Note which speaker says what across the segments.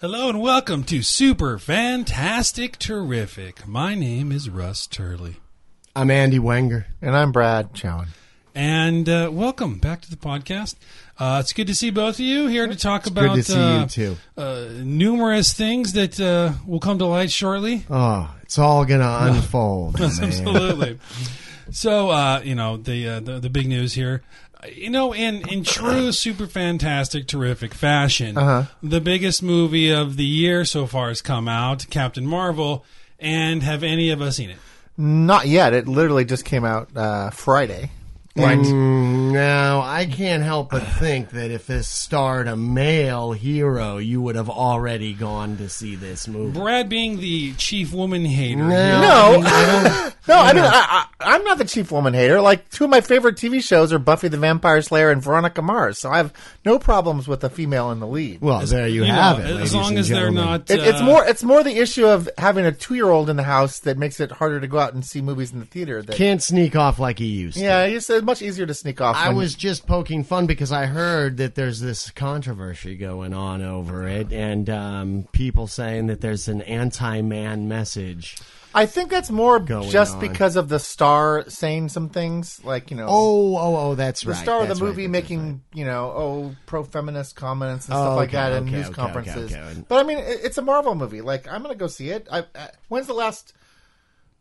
Speaker 1: Hello and welcome to Super Fantastic Terrific. My name is Russ Turley.
Speaker 2: I'm Andy Wenger.
Speaker 3: And I'm Brad Chowan.
Speaker 1: And uh, welcome back to the podcast. Uh, it's good to see both of you here to talk about
Speaker 2: good to see
Speaker 1: uh,
Speaker 2: you too.
Speaker 1: Uh, numerous things that uh, will come to light shortly.
Speaker 2: Oh, it's all gonna unfold. Oh, man.
Speaker 1: Absolutely. so uh, you know the, uh, the the big news here. You know, in in true super fantastic, terrific fashion,
Speaker 2: Uh-huh.
Speaker 1: the biggest movie of the year so far has come out, Captain Marvel. And have any of us seen it?
Speaker 3: Not yet. It literally just came out uh, Friday.
Speaker 2: Right. Mm, Now I can't help but think that if this starred a male hero, you would have already gone to see this movie.
Speaker 1: Brad being the chief woman hater.
Speaker 2: No.
Speaker 3: No, no. I mean, I, I, I'm not the chief woman hater. Like two of my favorite TV shows are Buffy the Vampire Slayer and Veronica Mars. So I have no problems with a female in the lead.
Speaker 2: Well, there you,
Speaker 1: you
Speaker 2: have
Speaker 1: know,
Speaker 2: it. ladies
Speaker 1: as long
Speaker 2: and
Speaker 1: as they're
Speaker 2: gentlemen.
Speaker 1: not.
Speaker 3: It, it's
Speaker 1: uh,
Speaker 3: more. It's more the issue of having a two year old in the house that makes it harder to go out and see movies in the theater. That,
Speaker 2: can't sneak off like he used. to. Um,
Speaker 3: yeah, it's uh, much easier to sneak off.
Speaker 2: I
Speaker 3: when-
Speaker 2: was just poking fun because I heard that there's this controversy going on over it, and um, people saying that there's an anti-man message.
Speaker 3: I think that's more
Speaker 2: Going
Speaker 3: just
Speaker 2: on.
Speaker 3: because of the star saying some things like you know.
Speaker 2: Oh, oh, oh, that's
Speaker 3: the
Speaker 2: right.
Speaker 3: star of
Speaker 2: that's
Speaker 3: the
Speaker 2: right,
Speaker 3: movie
Speaker 2: that's
Speaker 3: making you know oh pro feminist comments and
Speaker 2: Oh,
Speaker 3: stuff like
Speaker 2: okay,
Speaker 3: that in
Speaker 2: okay,
Speaker 3: news
Speaker 2: okay, okay,
Speaker 3: conferences.
Speaker 2: okay.
Speaker 3: But I mean, it, it's a Marvel movie. Like I'm gonna go see it. I, I, when's the last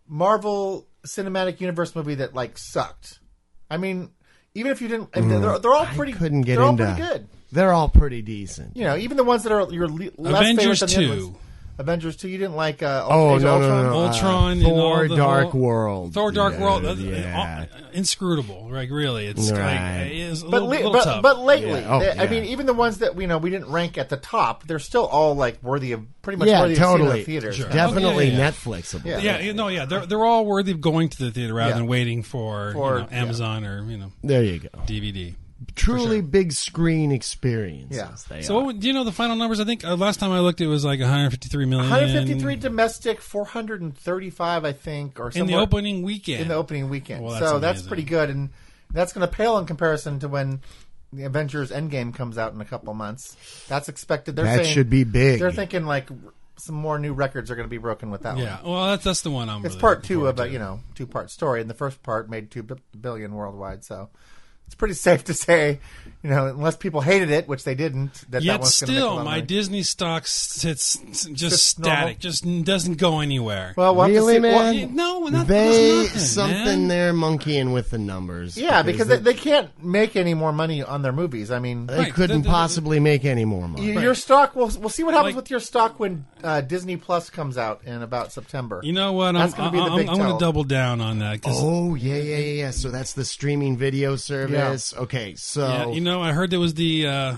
Speaker 3: Marvel Cinematic Universe movie that like sucked? I mean, even if you didn't, I mean, they're, they're all
Speaker 2: Mm, I
Speaker 3: pretty.
Speaker 2: couldn't get
Speaker 3: they're all
Speaker 2: into.
Speaker 3: pretty good.
Speaker 2: They're all pretty decent.
Speaker 3: You know, even the ones that are your le- less
Speaker 1: Avengers
Speaker 3: favorite than the other
Speaker 1: 2.
Speaker 3: ones. Avengers two. You didn't like? Uh,
Speaker 2: Oh,
Speaker 3: Age
Speaker 2: no,
Speaker 3: of
Speaker 2: no,
Speaker 3: Ultron?
Speaker 2: no, no.
Speaker 1: Ultron,
Speaker 3: uh,
Speaker 1: and all
Speaker 2: Thor
Speaker 1: the
Speaker 2: Dark
Speaker 1: whole-
Speaker 2: World.
Speaker 1: Thor Dark
Speaker 2: Yeah,
Speaker 1: World, uh,
Speaker 2: yeah.
Speaker 1: uh, inscrutable. Like really, it's
Speaker 2: Right.
Speaker 1: like it's a
Speaker 3: but
Speaker 1: little,
Speaker 3: li-
Speaker 1: little
Speaker 3: but,
Speaker 1: tough.
Speaker 3: but lately,
Speaker 2: Yeah. Oh,
Speaker 3: they- I
Speaker 2: yeah.
Speaker 3: mean, even the ones that you know we didn't rank at the top, they're still all like worthy of pretty much
Speaker 2: Yeah,
Speaker 3: worthy of seeing
Speaker 2: totally.
Speaker 3: in the theaters.
Speaker 1: Sure.
Speaker 2: Definitely
Speaker 1: Yeah, yeah, yeah.
Speaker 2: Netflixable.
Speaker 3: Yeah.
Speaker 1: yeah, you know, yeah, they're they're all worthy of going to the theater rather
Speaker 3: Yeah.
Speaker 1: than waiting for,
Speaker 3: For-
Speaker 1: you know,
Speaker 3: yeah.
Speaker 1: Amazon or you know
Speaker 2: There you go.
Speaker 1: DVD.
Speaker 2: Truly big screen experiences.
Speaker 3: Yeah.
Speaker 2: They
Speaker 1: So,
Speaker 2: are.
Speaker 1: what, would- do you know the final numbers? I think uh, last time I looked, it was like 153 million.
Speaker 3: 153 domestic, 435, I think, or
Speaker 1: in the
Speaker 3: somewhere
Speaker 1: opening weekend.
Speaker 3: in the opening weekend.
Speaker 1: Well, that's
Speaker 3: so that's
Speaker 1: amazing.
Speaker 3: pretty good, and that's going to pale in comparison to when the Avengers Endgame comes out in a couple months. That's expected. They're
Speaker 2: that
Speaker 3: saying,
Speaker 2: should be big.
Speaker 3: They're thinking like r- some more new records are going to be broken with that
Speaker 1: yeah.
Speaker 3: one.
Speaker 1: Well, that's that's the one I'm.
Speaker 3: It's
Speaker 1: really
Speaker 3: part
Speaker 1: looking
Speaker 3: two
Speaker 1: forward
Speaker 3: of a
Speaker 1: to.
Speaker 3: you know two part story, and the first part made two b- billion worldwide. So it's pretty safe to say, you know, unless people hated it, which they didn't, that that
Speaker 1: Yet
Speaker 3: one's going to make a lot
Speaker 1: still,
Speaker 3: of
Speaker 1: my
Speaker 3: money.
Speaker 1: Disney stock sits s- just
Speaker 3: Just normal.
Speaker 1: static, just n- doesn't go anywhere.
Speaker 3: "Oh, well, we'll have to
Speaker 2: really,
Speaker 3: see- well,
Speaker 2: man?
Speaker 1: well, no, not-
Speaker 2: they
Speaker 1: there's nothing, man.
Speaker 2: something they're monkeying with the numbers.
Speaker 3: Yeah, because they, they can't make any more money on their movies. I mean,
Speaker 2: they
Speaker 1: Right,
Speaker 2: couldn't
Speaker 1: the- the- the-
Speaker 2: possibly make any more money.
Speaker 3: y- your stock. We'll we'll see what happens
Speaker 1: Like-
Speaker 3: with your stock when uh, Disney Plus comes out in about September.
Speaker 1: You know what? I'm,
Speaker 3: That's gonna
Speaker 1: I'm,
Speaker 3: be the
Speaker 1: I'm,
Speaker 3: big
Speaker 1: going to
Speaker 3: tell.
Speaker 1: double down on that because
Speaker 2: Oh yeah, yeah, yeah, yeah. So that's the streaming video service. Okay, so
Speaker 1: Yeah, you know, I heard there was the uh,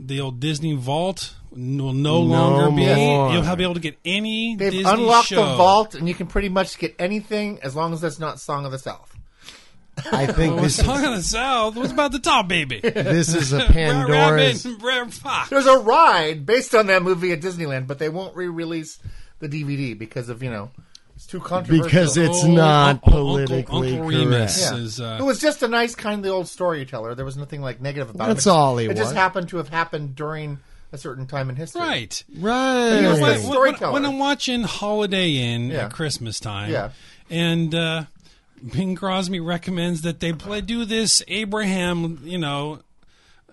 Speaker 1: the old Disney Vault will no, longer be.
Speaker 2: more.
Speaker 1: You'll have be able to get any
Speaker 3: They've
Speaker 1: Disney
Speaker 3: unlocked
Speaker 1: show.
Speaker 3: the vault, and you can pretty much get anything as long as it's not Song of the South.
Speaker 2: I think
Speaker 1: What's
Speaker 2: this is,
Speaker 1: talking of the South? What's about the top baby?
Speaker 2: this is a
Speaker 1: Brad Rabbit
Speaker 2: Pandora's.
Speaker 1: and Brad Fox.
Speaker 3: There's a ride based on that movie at Disneyland, but they won't re-release the DVD because of you know it's too controversial.
Speaker 2: Because it's
Speaker 1: Oh,
Speaker 2: not
Speaker 1: Uncle-
Speaker 2: politically
Speaker 1: Uncle, Uncle
Speaker 2: correct.
Speaker 1: Remus
Speaker 3: Yeah.
Speaker 1: is. Uh,
Speaker 3: it was just a nice, kindly old storyteller. There was nothing like negative about it.
Speaker 2: That's all he
Speaker 3: It just
Speaker 2: was.
Speaker 3: happened to have happened during a certain time in history.
Speaker 1: right.
Speaker 2: Right.
Speaker 3: know
Speaker 1: When-
Speaker 3: what?
Speaker 1: when-
Speaker 3: storyteller.
Speaker 1: When, I'm watching Holiday Inn
Speaker 3: Yeah.
Speaker 1: at Christmas time,
Speaker 3: Yeah.
Speaker 1: and uh, Bing Crosby recommends that they play do this Abraham, you know,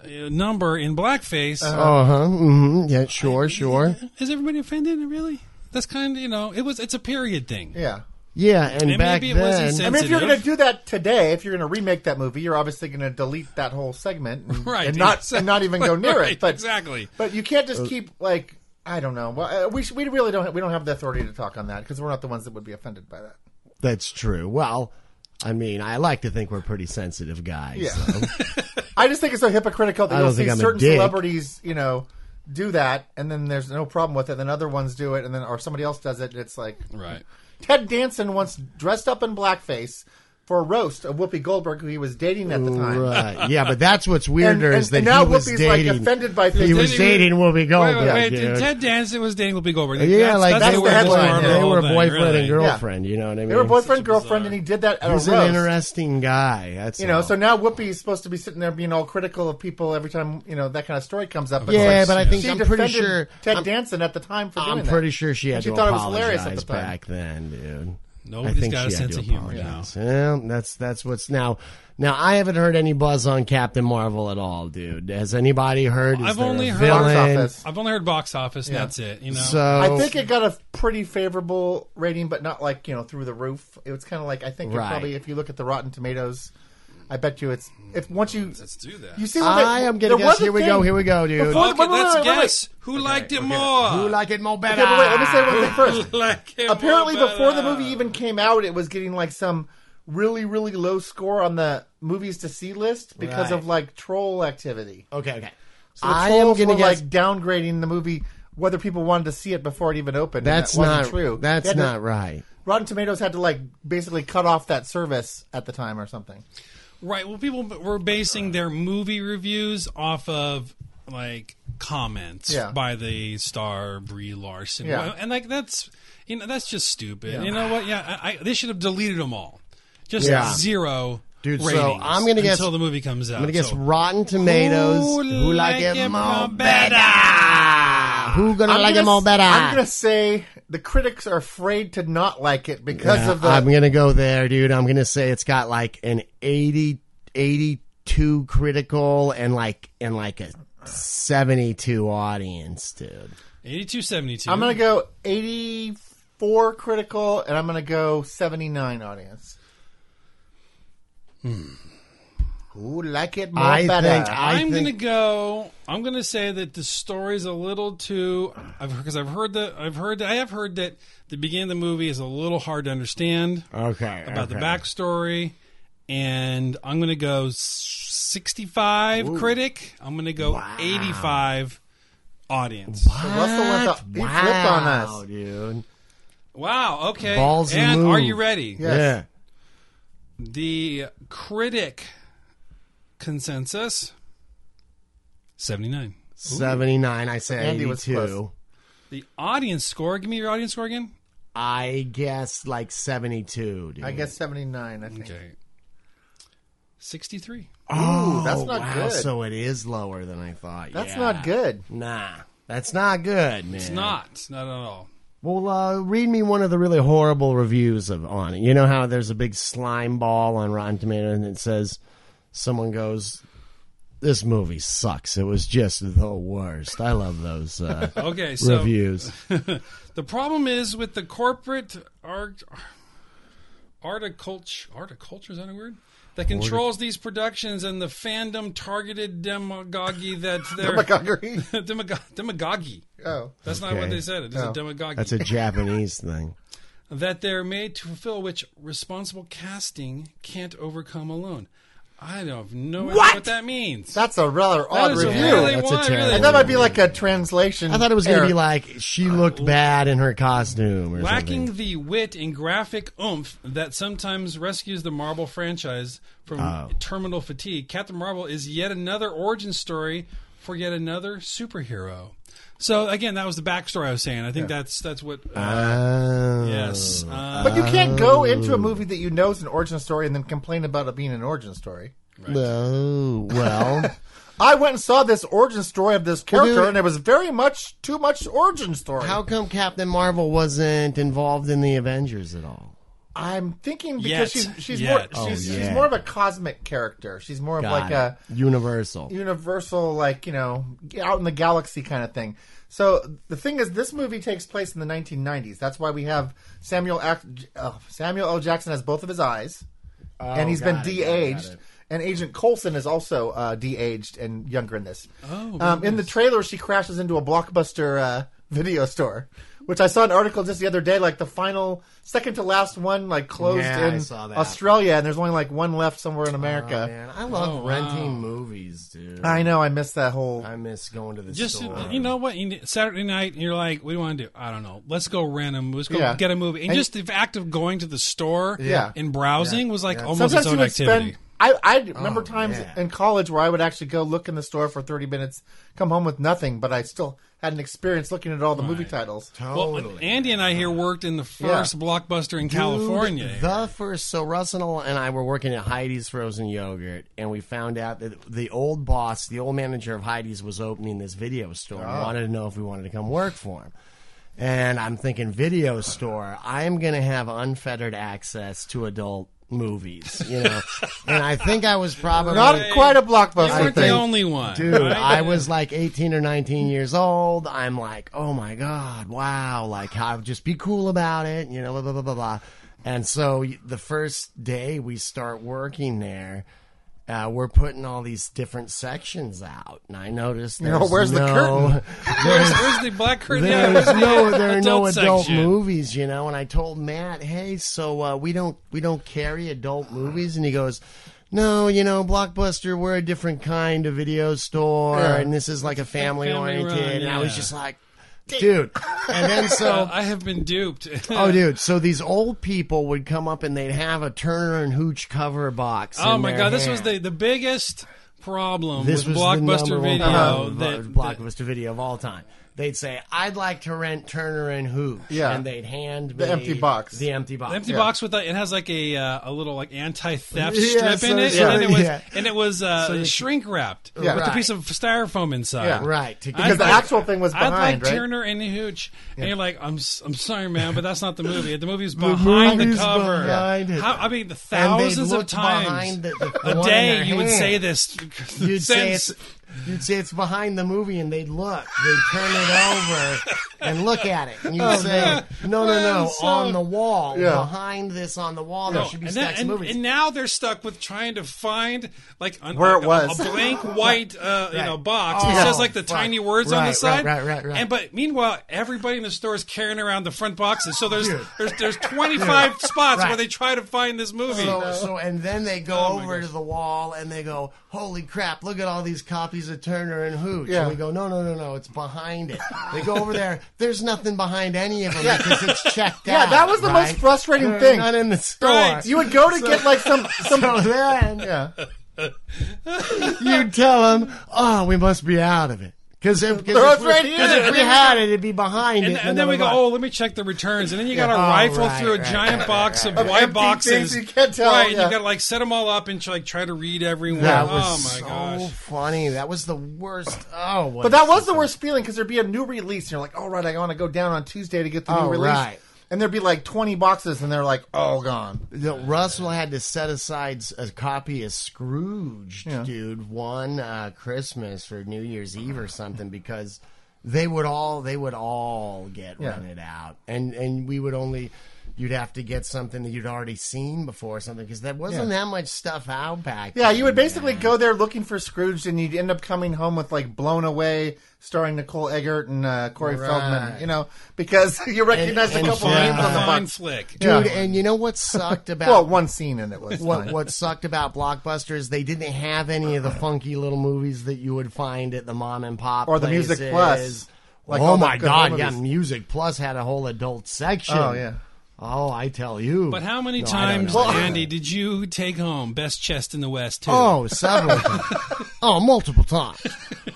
Speaker 1: uh, number in blackface.
Speaker 3: Uh-huh.
Speaker 2: Uh huh. hmm Yeah. Sure. Sure.
Speaker 1: Is everybody offended? Really? That's kind of you know, it was it's a period thing.
Speaker 3: Yeah.
Speaker 2: Yeah. And,
Speaker 1: And
Speaker 2: back
Speaker 1: maybe it was
Speaker 2: then,
Speaker 3: I mean, if you're going
Speaker 1: sensitive.
Speaker 3: to do that today, if you're going to remake that movie, you're obviously going to delete that whole segment and,
Speaker 1: Right,
Speaker 3: and not
Speaker 1: exactly.
Speaker 3: and not even go near
Speaker 1: Right,
Speaker 3: it. But
Speaker 1: exactly.
Speaker 3: But you can't just keep like I don't know. Well, uh, we sh- we really don't ha- we don't have the authority to talk on that because we're not the ones that would be offended by that.
Speaker 2: that's true. Well, I mean, I like to think we're pretty sensitive guys.
Speaker 3: Yeah.
Speaker 2: so.
Speaker 3: I just think it's so hypocritical that
Speaker 2: I
Speaker 3: you'll
Speaker 2: don't
Speaker 3: see
Speaker 2: think I'm a
Speaker 3: certain
Speaker 2: dick.
Speaker 3: celebrities, you know, do that, and then there's no problem with it. Then other ones do it, and then or somebody else does it. and It's like
Speaker 1: Right.
Speaker 3: Ted Danson once dressed up in blackface for a roast of Whoopi Goldberg, who he was dating at the time.
Speaker 2: Right. Yeah, but that's what's weirder
Speaker 3: And-
Speaker 2: is
Speaker 3: and-
Speaker 2: that
Speaker 3: and now
Speaker 2: he was
Speaker 3: Whoopi's, like,
Speaker 2: dating.
Speaker 3: offended by things.
Speaker 2: He was
Speaker 1: Didn't even-
Speaker 2: dating Whoopi Goldberg.
Speaker 1: Wait, wait, wait.
Speaker 2: dude.
Speaker 1: Ted Danson was dating Whoopi Goldberg.
Speaker 2: Yeah, like
Speaker 3: that's
Speaker 2: they
Speaker 3: the
Speaker 2: were
Speaker 3: headline,
Speaker 2: boyfriend-
Speaker 3: yeah.
Speaker 2: They were boyfriend and
Speaker 1: girl.
Speaker 2: girlfriend. You know what I mean?
Speaker 3: They were boyfriend,
Speaker 1: a
Speaker 3: girlfriend,
Speaker 1: bizarre-
Speaker 3: and he did that at
Speaker 2: He's
Speaker 3: a
Speaker 2: an
Speaker 3: roast.
Speaker 2: interesting guy. That's
Speaker 3: you know,
Speaker 2: all.
Speaker 3: so now Whoopi's supposed to be sitting there being all critical of people every time you know that kind of story comes up. It's
Speaker 2: yeah,
Speaker 3: like,
Speaker 2: but I think
Speaker 3: she
Speaker 2: I'm
Speaker 3: defended
Speaker 2: pretty sure.
Speaker 3: Ted
Speaker 2: I'm,
Speaker 3: Danson at the time for doing
Speaker 2: I'm
Speaker 3: that.
Speaker 2: pretty sure she had
Speaker 3: And she
Speaker 2: to
Speaker 3: thought it was hilarious
Speaker 2: apologize
Speaker 3: at the time.
Speaker 2: back then, dude.
Speaker 1: Nobody's
Speaker 2: I think
Speaker 1: got a
Speaker 2: she had
Speaker 1: sense
Speaker 2: to
Speaker 1: of humor
Speaker 2: apologize. Yeah, that's that's what's now. Now I haven't heard any buzz on Captain Marvel at all, dude. Has anybody heard? Is
Speaker 1: I've
Speaker 2: there a
Speaker 1: only heard-
Speaker 2: villain?
Speaker 3: Box office.
Speaker 1: I've only heard box office. and
Speaker 3: Yeah.
Speaker 1: That's it. You know.
Speaker 2: So
Speaker 3: I think it got a pretty favorable rating, but not like you know through the roof. It was kind of like I think
Speaker 2: Right.
Speaker 3: it probably if you look at the Rotten Tomatoes, I bet you it's if once you
Speaker 1: let's do that.
Speaker 3: you see what they-
Speaker 2: I am gonna
Speaker 3: there was
Speaker 2: guess.
Speaker 3: a
Speaker 2: Here we
Speaker 3: thing-
Speaker 2: go. Here we go, dude.
Speaker 3: Before-
Speaker 1: okay,
Speaker 3: wait, wait,
Speaker 1: let's
Speaker 3: wait, wait, wait.
Speaker 1: guess who liked it more.
Speaker 2: Who like it more better?
Speaker 3: Okay, but wait, let me say one thing first.
Speaker 1: Like him
Speaker 3: apparently
Speaker 1: more
Speaker 3: before the
Speaker 1: better.
Speaker 3: movie e- even came out it was getting like some really really low score on the movies to see list because
Speaker 2: Right.
Speaker 3: of like troll activity
Speaker 2: Okay, okay.
Speaker 3: so the
Speaker 2: I am
Speaker 3: trolls
Speaker 2: gonna
Speaker 3: were
Speaker 2: guess.
Speaker 3: like downgrading the movie whether people wanted to see it before it even opened and
Speaker 2: that's
Speaker 3: that wasn't
Speaker 2: not
Speaker 3: true They
Speaker 2: That's
Speaker 3: had to-
Speaker 2: not right.
Speaker 3: rotten tomatoes had to like basically cut off that service at the time or something
Speaker 1: Right. Well, people b- were basing their movie reviews off of like comments
Speaker 3: Yeah.
Speaker 1: by the star Brie Larson.
Speaker 3: Yeah.
Speaker 1: And like that's you know that's just stupid. You know what? Yeah, I, I, they should have deleted them all. Just
Speaker 2: Yeah.
Speaker 1: zero.
Speaker 2: Dude, so
Speaker 1: ratings
Speaker 2: I'm gonna guess-
Speaker 1: until the movie comes out.
Speaker 2: I'm gonna guess
Speaker 1: So
Speaker 2: Rotten Tomatoes.
Speaker 1: Who like it more better?
Speaker 2: Who gonna
Speaker 3: I'm
Speaker 2: like
Speaker 3: gonna
Speaker 2: it more
Speaker 3: s-
Speaker 2: better?
Speaker 3: i'm gonna say the critics are afraid to not like it because
Speaker 2: Yeah,
Speaker 3: of the
Speaker 2: I'm gonna go there, dude. I'm gonna say it's got like an 80, 82 critical and like and like a seventy two audience, dude.
Speaker 1: 82, 72.
Speaker 3: i'm gonna go 84 critical and i'm gonna go 79 audience
Speaker 2: Hmm.
Speaker 3: who like it more
Speaker 2: I
Speaker 3: better
Speaker 2: think I
Speaker 1: I'm
Speaker 2: think
Speaker 1: gonna go. I'm gonna say that the story's a little too. I've because I've heard that I've heard that I have heard that the beginning of the movie is a little hard to understand.
Speaker 2: okay
Speaker 1: about the
Speaker 2: okay.
Speaker 1: backstory. And I'm going to go s- 65 critic. I'm going to go 85 audience. Wow.
Speaker 3: Russell went the, he flipped on
Speaker 2: Wow,
Speaker 3: us.
Speaker 2: dude.
Speaker 1: okay.
Speaker 2: Balls
Speaker 1: and
Speaker 2: move.
Speaker 1: are you ready?
Speaker 3: Yes.
Speaker 2: Yeah.
Speaker 1: The critic consensus 79.
Speaker 2: Seventy nine. I say
Speaker 3: Andy
Speaker 2: eighty
Speaker 3: was close.
Speaker 2: two.
Speaker 1: The audience score, give me your audience score again.
Speaker 2: I guess like seventy two, dude.
Speaker 3: I guess 79, I think.
Speaker 1: Okay. 63.
Speaker 2: Oh,
Speaker 3: that's not
Speaker 2: wow,
Speaker 3: good.
Speaker 2: So it is lower than I thought.
Speaker 3: That's
Speaker 2: Yeah.
Speaker 3: not good.
Speaker 2: Nah, that's not good, man.
Speaker 1: It's not. Not at all.
Speaker 2: Well, uh, read me one of the really horrible reviews of on it. You know how there's a big slime ball on Rotten Tomatoes, and it says someone goes, "This movie sucks. It was just the worst." I love those uh,
Speaker 1: Okay, so
Speaker 2: reviews.
Speaker 1: The problem is with the corporate art, articulture, articulture is that a word? That controls these productions and the fandom targeted demagogy that
Speaker 2: Oh
Speaker 1: they're
Speaker 3: McGonaghy.
Speaker 1: demagog- demagogy.
Speaker 3: Oh.
Speaker 1: That's not what
Speaker 2: Okay.
Speaker 1: they said. It is a
Speaker 3: No.
Speaker 1: demagogy
Speaker 2: That's a Japanese thing.
Speaker 1: that they're made to fulfill, which responsible casting can't overcome alone. I don't have no idea what that means.
Speaker 3: That's a rather odd
Speaker 1: is a
Speaker 3: review.
Speaker 1: really
Speaker 2: That's a
Speaker 1: wide,
Speaker 2: terrible-
Speaker 1: really
Speaker 3: and that might be like a translation.
Speaker 2: I thought it was going to
Speaker 3: error.
Speaker 2: be like she looked bad in her costume or
Speaker 1: Lacking
Speaker 2: something.
Speaker 1: the wit and graphic oomph that sometimes rescues the Marvel franchise from
Speaker 3: Oh.
Speaker 1: terminal fatigue, Captain Marvel is yet another origin story for yet another superhero. So again, that was the backstory I was saying. I think that's that's what. Uh,
Speaker 3: Ah.
Speaker 2: Oh.
Speaker 1: yes, uh,
Speaker 3: But you can't go into a movie that you know is an origin story and then complain about it being an origin story.
Speaker 2: Oh, well.
Speaker 3: I went and saw this origin story of this
Speaker 2: Well,
Speaker 3: character,
Speaker 2: dude-
Speaker 3: and it was very much too much origin story.
Speaker 2: How come Captain Marvel wasn't involved in the Avengers at all?
Speaker 3: I'm thinking
Speaker 1: Yet.
Speaker 3: because she's she's
Speaker 1: Yet.
Speaker 3: more
Speaker 1: Oh,
Speaker 3: she's, she's
Speaker 2: yeah.
Speaker 3: more of a cosmic character. She's more of like
Speaker 2: Got
Speaker 3: a
Speaker 2: it. Universal.
Speaker 3: universal like you know out in the galaxy kind of thing so the thing is this movie takes place in the 1990s that's why we have samuel Ac- uh, samuel l jackson has both of his eyes and he's been
Speaker 2: Oh, got it, got it, got
Speaker 3: de-aged
Speaker 2: it.
Speaker 3: and agent colson is also uh, de-aged and younger in this oh, um, in the trailer she crashes into a blockbuster uh, video store which I saw an article just the other day, like the final, second to last one, like closed
Speaker 2: Yeah, I
Speaker 3: in
Speaker 2: saw that.
Speaker 3: Australia, and there's only like one left somewhere in
Speaker 2: Oh,
Speaker 3: America.
Speaker 2: man, I love
Speaker 1: Oh, wow.
Speaker 2: renting movies, dude.
Speaker 3: I know, I missed that whole.
Speaker 2: I miss going to the
Speaker 1: Just
Speaker 2: store.
Speaker 1: you know what you need, Saturday night you're like, what do you want to do? I don't know. Let's go rent a movie. Let's go
Speaker 3: Yeah.
Speaker 1: get a movie. And,
Speaker 3: And-
Speaker 1: just the act of going to the store
Speaker 3: Yeah.
Speaker 1: and browsing was like almost
Speaker 3: Sometimes
Speaker 1: its
Speaker 3: you
Speaker 1: own
Speaker 3: would
Speaker 1: activity.
Speaker 3: spend. I, I remember
Speaker 2: Oh,
Speaker 3: times
Speaker 2: yeah.
Speaker 3: in college where I would actually go look in the store for 30 minutes, come home with nothing, but I still had an experience looking at all the movie titles.
Speaker 2: totally.
Speaker 1: Well, Andy and I here worked in the first blockbuster in
Speaker 2: Oh, Dude,
Speaker 1: California.
Speaker 2: The first, so Russell and I were working at Heidi's Frozen Yogurt, and we found out that the old boss, the old manager of Heidi's, was opening this video store. and Wanted to know if we wanted to come work for him. And I'm thinking, video store. I'm going to have unfettered access to adult movies, you know. and I think I was probably
Speaker 3: Not quite a
Speaker 1: you
Speaker 3: blockbuster
Speaker 1: weren't the
Speaker 3: thing.
Speaker 1: only one,
Speaker 2: Dude,
Speaker 1: right?
Speaker 2: I was like 18 or 19 years old. I'm like, oh my God, wow. Like, how just be cool about it, you know, blah, blah, blah, blah, blah. And so y- the first day we start working there, uh, we're putting all these different sections out. And I noticed there's
Speaker 3: know, Oh, where's the
Speaker 2: no-
Speaker 1: where's, where's the black curtain? Yeah, where's
Speaker 2: There's
Speaker 1: the
Speaker 2: no, there are no adult
Speaker 1: section?
Speaker 2: movies, you know. And I told Matt, hey, so uh, we don't we don't carry adult movies, and he goes. No, you know, Blockbuster, we're a different kind of video store, and this is like a family,
Speaker 1: Family
Speaker 2: oriented.
Speaker 1: run,
Speaker 2: And I was
Speaker 1: yeah.
Speaker 2: just like, dude. And then so,
Speaker 1: Uh, I have been duped.
Speaker 2: oh, dude, so these old people would come up and they'd have a Turner and Hooch cover box.
Speaker 1: Oh
Speaker 2: in
Speaker 1: my
Speaker 2: their
Speaker 1: god, this was
Speaker 2: hand.
Speaker 1: the the biggest problem
Speaker 2: This
Speaker 1: with
Speaker 2: was the number
Speaker 1: Blockbuster
Speaker 2: one
Speaker 1: Video.
Speaker 2: problem
Speaker 1: that,
Speaker 2: with Uh-huh. Blockbuster Video of all time. They'd say, "I'd like to rent Turner and Hooch,"
Speaker 3: Yeah.
Speaker 2: and they'd hand
Speaker 3: The
Speaker 2: me
Speaker 3: empty box.
Speaker 2: the empty box.
Speaker 1: the empty
Speaker 3: Yeah.
Speaker 1: box with the, it has like a uh, a little like anti theft
Speaker 2: Yeah,
Speaker 1: strip
Speaker 2: so-
Speaker 1: in it,
Speaker 2: yeah,
Speaker 1: and it was
Speaker 2: yeah.
Speaker 1: and it was uh,
Speaker 2: you-
Speaker 1: shrink wrapped
Speaker 3: Yeah.
Speaker 1: with a
Speaker 2: Right.
Speaker 1: piece of styrofoam inside.
Speaker 3: Yeah.
Speaker 2: right? To
Speaker 1: I'd
Speaker 3: Because the
Speaker 1: like-
Speaker 3: actual thing was behind,
Speaker 1: I'd like
Speaker 3: right?
Speaker 1: Turner and Hooch, and you're like, I'm s- I'm sorry, man, but that's not the movie. The movie's
Speaker 2: The
Speaker 1: behind the,
Speaker 2: movie's
Speaker 1: cover.
Speaker 2: behind it.
Speaker 1: How, I mean, the
Speaker 2: And they'd
Speaker 1: thousands of
Speaker 2: look
Speaker 1: times
Speaker 2: behind the- the- the
Speaker 1: a
Speaker 2: one in
Speaker 1: day
Speaker 2: their
Speaker 1: you would
Speaker 2: hand.
Speaker 1: say this.
Speaker 2: You'd say
Speaker 1: sentence.
Speaker 2: it's you'd say it's behind the movie, and they'd look, they'd turn it over and look at it, and you'd say, "No, no,
Speaker 1: Oh, Man,
Speaker 2: no,
Speaker 1: so-
Speaker 2: on the wall,
Speaker 3: Yeah.
Speaker 2: behind this, on the wall, there
Speaker 1: No,
Speaker 2: should be
Speaker 1: and,
Speaker 2: stacks
Speaker 1: that- and-
Speaker 2: of movies."
Speaker 1: and now they're stuck with trying to find like an,
Speaker 3: Where it
Speaker 1: a-
Speaker 3: was.
Speaker 1: a blank white uh, you
Speaker 2: Right.
Speaker 1: know box.
Speaker 2: Oh,
Speaker 1: it says like the
Speaker 2: fuck.
Speaker 1: tiny words on
Speaker 2: Right,
Speaker 1: the
Speaker 2: right,
Speaker 1: side.
Speaker 2: right, right, right.
Speaker 1: And but meanwhile, everybody in the store is carrying around the front boxes. So there's
Speaker 2: Dude.
Speaker 1: there's there's 25 spots
Speaker 2: Right.
Speaker 1: where they try to find this movie.
Speaker 2: So, so and then they go
Speaker 1: Oh my
Speaker 2: over
Speaker 1: gosh.
Speaker 2: to the wall and they go, "Holy crap! Look at all these copies of Turner and Hooch."
Speaker 3: Yeah.
Speaker 2: And we go, "No, no, no, no! It's behind it." They go over there. There's nothing behind any of them because it's checked
Speaker 3: Yeah,
Speaker 2: out.
Speaker 3: that was the
Speaker 2: right?
Speaker 3: most frustrating
Speaker 2: They're
Speaker 3: thing.
Speaker 2: Not in the store.
Speaker 1: Right.
Speaker 3: You would go to get like some some.
Speaker 2: So then
Speaker 3: yeah.
Speaker 2: you tell them, "Oh, we must be out of it." Because if, 'cause
Speaker 3: They're
Speaker 2: if we-
Speaker 3: right here.
Speaker 2: 'cause if
Speaker 1: And
Speaker 2: we
Speaker 1: then we
Speaker 2: had it, it'd be behind
Speaker 1: and,
Speaker 2: it.
Speaker 1: and then we go,
Speaker 2: another
Speaker 1: oh,
Speaker 2: box.
Speaker 1: let me check the returns, and then you got to
Speaker 2: Yeah. Oh,
Speaker 1: rifle
Speaker 2: right,
Speaker 1: through a
Speaker 2: right,
Speaker 1: giant
Speaker 2: right,
Speaker 1: box
Speaker 2: right,
Speaker 1: of white
Speaker 3: empty
Speaker 1: boxes.
Speaker 3: things you can't tell,
Speaker 1: right?
Speaker 3: yeah.
Speaker 1: You got to like set them all up and like try to read everyone.
Speaker 2: that
Speaker 1: oh
Speaker 2: was
Speaker 1: my
Speaker 2: so
Speaker 1: gosh!
Speaker 2: funny. That was the worst. Oh, what
Speaker 3: But that
Speaker 2: a-
Speaker 3: was the worst feeling because there'd be a new release, and you're like, "All right, I want to go down on Tuesday to get the new
Speaker 2: Oh,
Speaker 3: release."
Speaker 2: right.
Speaker 3: And there'd be like 20 boxes, and they're like, "All gone."
Speaker 2: The Russell had to set aside s- a copy of Scrooge, dude, one uh, Christmas or New Year's Eve or something because they would all they would all get
Speaker 3: Yeah.
Speaker 2: rented out, and and we would only you'd have to get something that you'd already seen before or something because there wasn't that much stuff out back.
Speaker 3: Yeah, you would
Speaker 2: then,
Speaker 3: basically
Speaker 2: man.
Speaker 3: go there looking for Scrooge, and you'd end up coming home with like "Blown Away," starring Nicole Eggert and uh, Corey
Speaker 2: Right.
Speaker 3: Feldman. You know, because you recognize
Speaker 2: and
Speaker 3: a couple
Speaker 2: Fine-
Speaker 3: names on the
Speaker 1: Fine
Speaker 3: box.
Speaker 1: flick.
Speaker 2: dude.
Speaker 3: Yeah.
Speaker 2: And you know what sucked about
Speaker 3: Well, one scene in it was.
Speaker 2: what
Speaker 3: fine.
Speaker 2: what sucked about Blockbuster is they didn't have any of the funky little movies that you would find at the mom and pop
Speaker 3: Or the Music
Speaker 2: places.
Speaker 3: Plus. Like all
Speaker 2: oh
Speaker 3: the
Speaker 2: my
Speaker 3: good
Speaker 2: god,
Speaker 3: movies.
Speaker 2: yeah, Music Plus had a whole adult section.
Speaker 3: Oh, yeah.
Speaker 2: Oh, I tell you.
Speaker 1: But how many
Speaker 2: No, I don't
Speaker 1: times,
Speaker 2: know.
Speaker 1: Andy, did you take home best chest in the West too?
Speaker 2: Oh, several times. Oh, multiple times.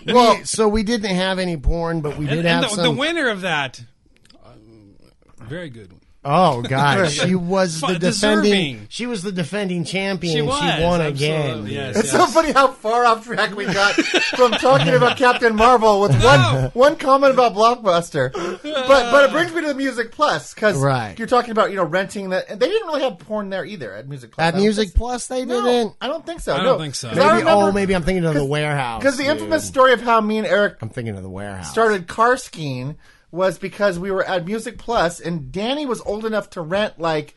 Speaker 2: Well, so we didn't have any porn, but we did
Speaker 1: and,
Speaker 2: have
Speaker 1: and the,
Speaker 2: some.
Speaker 1: the winner of that, uh, very good one.
Speaker 2: Oh God, she was the
Speaker 1: Fu-
Speaker 2: defending.
Speaker 1: deserving.
Speaker 2: She was the defending champion.
Speaker 1: She
Speaker 2: and
Speaker 1: was
Speaker 2: she won again.
Speaker 1: absolutely, Yes, yes.
Speaker 3: It's so funny how far off track we got from talking about Captain Marvel with one one comment about Blockbuster, but but it brings me to the Music Plus because
Speaker 2: Right.
Speaker 3: you're talking about you know renting that and they didn't really have porn there either at Music Plus.
Speaker 2: At
Speaker 3: I don't
Speaker 2: Music
Speaker 3: think-
Speaker 2: Plus, they
Speaker 3: no,
Speaker 2: didn't.
Speaker 3: I don't think so.
Speaker 1: I don't
Speaker 3: no.
Speaker 1: think so.
Speaker 3: 'Cause I
Speaker 2: Maybe,
Speaker 3: remember-
Speaker 2: oh, maybe I'm thinking of the warehouse.
Speaker 3: Because the
Speaker 2: dude.
Speaker 3: infamous story of how me and Eric
Speaker 2: I'm thinking of the warehouse.
Speaker 3: started car skiing was because we were at Music Plus and Danny was old enough to rent like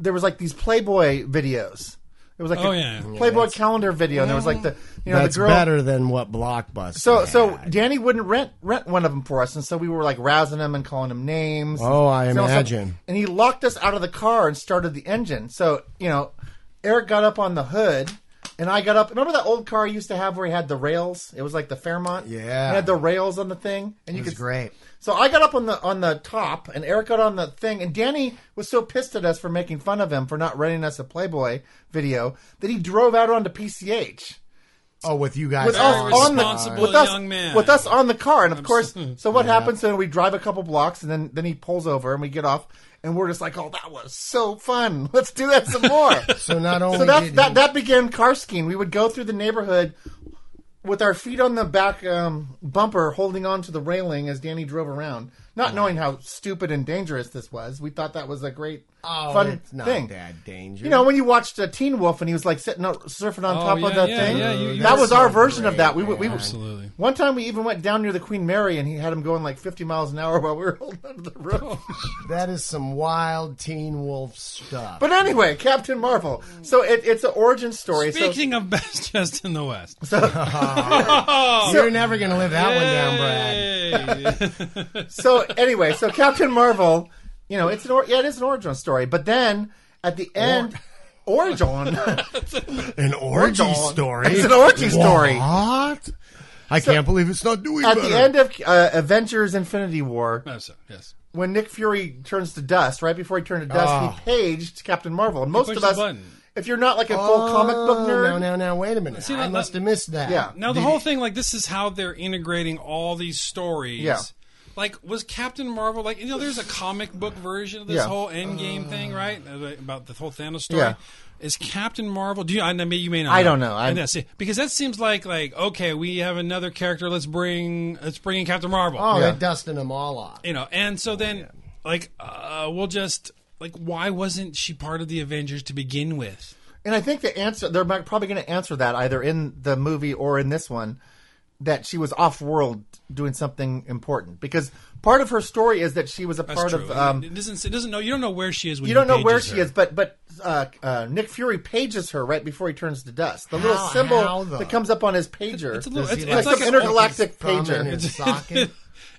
Speaker 3: there was like these Playboy videos. It was like
Speaker 1: Oh,
Speaker 3: a
Speaker 1: yeah.
Speaker 3: Playboy calendar video, and there was like the you know
Speaker 2: That's
Speaker 3: the girl.
Speaker 2: better than what Blockbuster.
Speaker 3: So so
Speaker 2: had.
Speaker 3: Danny wouldn't rent rent one of them for us, and so we were like rousing him and calling him names.
Speaker 2: Oh, I
Speaker 3: and all this stuff.
Speaker 2: imagine.
Speaker 3: And he locked us out of the car and started the engine. So you know, Eric got up on the hood. And I got up. Remember that old car you used to have where he had the rails? It was like the Fairmont.
Speaker 2: Yeah.
Speaker 3: it had the rails on the thing, and you
Speaker 4: It was
Speaker 3: could
Speaker 4: great.
Speaker 3: So I got up on the on the top, and Eric got on the thing, and Danny was so pissed at us for making fun of him for not renting us a Playboy video that he drove out onto PCH
Speaker 4: Oh, with you guys.
Speaker 3: with us
Speaker 1: Very
Speaker 3: on the
Speaker 1: responsible
Speaker 3: with us,
Speaker 1: young man.
Speaker 3: with us on the car, and of course,
Speaker 1: Absolutely.
Speaker 3: so what happens? Then we drive a couple blocks, and then then he pulls over, and we get off, and we're just like, "Oh, that was so fun! Let's do that some more."
Speaker 2: So not only
Speaker 3: so
Speaker 2: did
Speaker 3: that
Speaker 2: he-
Speaker 3: that, that began car skiing. We would go through the neighborhood with our feet on the back um, bumper, holding on to the railing as Danny drove around, not knowing how stupid and dangerous this was. We thought that was a great
Speaker 2: Oh,
Speaker 3: fun
Speaker 2: it's not
Speaker 3: thing.
Speaker 2: that danger.
Speaker 3: You know, when you watched uh, Teen Wolf and he was like sitting up, surfing on
Speaker 1: Oh,
Speaker 3: top
Speaker 1: yeah,
Speaker 3: of that
Speaker 1: yeah,
Speaker 3: thing,
Speaker 1: yeah, you- you
Speaker 3: that
Speaker 1: were
Speaker 3: was
Speaker 1: so
Speaker 3: our version of
Speaker 2: great,
Speaker 3: that. We would, we
Speaker 2: man.
Speaker 3: would,
Speaker 1: Absolutely.
Speaker 3: One time we even went down near the Queen Mary and he had him going like 50 miles an hour while we were holding onto the roof.
Speaker 1: Oh.
Speaker 2: that is some wild Teen Wolf stuff.
Speaker 3: But anyway, Captain Marvel. So it, it's an origin story. So-
Speaker 1: Speaking of best just in the West.
Speaker 2: You're never gonna live that one down, Brad.
Speaker 1: Brad.
Speaker 3: so anyway, so Captain Marvel, you know, it's an or- yeah, it is an origin story. But then at the end, origin,
Speaker 2: An orgy
Speaker 3: Orgy.
Speaker 2: story.
Speaker 3: It's an orgy story.
Speaker 2: What? I can't believe it's not doing
Speaker 3: at
Speaker 2: better.
Speaker 3: the end of uh, Avengers: Infinity War,
Speaker 1: Oh, so- yes.
Speaker 3: when Nick Fury turns to dust, right before he turned to dust,
Speaker 2: Oh.
Speaker 3: he paged Captain Marvel. And most
Speaker 1: Ah. pushed
Speaker 3: of
Speaker 1: the
Speaker 3: us,
Speaker 1: button.
Speaker 3: if you're not like a full comic book
Speaker 2: Oh,
Speaker 3: nerd,
Speaker 2: No, no, no. Wait a minute.
Speaker 1: See,
Speaker 2: I
Speaker 1: that-
Speaker 2: must
Speaker 1: that-
Speaker 2: have missed that.
Speaker 3: Yeah.
Speaker 1: Now the
Speaker 2: Did-
Speaker 1: whole thing, like this is how they're integrating all these stories.
Speaker 3: Yeah.
Speaker 1: Like was Captain Marvel like you know there's a comic book version of this
Speaker 3: Yeah.
Speaker 1: whole Endgame thing right Uh, about the whole Thanos story.
Speaker 3: Yeah.
Speaker 1: Is Captain Marvel? Do you? I know you may not.
Speaker 3: I don't know. I-
Speaker 1: And that's it. because that seems like like okay, we have another character. Let's bring let's bring in Captain Marvel.
Speaker 2: Oh,
Speaker 3: Yeah.
Speaker 2: they're dusting them all off.
Speaker 1: you know and so then
Speaker 3: Oh,
Speaker 1: like uh, we'll just like why wasn't she part of the avengers to begin with
Speaker 3: And I think the answer they're might- probably going to answer that either in the movie or in this one that she was off world doing something important because part of her story is that she was a
Speaker 1: that's
Speaker 3: part
Speaker 1: true
Speaker 3: of um,
Speaker 1: it doesn't it doesn't know you don't know where she is when
Speaker 3: you don't know where
Speaker 1: pages
Speaker 3: she
Speaker 1: her.
Speaker 3: is but but uh, uh, Nick Fury pages her right before he turns to dust the little
Speaker 2: How-
Speaker 3: symbol
Speaker 2: how, though?
Speaker 3: that comes up on his pager
Speaker 1: it's a little
Speaker 2: Does
Speaker 1: it's,
Speaker 2: he
Speaker 1: it's
Speaker 3: like
Speaker 1: like
Speaker 3: some
Speaker 1: an-
Speaker 3: intergalactic
Speaker 2: Thumb in
Speaker 3: pager
Speaker 2: his socket.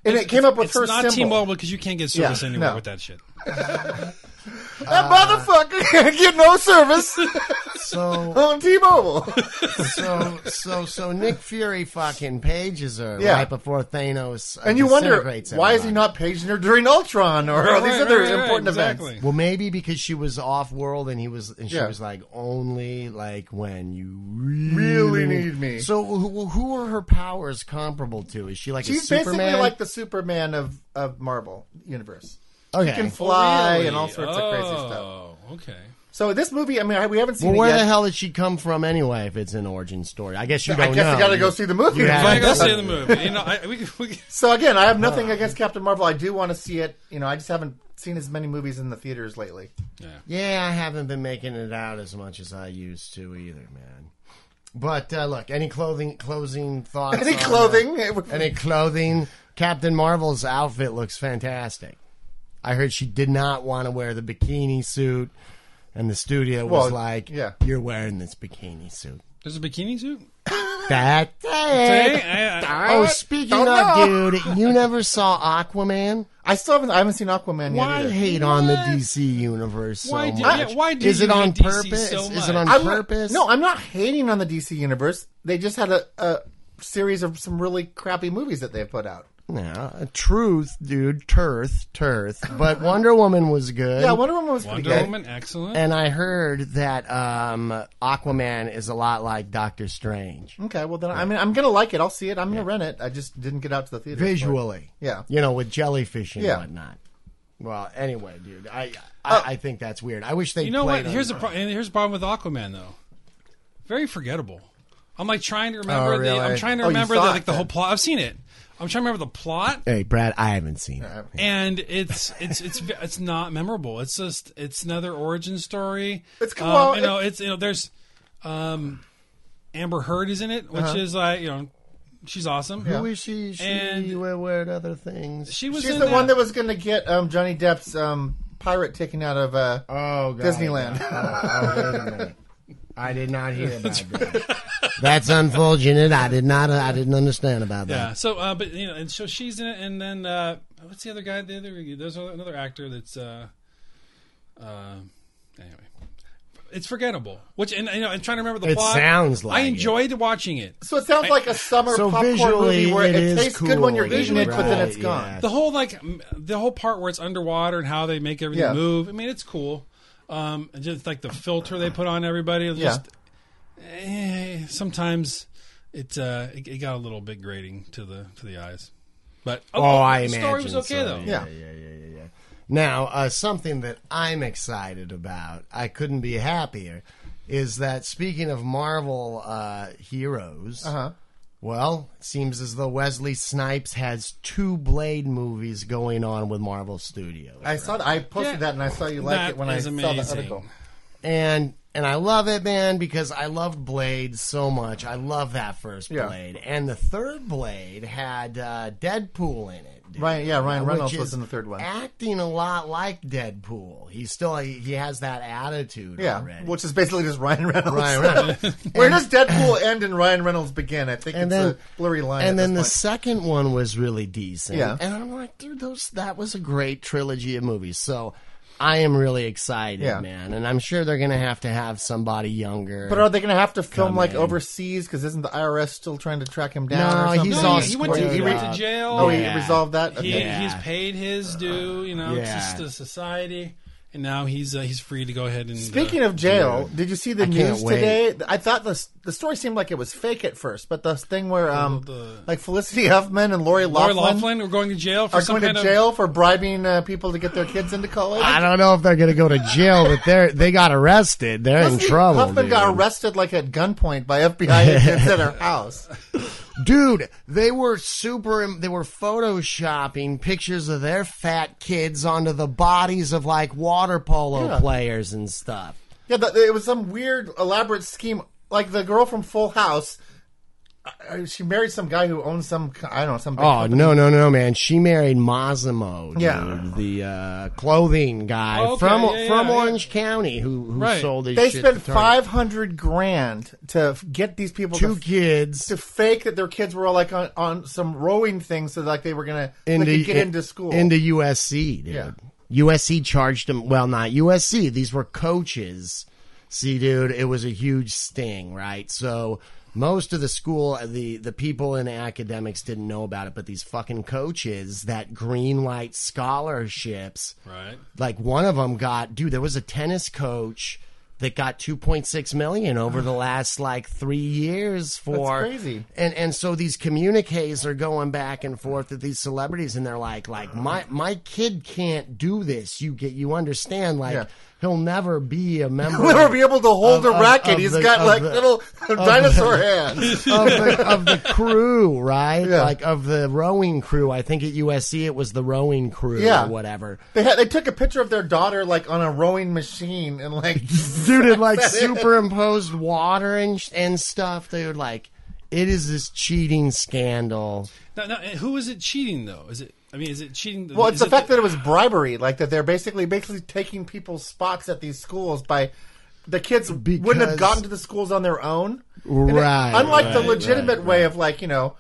Speaker 3: and it came up with
Speaker 1: it's
Speaker 3: her
Speaker 1: not
Speaker 3: symbol
Speaker 1: T-Mobile because you can't get service
Speaker 3: Yeah,
Speaker 1: anywhere
Speaker 3: no.
Speaker 1: with that shit.
Speaker 3: that
Speaker 2: Ah.
Speaker 3: motherfucker can't get no service
Speaker 2: So,
Speaker 3: on T-Mobile
Speaker 2: so, so, so Nick Fury fucking pages her
Speaker 3: Yeah.
Speaker 2: right before Thanos. uh,
Speaker 3: and you wonder why
Speaker 2: disintegrates
Speaker 3: is he
Speaker 2: everybody.
Speaker 3: not paging her during Ultron or all these
Speaker 1: Right,
Speaker 3: other
Speaker 1: right, right,
Speaker 3: important events.
Speaker 1: exactly.
Speaker 2: Well, maybe because she was off world and he was, and she
Speaker 3: Yeah.
Speaker 2: was like only like when you really,
Speaker 3: Really need me.
Speaker 2: So, who, who are her powers comparable to? Is she like
Speaker 3: She's
Speaker 2: a Superman?
Speaker 3: basically like the Superman of, of Marvel universe.
Speaker 2: okay.
Speaker 3: She can fly
Speaker 1: Really?
Speaker 3: and all sorts of crazy stuff.
Speaker 1: Oh, okay.
Speaker 3: So this movie, I mean, I, we haven't seen
Speaker 2: well, where
Speaker 3: it yet.
Speaker 2: the hell did she come from anyway? If it's an origin story, I guess you
Speaker 3: I
Speaker 2: don't
Speaker 3: guess
Speaker 2: know.
Speaker 3: I got to go see the movie.
Speaker 2: You
Speaker 1: So I
Speaker 2: haven't-
Speaker 1: gotta see the movie. You know, I, we, can- we, can-
Speaker 3: So again, I have nothing against Captain Marvel. I do want to see it. You know, I just haven't seen as many movies in the theaters lately.
Speaker 2: Yeah, I haven't been making it out as much as I used to either, man. But uh, look, any clothing closing thoughts?
Speaker 3: Any
Speaker 2: on, uh,
Speaker 3: clothing?
Speaker 2: any clothing? Captain Marvel's outfit looks fantastic. I heard she did not want to wear the bikini suit, and the studio was
Speaker 3: Well,
Speaker 2: like,
Speaker 3: yeah.
Speaker 2: "You're wearing this bikini suit."
Speaker 1: there's a bikini suit.
Speaker 2: That
Speaker 1: Hey,
Speaker 2: it.
Speaker 1: I- I-
Speaker 2: Oh, speaking of,
Speaker 3: Don't know.
Speaker 2: dude, you never saw Aquaman?
Speaker 3: I still haven't. I haven't seen Aquaman yet.
Speaker 2: Why
Speaker 3: either.
Speaker 2: hate on the DC universe so
Speaker 1: Why do-
Speaker 2: much?
Speaker 1: yeah, why do
Speaker 2: is
Speaker 1: you
Speaker 2: it on
Speaker 1: hate DC
Speaker 2: purpose?
Speaker 1: so
Speaker 2: Is it
Speaker 1: much?
Speaker 2: on
Speaker 3: I'm not-
Speaker 2: purpose?
Speaker 3: No, I'm not hating on the DC universe. They just had a, a series of some really crappy movies that they've put out.
Speaker 2: No, truth, dude, turth, turth. But Wonder Woman was good.
Speaker 3: Yeah, Wonder Woman was pretty
Speaker 1: Wonder
Speaker 3: good.
Speaker 1: Woman, excellent.
Speaker 2: and I heard that um, Aquaman is a lot like Doctor Strange
Speaker 3: Okay, well then I mean I'm gonna like it. I'll see it. I'm gonna rent it. I just didn't get out to the theater. for it.
Speaker 2: visually.
Speaker 3: Yeah.
Speaker 2: you know, with jellyfish and
Speaker 3: Yeah.
Speaker 2: whatnot. Well, anyway, dude, I I, I think that's weird. I wish they.
Speaker 1: You know what? Here's the pro- and here's the problem with Aquaman though. Very forgettable. I'm like trying to remember.
Speaker 3: Oh,
Speaker 1: the, I'm
Speaker 3: really?
Speaker 1: trying to
Speaker 3: Oh, you
Speaker 1: remember the,
Speaker 3: saw it
Speaker 1: like the whole
Speaker 3: then.
Speaker 1: plot. I've seen it. I'm trying to remember the plot,
Speaker 2: Hey, Brad, I haven't seen it.
Speaker 1: and it's it's it's ve- it's not memorable. It's just it's another origin story.
Speaker 3: It's-
Speaker 1: um,
Speaker 3: well,
Speaker 1: you know it's you know there's um, Amber Heard is in it, which
Speaker 3: Uh-huh.
Speaker 1: is like you know she's awesome.
Speaker 2: Who is she? She
Speaker 1: And-
Speaker 2: where, where other things?
Speaker 1: She was
Speaker 3: She's
Speaker 1: in
Speaker 3: the one that was going to get um, Johnny Depp's um, pirate taken out of uh,
Speaker 2: oh, God,
Speaker 3: Disneyland.
Speaker 2: Oh, wait a minute. I did not hear about that. That's unfortunate. I did not. I didn't understand about that.
Speaker 1: Yeah. So, uh, but you know, and so she's in it, and then uh, what's the other guy? The other there's another actor that's. Uh, uh, anyway, it's forgettable. Which and you know, I'm trying to remember the
Speaker 2: It
Speaker 1: plot.
Speaker 2: sounds like
Speaker 1: I enjoyed watching it.
Speaker 3: So it sounds like a summer
Speaker 2: So
Speaker 3: popcorn
Speaker 2: visually,
Speaker 3: movie where
Speaker 2: it
Speaker 3: it,
Speaker 2: is
Speaker 3: tastes good when
Speaker 2: cool.
Speaker 3: you're eating
Speaker 2: Visually,
Speaker 3: it, but then
Speaker 2: right,
Speaker 3: it's gone.
Speaker 2: yeah.
Speaker 1: The whole like m- the whole part where it's underwater and how they make everything
Speaker 3: Yeah.
Speaker 1: move. I mean, it's cool. Um, and just like the filter they put on everybody. it Just eh, sometimes it, uh, it it got a little bit grating to the to the eyes. But
Speaker 2: Oh, I
Speaker 1: the
Speaker 2: imagine.
Speaker 1: story was okay
Speaker 2: so.
Speaker 1: though.
Speaker 2: Yeah, yeah, yeah, yeah. yeah. Now, uh, something that I'm excited about, I couldn't be happier, is that speaking of Marvel uh, heroes,
Speaker 3: Uh-huh.
Speaker 2: well, it seems as though Wesley Snipes has two Blade movies going on with Marvel Studios.
Speaker 3: I saw that. I posted
Speaker 1: Yeah.
Speaker 3: that, and I saw you like
Speaker 1: That
Speaker 3: it when I
Speaker 1: is
Speaker 3: saw the
Speaker 1: amazing.
Speaker 3: article.
Speaker 2: and and I love it, man, because I loved Blade so much. I love that first
Speaker 3: Yeah.
Speaker 2: Blade, and the third Blade had uh, Deadpool in it. dude.
Speaker 3: Ryan, yeah, Ryan
Speaker 2: which
Speaker 3: Reynolds
Speaker 2: is
Speaker 3: was in the third one.
Speaker 2: acting a lot like Deadpool. He still he, he has that attitude.
Speaker 3: Yeah,
Speaker 2: already.
Speaker 3: which is basically just Ryan Reynolds.
Speaker 2: Ryan Reynolds.
Speaker 3: Where does Deadpool end and Ryan Reynolds begin? I think
Speaker 2: and
Speaker 3: it's
Speaker 2: then
Speaker 3: a blurry line.
Speaker 2: And
Speaker 3: at
Speaker 2: then the
Speaker 3: this
Speaker 2: second one was really decent.
Speaker 3: Yeah.
Speaker 2: and I'm like, dude, those that was a great trilogy of movies. So. I am really excited,
Speaker 3: Yeah.
Speaker 2: man, and I'm sure they're going to have to have somebody younger.
Speaker 3: But are they going to have to film
Speaker 2: Come
Speaker 3: like
Speaker 2: in.
Speaker 3: overseas? Because isn't the IRS still trying to track him
Speaker 2: No,
Speaker 3: down? or something?
Speaker 2: he's
Speaker 1: No,
Speaker 2: all
Speaker 1: he went to-
Speaker 2: squared
Speaker 1: he went to
Speaker 2: up.
Speaker 1: jail.
Speaker 3: Oh, he
Speaker 2: Yeah.
Speaker 3: resolved that.
Speaker 1: He,
Speaker 3: Okay.
Speaker 2: Yeah.
Speaker 1: He's paid his due, you know,
Speaker 2: Yeah.
Speaker 1: it's just to society, and now he's uh, he's free to go ahead and.
Speaker 3: Speaking of jail, did you see the
Speaker 2: can't
Speaker 3: news
Speaker 2: wait.
Speaker 3: today? I thought the the story seemed like it was fake at first, but the thing where um
Speaker 1: the-
Speaker 3: like Felicity Huffman and Lori
Speaker 1: Lori
Speaker 3: Loughlin,
Speaker 1: Laughlin were going to jail for
Speaker 3: are
Speaker 1: some
Speaker 3: going
Speaker 1: kind
Speaker 3: to jail for bribing uh, people to get their kids into college.
Speaker 2: I don't know if they're going to go to jail, but they're they got arrested. They're in
Speaker 3: Felicity
Speaker 2: trouble.
Speaker 3: Huffman
Speaker 2: dude.
Speaker 3: got arrested like at gunpoint by FBI agents at her house.
Speaker 2: Dude, they were super. They were photoshopping pictures of their fat kids onto the bodies of like water polo
Speaker 3: Yeah.
Speaker 2: players and stuff.
Speaker 3: Yeah, the, it was some weird, elaborate scheme. Like the girl from Full House, uh, she married some guy who owns some, co- I don't know, some. Big
Speaker 2: Oh no no no man! She married Massimo, dude,
Speaker 3: Yeah.
Speaker 2: the uh, clothing guy
Speaker 1: Oh, okay,
Speaker 2: from
Speaker 1: yeah, yeah,
Speaker 2: from
Speaker 1: yeah.
Speaker 2: Orange County who who
Speaker 1: Right.
Speaker 2: sold his.
Speaker 3: They
Speaker 2: shit
Speaker 3: spent
Speaker 2: to Target.
Speaker 3: five hundred grand to f- get these people
Speaker 2: two
Speaker 3: to,
Speaker 2: kids
Speaker 3: to fake that their kids were like on, on some rowing thing, so like they were gonna
Speaker 2: into
Speaker 3: they could get
Speaker 2: in-
Speaker 3: into school.
Speaker 2: into USC. Dude.
Speaker 3: Yeah.
Speaker 2: USC charged him. Well, not USC. These were coaches. See, dude, it was a huge sting, right? So most of the school, the the people in academics didn't know about it, but these fucking coaches that green light scholarships
Speaker 1: right?
Speaker 2: like one of them got dude there was a tennis coach that got 2.6 million over the last like three years for
Speaker 3: crazy.
Speaker 2: and and so these communiques are going back and forth with these celebrities and they're like like
Speaker 3: Uh-huh.
Speaker 2: my my kid can't do this you get you understand like
Speaker 3: Yeah.
Speaker 2: he'll never be a member
Speaker 3: We'll never be able to
Speaker 2: Of-
Speaker 3: hold a
Speaker 2: of-
Speaker 3: racket.
Speaker 2: of
Speaker 3: He's
Speaker 2: the-
Speaker 3: got
Speaker 2: of
Speaker 3: like
Speaker 2: the-
Speaker 3: little dinosaur hands.
Speaker 2: of the, of the crew, right?
Speaker 3: Yeah.
Speaker 2: Like of the rowing crew. I think at USC it was the rowing crew
Speaker 3: Yeah.
Speaker 2: or whatever.
Speaker 3: They had, they took a picture of their daughter like on a rowing machine and like
Speaker 2: dude it like
Speaker 3: That is-
Speaker 2: superimposed water and sh- and stuff dude like it is this cheating scandal
Speaker 1: Now, now, who is it cheating though? Is it? I mean, is it cheating?
Speaker 3: Well, it's
Speaker 1: is
Speaker 3: the
Speaker 1: it
Speaker 3: fact that it was bribery, like that they're basically basically taking people's spots at these schools by the kids wouldn't
Speaker 2: Because-
Speaker 3: have gotten to the schools on their own, And it-
Speaker 2: Right,
Speaker 3: unlike the
Speaker 2: right,
Speaker 3: legitimate
Speaker 2: right,
Speaker 3: way of like you know,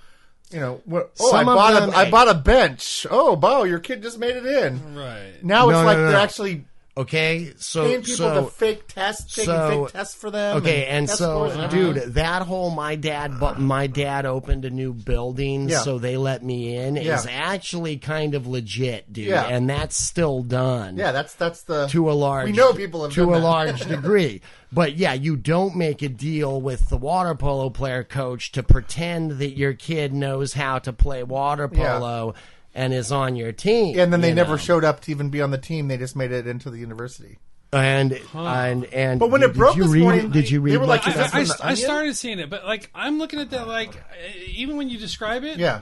Speaker 3: you know, wh- oh
Speaker 2: Some
Speaker 3: I
Speaker 2: of
Speaker 3: bought
Speaker 2: them-
Speaker 3: a I bought a bench. Oh, wow, your kid just made it in.
Speaker 1: right?
Speaker 3: Now it's
Speaker 2: No, no,
Speaker 3: like
Speaker 2: no,
Speaker 3: they're
Speaker 2: no.
Speaker 3: actually
Speaker 2: okay so
Speaker 3: paying people
Speaker 2: so
Speaker 3: to fake tests, taking
Speaker 2: so-
Speaker 3: fake tests for them.
Speaker 2: okay and
Speaker 3: test scores
Speaker 2: so
Speaker 3: and
Speaker 2: dude
Speaker 3: everything.
Speaker 2: that whole my dad but my dad opened a new building
Speaker 3: Yeah.
Speaker 2: so they let me in is
Speaker 3: Yeah.
Speaker 2: actually kind of legit dude
Speaker 3: Yeah.
Speaker 2: and that's still done
Speaker 3: yeah, that's that's the
Speaker 2: to a large
Speaker 3: We know people have
Speaker 2: to
Speaker 3: done
Speaker 2: a
Speaker 3: that.
Speaker 2: large degree. But yeah, you don't make a deal with the water polo player coach to pretend that your kid knows how to play water
Speaker 3: Yeah.
Speaker 2: polo and is on your team.
Speaker 3: and then they
Speaker 2: you
Speaker 3: never
Speaker 2: know?
Speaker 3: showed up to even be on the team. They just made it into the university.
Speaker 2: And and and
Speaker 3: But when
Speaker 2: did,
Speaker 3: it broke
Speaker 2: you
Speaker 3: this
Speaker 2: read,
Speaker 3: morning,
Speaker 2: did you
Speaker 3: they
Speaker 2: read
Speaker 3: were like,
Speaker 2: much of that?
Speaker 3: "Is that-
Speaker 1: I, I-
Speaker 3: from The
Speaker 1: I
Speaker 3: Onion?
Speaker 1: e, started seeing it, but like I'm looking at that, like uh, even when you describe it,
Speaker 3: Yeah.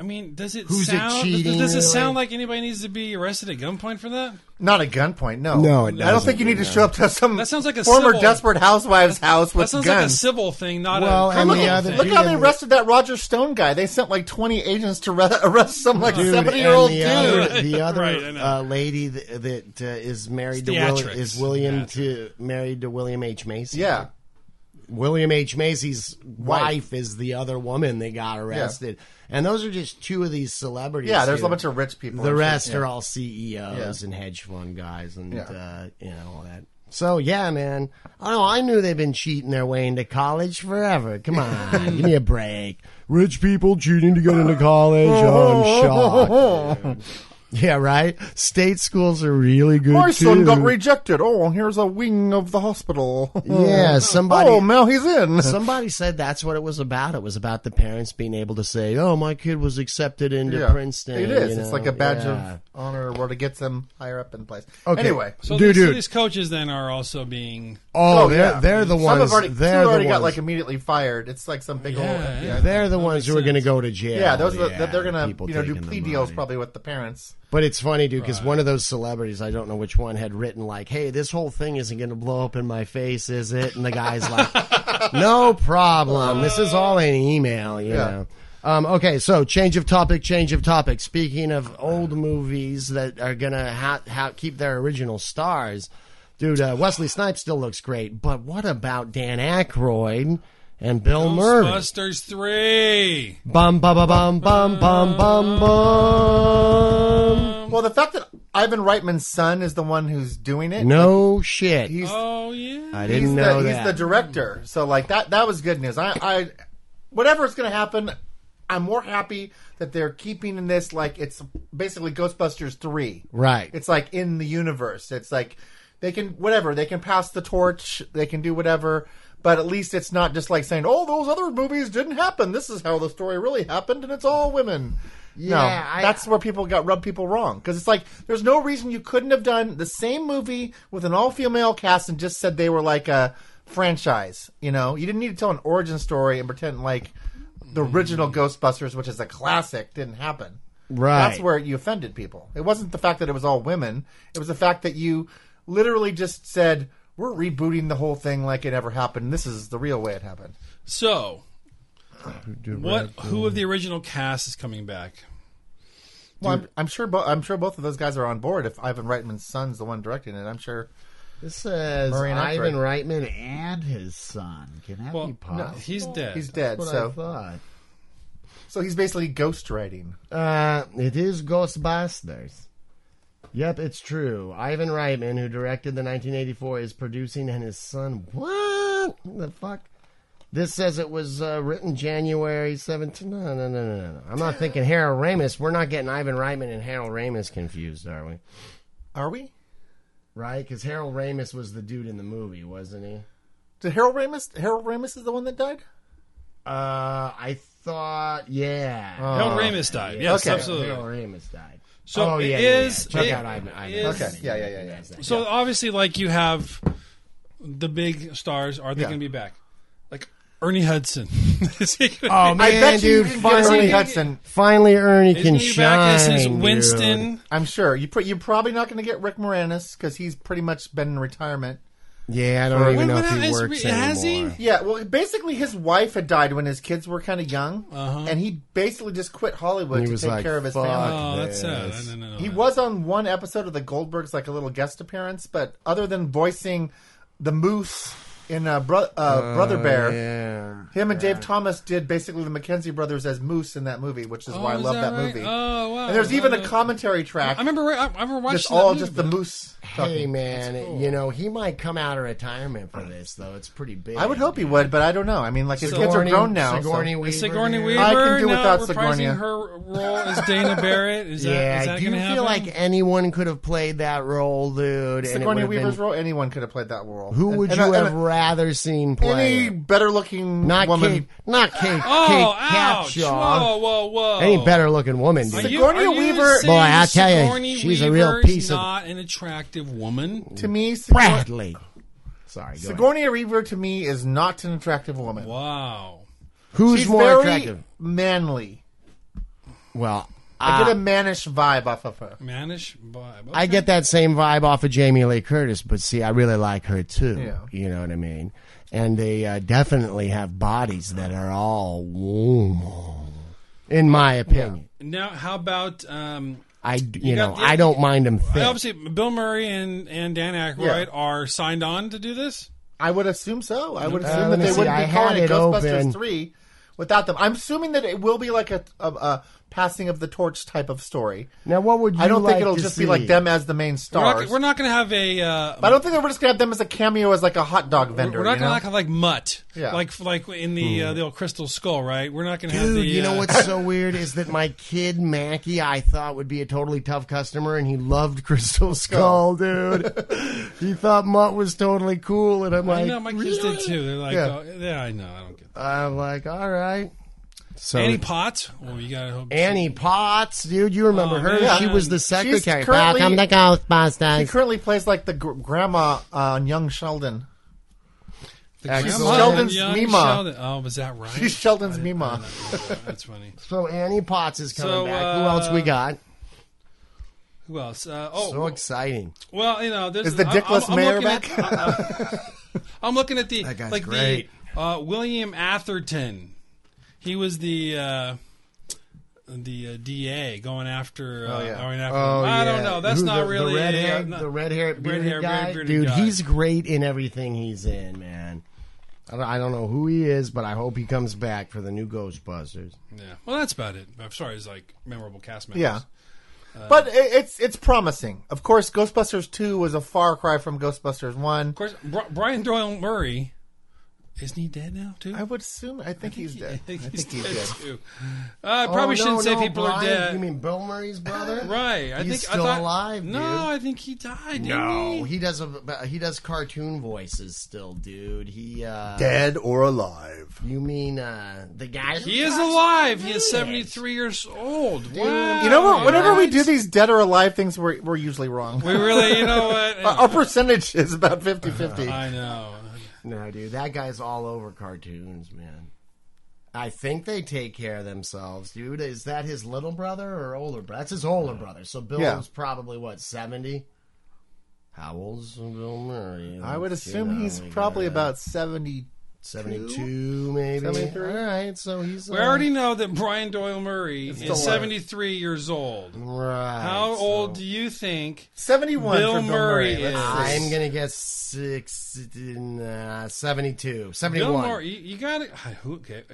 Speaker 1: I mean, does it
Speaker 2: Who's it
Speaker 1: sound?
Speaker 2: cheating,
Speaker 1: does it
Speaker 2: really?
Speaker 1: sound like anybody needs to be arrested at gunpoint for that?
Speaker 3: Not at gunpoint, no.
Speaker 2: No, it
Speaker 3: I don't
Speaker 2: doesn't,
Speaker 3: think you need to
Speaker 2: no.
Speaker 3: show up to some
Speaker 1: That sounds like a
Speaker 3: former
Speaker 1: civil-
Speaker 3: desperate housewives' house
Speaker 1: That
Speaker 3: with
Speaker 1: sounds like a
Speaker 3: guns.
Speaker 1: civil thing, not
Speaker 2: Well,
Speaker 1: a
Speaker 2: and
Speaker 1: criminal
Speaker 2: the other-
Speaker 1: thing.
Speaker 3: Look how they
Speaker 2: Dude.
Speaker 3: arrested that Roger Stone guy. They sent like 20 agents to re- arrest some like
Speaker 2: Dude,
Speaker 3: 70 year old
Speaker 2: and
Speaker 3: dude.
Speaker 2: the uh, Other,
Speaker 1: Right, right,
Speaker 2: the other
Speaker 1: I know.
Speaker 2: uh, lady that, that uh, is married to
Speaker 1: It's
Speaker 2: Will,
Speaker 1: theatrics.
Speaker 2: is William to married to William H Macy.
Speaker 3: Yeah.
Speaker 2: William H Macy's wife is the other woman they got arrested, and those are just two of these celebrities.
Speaker 3: Yeah, there's
Speaker 2: who-
Speaker 3: a bunch of rich people.
Speaker 2: The
Speaker 3: and shit,
Speaker 2: rest
Speaker 3: yeah.
Speaker 2: are all CEOs
Speaker 3: Yeah.
Speaker 2: and hedge fund guys, and
Speaker 3: Yeah.
Speaker 2: uh, you know all that. So yeah, man. I don't know. I knew they've been cheating their way into college forever. Come on, give me a break. Rich people cheating to get into college. Oh, I'm shocked. dude. Yeah, right. State schools are really good
Speaker 3: My
Speaker 2: too.
Speaker 3: son got rejected. Oh, here's a wing of the hospital.
Speaker 2: Yeah, somebody-
Speaker 3: Oh, now he's in.
Speaker 2: Somebody said that's what it was about. It was about the parents being able to say, "Oh, my kid was accepted into
Speaker 3: Yeah.
Speaker 2: Princeton."
Speaker 3: It is.
Speaker 2: you
Speaker 3: It's
Speaker 2: know,
Speaker 3: like a badge
Speaker 2: yeah.
Speaker 3: of honor where to get them higher up in place.
Speaker 2: Okay.
Speaker 3: Anyway.
Speaker 1: So,
Speaker 2: Dude,
Speaker 1: these, so
Speaker 2: dude.
Speaker 1: these coaches then are also being.
Speaker 2: Oh, they're
Speaker 3: yeah.
Speaker 2: they're the
Speaker 3: Some
Speaker 2: ones.
Speaker 3: have already, two
Speaker 2: they're the
Speaker 3: already
Speaker 2: ones-
Speaker 3: got like immediately fired. It's like some big old.
Speaker 1: Yeah,
Speaker 3: Yeah,
Speaker 2: They're the ones who are
Speaker 1: sense.
Speaker 2: going to go to jail.
Speaker 3: Yeah, those are the,
Speaker 2: Yeah,
Speaker 3: they're gonna
Speaker 2: people
Speaker 3: you know do
Speaker 2: taking the
Speaker 3: plea deals
Speaker 2: money.
Speaker 3: probably with the parents.
Speaker 2: But it's funny, dude, because one of those celebrities, I don't know which one, had written like, "Hey, this whole thing isn't going to blow up in my face, is it?" And the guy's like, "No problem. This is all an email, you
Speaker 3: Yeah.
Speaker 2: know." Um, okay, so change of topic, change of topic. Speaking of old movies that are gonna ha- ha- keep their original stars, dude, uh, Wesley Snipes still looks great, but what about Dan Aykroyd and Bill Murray?
Speaker 1: Ghostbusters three.
Speaker 2: Bum bum bum bum bum bum bum bum.
Speaker 3: Well, the fact that Ivan Reitman's son is the one who's doing it.
Speaker 2: No shit.
Speaker 3: he's
Speaker 1: Oh yeah.
Speaker 2: I
Speaker 3: he's
Speaker 2: didn't
Speaker 3: the
Speaker 2: know
Speaker 3: he's
Speaker 2: that.
Speaker 3: the director. So like that that was good news. I, I whatever is going to happen, I'm more happy that they're keeping in this like it's basically Ghostbusters three.
Speaker 2: right.
Speaker 3: It's like in the universe. It's like they can whatever they can pass the torch. They can do whatever. But at least it's not just like saying, "Oh, those other movies didn't happen. This is how the story really happened, and it's all women."
Speaker 2: Yeah,
Speaker 3: no,
Speaker 2: I-
Speaker 3: that's where people got rubbed people wrong because it's like there's no reason you couldn't have done the same movie with an all female cast and just said they were like a franchise. You know, you didn't need to tell an origin story and pretend like the original
Speaker 2: Mm.
Speaker 3: Ghostbusters, which is a classic, didn't happen.
Speaker 2: Right.
Speaker 3: That's where you offended people. It wasn't the fact that it was all women. It was the fact that you literally just said, "We're rebooting the whole thing like it never happened. This is the real way it happened."
Speaker 1: So, what? Who of the original cast is coming back?
Speaker 3: Well, I'm, I'm sure. Bo- I'm sure both of those guys are on board. If Ivan Reitman's son's the one directing it, I'm sure.
Speaker 2: This says
Speaker 3: Murray and
Speaker 2: Ivan Reitman and his son. Can that be
Speaker 1: Well, no,
Speaker 2: possible?
Speaker 1: he's dead.
Speaker 3: He's dead,
Speaker 2: That's what I
Speaker 3: so
Speaker 2: thought.
Speaker 3: so he's basically ghostwriting.
Speaker 2: Uh, it is Ghostbusters. Yep, it's true. Ivan Reitman, who directed the 1984, is producing, and his son. What the fuck? This says it was uh, written January 17. No, no, no, no, no. I'm not thinking Harold Ramis. We're not getting Ivan Reitman and Harold Ramis confused, are we?
Speaker 3: Are we?
Speaker 2: Right? Because Harold Ramis was the dude in the movie, wasn't he?
Speaker 3: Did Harold Ramis? Harold Ramis is the one that died.
Speaker 2: Uh, I thought, yeah.
Speaker 1: Harold Ramis died. Yes,
Speaker 3: Okay.
Speaker 1: Oh. absolutely.
Speaker 2: Harold Ramis died.
Speaker 1: So
Speaker 2: oh,
Speaker 1: it
Speaker 2: yeah, yeah, yeah.
Speaker 1: is-
Speaker 2: Check
Speaker 1: it
Speaker 2: out Ivan. Ivan.
Speaker 1: is-
Speaker 3: Okay. Yeah, yeah, yeah, yeah.
Speaker 1: So obviously, like you have the big stars. Are they
Speaker 3: Yeah.
Speaker 1: going to be back? Like Ernie Hudson. Is he gonna
Speaker 2: Oh
Speaker 1: be-
Speaker 2: man,
Speaker 3: I bet you
Speaker 2: dude!
Speaker 3: can get Ernie
Speaker 2: Finally,
Speaker 3: Hudson.
Speaker 2: finally, Ernie
Speaker 1: is he
Speaker 2: can
Speaker 1: gonna be back as
Speaker 2: shine.
Speaker 1: his
Speaker 2: dude.
Speaker 1: Winston?
Speaker 3: I'm sure you. Pr- you're probably not going to get Rick Moranis because he's pretty much been in retirement.
Speaker 2: Yeah, I don't even know
Speaker 1: Wait,
Speaker 2: if
Speaker 1: what
Speaker 2: he
Speaker 1: is-
Speaker 2: works
Speaker 1: has he?
Speaker 2: anymore.
Speaker 3: Yeah, well, basically, his wife had died when his kids were kind of young,
Speaker 1: Uh-huh.
Speaker 3: and he basically just quit Hollywood
Speaker 2: He
Speaker 3: to
Speaker 2: was
Speaker 3: take
Speaker 2: like,
Speaker 3: care of his
Speaker 2: "Fuck
Speaker 3: family.
Speaker 1: Oh, that's sad.
Speaker 2: Yes.
Speaker 1: I didn't know
Speaker 3: He
Speaker 1: that.
Speaker 3: was on one episode of The Goldbergs, like a little guest appearance, but other than voicing the moose in uh, bro- uh, Brother Bear,
Speaker 2: Oh, Yeah.
Speaker 3: him and Dave Thomas did basically the McKenzie brothers as moose in that movie, which is
Speaker 1: Oh,
Speaker 3: why I
Speaker 1: is
Speaker 3: love that,
Speaker 1: right?
Speaker 3: movie.
Speaker 1: Oh wow.
Speaker 3: and there's even
Speaker 1: I-
Speaker 3: a commentary track.
Speaker 1: I remember. I remember watching
Speaker 3: just
Speaker 1: that
Speaker 3: all
Speaker 1: movie,
Speaker 3: just the
Speaker 1: but-
Speaker 3: moose.
Speaker 2: Hey
Speaker 3: talking.
Speaker 2: man, you know he might come out of retirement for this though. It's pretty big.
Speaker 3: I would hope he would, but I don't know. I mean, like his kids are
Speaker 2: Sigourney-
Speaker 3: grown now. so-
Speaker 2: Sigourney Weaver.
Speaker 1: Is Sigourney
Speaker 2: dude.
Speaker 1: Weaver
Speaker 3: I can do
Speaker 1: now reprising
Speaker 3: without Sigourney.
Speaker 1: her role as Dana Barrett? Is that,
Speaker 2: Yeah,
Speaker 1: is that
Speaker 2: do you
Speaker 1: gonna
Speaker 2: feel
Speaker 1: happen?
Speaker 2: like anyone could have played that role, dude? and it would
Speaker 3: Sigourney
Speaker 2: have been-
Speaker 3: Weaver's role, anyone could have played that role.
Speaker 2: Who
Speaker 3: And-
Speaker 2: would
Speaker 3: and
Speaker 2: you
Speaker 3: a- and
Speaker 2: have
Speaker 3: a-
Speaker 2: rather seen play?
Speaker 3: Any
Speaker 2: it?
Speaker 3: better looking
Speaker 2: not
Speaker 3: woman?
Speaker 2: Kate. Not Kate.
Speaker 1: Oh,
Speaker 2: Kate
Speaker 1: ouch!
Speaker 2: Capshaw.
Speaker 1: Whoa, whoa, whoa!
Speaker 2: Any better looking woman?
Speaker 1: Are
Speaker 2: Dude.
Speaker 1: you,
Speaker 3: Sigourney
Speaker 1: are you
Speaker 3: Weaver-
Speaker 1: saying
Speaker 2: Boy, I tell ya,
Speaker 1: Sigourney
Speaker 2: she's a real
Speaker 1: Weaver's
Speaker 2: piece of-
Speaker 1: not an attractive woman.
Speaker 3: To me, Sigour-
Speaker 2: Bradley. Sorry. Go ahead.
Speaker 3: Sigourney Weaver to me is not an attractive woman.
Speaker 1: Wow.
Speaker 2: Who's
Speaker 3: She's
Speaker 2: more
Speaker 3: very
Speaker 2: attractive?
Speaker 3: manly.
Speaker 2: Well,
Speaker 3: I get
Speaker 2: I,
Speaker 3: a mannish vibe off of her.
Speaker 1: Manish vibe.
Speaker 2: I get that same vibe off of Jamie Lee Curtis, but see, I really like her too.
Speaker 3: Yeah.
Speaker 2: You know what I mean? And they uh, definitely have bodies that are all warm, in my opinion.
Speaker 1: Now, how about um,
Speaker 2: I d- you, know
Speaker 1: got the-
Speaker 2: I don't mind them thick.
Speaker 1: obviously Bill Murray and, and Dan Aykroyd are signed on to do this?
Speaker 3: I would assume so. I would
Speaker 2: Uh,
Speaker 3: assume
Speaker 2: let
Speaker 3: that
Speaker 2: me
Speaker 3: they
Speaker 2: see.
Speaker 3: wouldn't
Speaker 2: I
Speaker 3: be
Speaker 2: had
Speaker 3: calling it
Speaker 2: it
Speaker 3: Ghostbusters
Speaker 2: open.
Speaker 3: three without them. I'm assuming that it will be like a, a, a passing of the torch type of story.
Speaker 2: Now, what would you
Speaker 3: I don't
Speaker 2: like
Speaker 3: think it'll
Speaker 2: to
Speaker 3: just
Speaker 2: see?
Speaker 3: be like them as the main
Speaker 1: We're
Speaker 3: stars.
Speaker 1: not, we're not going to have a. Uh,
Speaker 3: But I don't think that we're just gonna have them as a cameo as like a hot dog vendor.
Speaker 1: we're not
Speaker 3: you
Speaker 1: going
Speaker 3: know?
Speaker 1: to have like mutt,
Speaker 3: Yeah.
Speaker 1: like like in the uh, the old Crystal Skull, right? We're not going to have
Speaker 2: Dude,
Speaker 1: the.
Speaker 2: you know
Speaker 1: uh,
Speaker 2: what's so weird is that my kid Mackie, I thought would be a totally tough customer, and he loved Crystal
Speaker 1: Oh.
Speaker 2: Skull, dude. he thought Mutt was totally cool, and I'm
Speaker 1: I
Speaker 2: like,
Speaker 1: know my kids did too. They're like,
Speaker 2: Yeah. Um,
Speaker 1: oh, yeah, I know, I don't get. That.
Speaker 2: I'm like, all right. So
Speaker 1: Annie Potts. Well, you got to hope.
Speaker 2: Annie Potts, dude, you remember
Speaker 1: Oh,
Speaker 2: her?
Speaker 1: man.
Speaker 2: She was the
Speaker 1: She's
Speaker 2: secretary.
Speaker 3: currently-
Speaker 2: Welcome to
Speaker 3: He
Speaker 2: Ghostbusters.
Speaker 3: currently plays like the gr- grandma on Young Sheldon.
Speaker 1: The
Speaker 2: She's
Speaker 1: grandma
Speaker 3: Sheldon's
Speaker 1: young
Speaker 3: Mima.
Speaker 1: Sheldon. Oh, was that right?
Speaker 3: She's Sheldon's Mima.
Speaker 1: That's funny.
Speaker 2: So Annie Potts is coming
Speaker 1: So,
Speaker 2: back. Who else we
Speaker 1: uh,
Speaker 2: got?
Speaker 1: Who else? Uh, oh,
Speaker 2: So exciting.
Speaker 1: well, you know, this
Speaker 3: Is the dickless
Speaker 1: I'm, I'm
Speaker 3: mayor
Speaker 1: looking
Speaker 3: back?
Speaker 1: At, uh, I'm looking at the
Speaker 2: That guy's
Speaker 1: like
Speaker 2: great.
Speaker 1: the uh, William Atherton. He was the uh, the uh, DA going after. Uh,
Speaker 3: Oh, yeah.
Speaker 1: going after
Speaker 2: Oh,
Speaker 1: I
Speaker 2: yeah.
Speaker 1: don't know. That's
Speaker 2: Who,
Speaker 1: not
Speaker 2: the,
Speaker 1: really
Speaker 2: the red hair,
Speaker 1: uh, not-
Speaker 2: the red hair, bearded
Speaker 1: hair,
Speaker 2: guy.
Speaker 1: bearded
Speaker 2: Dude,
Speaker 1: guy.
Speaker 2: he's great in everything he's in, man. I don't, I don't know who he is, but I hope he comes back for the new Ghostbusters.
Speaker 1: yeah. Well, that's about it. I'm sorry, it's like memorable cast members.
Speaker 3: yeah.
Speaker 1: Uh,
Speaker 3: but it, it's it's promising. Of course, Ghostbusters two was a far cry from Ghostbusters one.
Speaker 1: Of course, Bri- Brian Doyle Murray isn't he dead now too?
Speaker 3: I would assume. I think he's dead.
Speaker 1: I think he's,
Speaker 3: he's
Speaker 1: dead,
Speaker 3: dead.
Speaker 1: too. Uh, I probably
Speaker 2: Oh, no,
Speaker 1: shouldn't say
Speaker 2: no,
Speaker 1: people are
Speaker 2: Brian-
Speaker 1: dead.
Speaker 2: You mean Bill Murray's brother?
Speaker 1: right? I
Speaker 2: He's
Speaker 1: think
Speaker 2: still
Speaker 1: I thought,
Speaker 2: alive,
Speaker 1: No,
Speaker 2: dude.
Speaker 1: I think he died. didn't
Speaker 2: No,
Speaker 1: he?
Speaker 2: he does a he does cartoon voices still, dude. He uh
Speaker 3: Dead or alive?
Speaker 2: You mean uh the guy? who
Speaker 1: He is
Speaker 2: does-
Speaker 1: alive. He
Speaker 2: Dang it.
Speaker 1: is 73 years old. Wow.
Speaker 3: You know what? Whenever we
Speaker 2: Right.
Speaker 3: do these dead or alive things, we're we're usually wrong.
Speaker 1: We really, you know what?
Speaker 3: Our percentage is about 50-50.
Speaker 1: I know.
Speaker 2: No, dude, that guy's all over cartoons, man. I think they take care of themselves, dude. Is that his little brother or older brother? That's his older brother. So Bill's
Speaker 3: Yeah.
Speaker 2: probably what seventy. How old's Bill Murray?
Speaker 3: I would
Speaker 2: Let's see
Speaker 3: assume
Speaker 2: now.
Speaker 3: he's
Speaker 2: We
Speaker 3: probably
Speaker 2: got
Speaker 3: about seventy.
Speaker 2: seventy-two, maybe.
Speaker 3: 73?
Speaker 2: All right, so he's
Speaker 1: We
Speaker 2: uh,
Speaker 1: already know that Brian Doyle Murray
Speaker 3: still
Speaker 1: is
Speaker 3: alive.
Speaker 1: 73 years old.
Speaker 2: right.
Speaker 1: How
Speaker 2: so-
Speaker 1: old do you think?
Speaker 3: 71
Speaker 1: Bill
Speaker 3: for Bill Murray.
Speaker 1: Murray
Speaker 3: Let's
Speaker 1: is-
Speaker 3: see.
Speaker 2: I'm gonna guess six, uh, 72, 71.
Speaker 1: Bill Murray, you, you got it. Who, okay.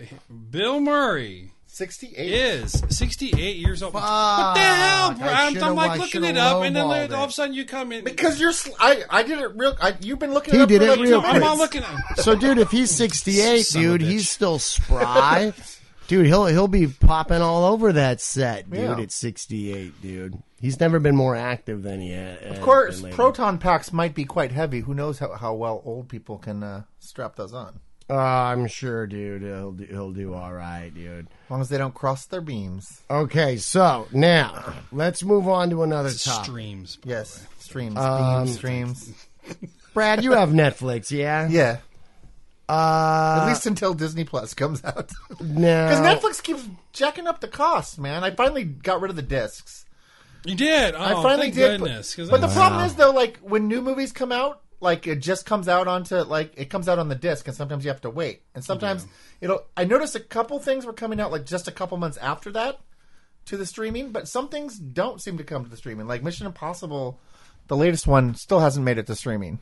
Speaker 1: Bill Murray
Speaker 3: 68.
Speaker 1: is 68 years old. What the
Speaker 2: Fuck.
Speaker 1: hell,
Speaker 2: Ah, I
Speaker 1: bro? I'm,
Speaker 2: shoulda-
Speaker 1: I'm
Speaker 2: I
Speaker 1: like looking
Speaker 2: shoulda
Speaker 1: it up, and then
Speaker 2: lowballed
Speaker 1: all of
Speaker 2: it.
Speaker 1: a sudden you come in.
Speaker 3: Because you're, sl- I, I did it real. I, you've been looking.
Speaker 2: He
Speaker 3: it up
Speaker 2: did
Speaker 3: for
Speaker 2: it
Speaker 3: like
Speaker 2: real
Speaker 3: two
Speaker 1: I'm not
Speaker 3: minutes.
Speaker 1: looking at
Speaker 2: So, dude, if he's 68,
Speaker 1: Son of a
Speaker 2: dude,
Speaker 1: bitch.
Speaker 2: he's still spry. dude, he'll he'll be popping all over that set, dude.
Speaker 3: Yeah.
Speaker 2: At 68, dude, he's never been more active than he. ha- has
Speaker 3: Of course,
Speaker 2: been lately.
Speaker 3: proton packs might be quite heavy. Who knows how, how well old people can uh, strap those on?
Speaker 2: Uh, I'm sure, dude. He'll do- he'll do all right, dude.
Speaker 3: As long as they don't cross their beams.
Speaker 2: Okay, so now let's move on to another topic.
Speaker 1: streams.
Speaker 3: Yes, streams, beams, streams.
Speaker 2: Brad, you have Netflix, yeah?
Speaker 3: Yeah,
Speaker 2: Uh,
Speaker 3: at least until Disney Plus comes out.
Speaker 2: now,
Speaker 3: Because Netflix keeps jacking up the costs, man. I finally got rid of the discs.
Speaker 1: You did. Oh,
Speaker 3: I finally
Speaker 1: thank
Speaker 3: did. but-
Speaker 1: Goodness, 'cause
Speaker 3: but
Speaker 1: I-
Speaker 3: the problem is though, like when new movies come out, like it just comes out onto like it comes out on the disc, and sometimes you have to wait, and sometimes it'll. I noticed a couple things were coming out like just a couple months after that to the streaming, but some things don't seem to come to the streaming. Like Mission Impossible, the latest one still hasn't made it to streaming,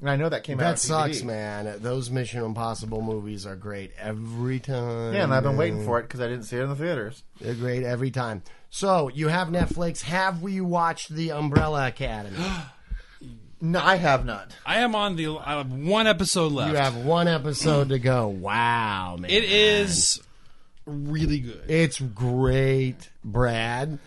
Speaker 3: and I know that came out. on
Speaker 2: That sucks,
Speaker 3: DVD.
Speaker 2: man. Those Mission Impossible movies are great every time.
Speaker 3: Yeah, and I've been waiting for it because I didn't see it in the theaters.
Speaker 2: They're great every time. So you have Netflix. Have we watched The Umbrella Academy?
Speaker 3: No, I have not.
Speaker 1: I am on the. I have one episode left.
Speaker 2: You have one episode to go. Wow, man!
Speaker 1: It is really good.
Speaker 2: It's great, Brad.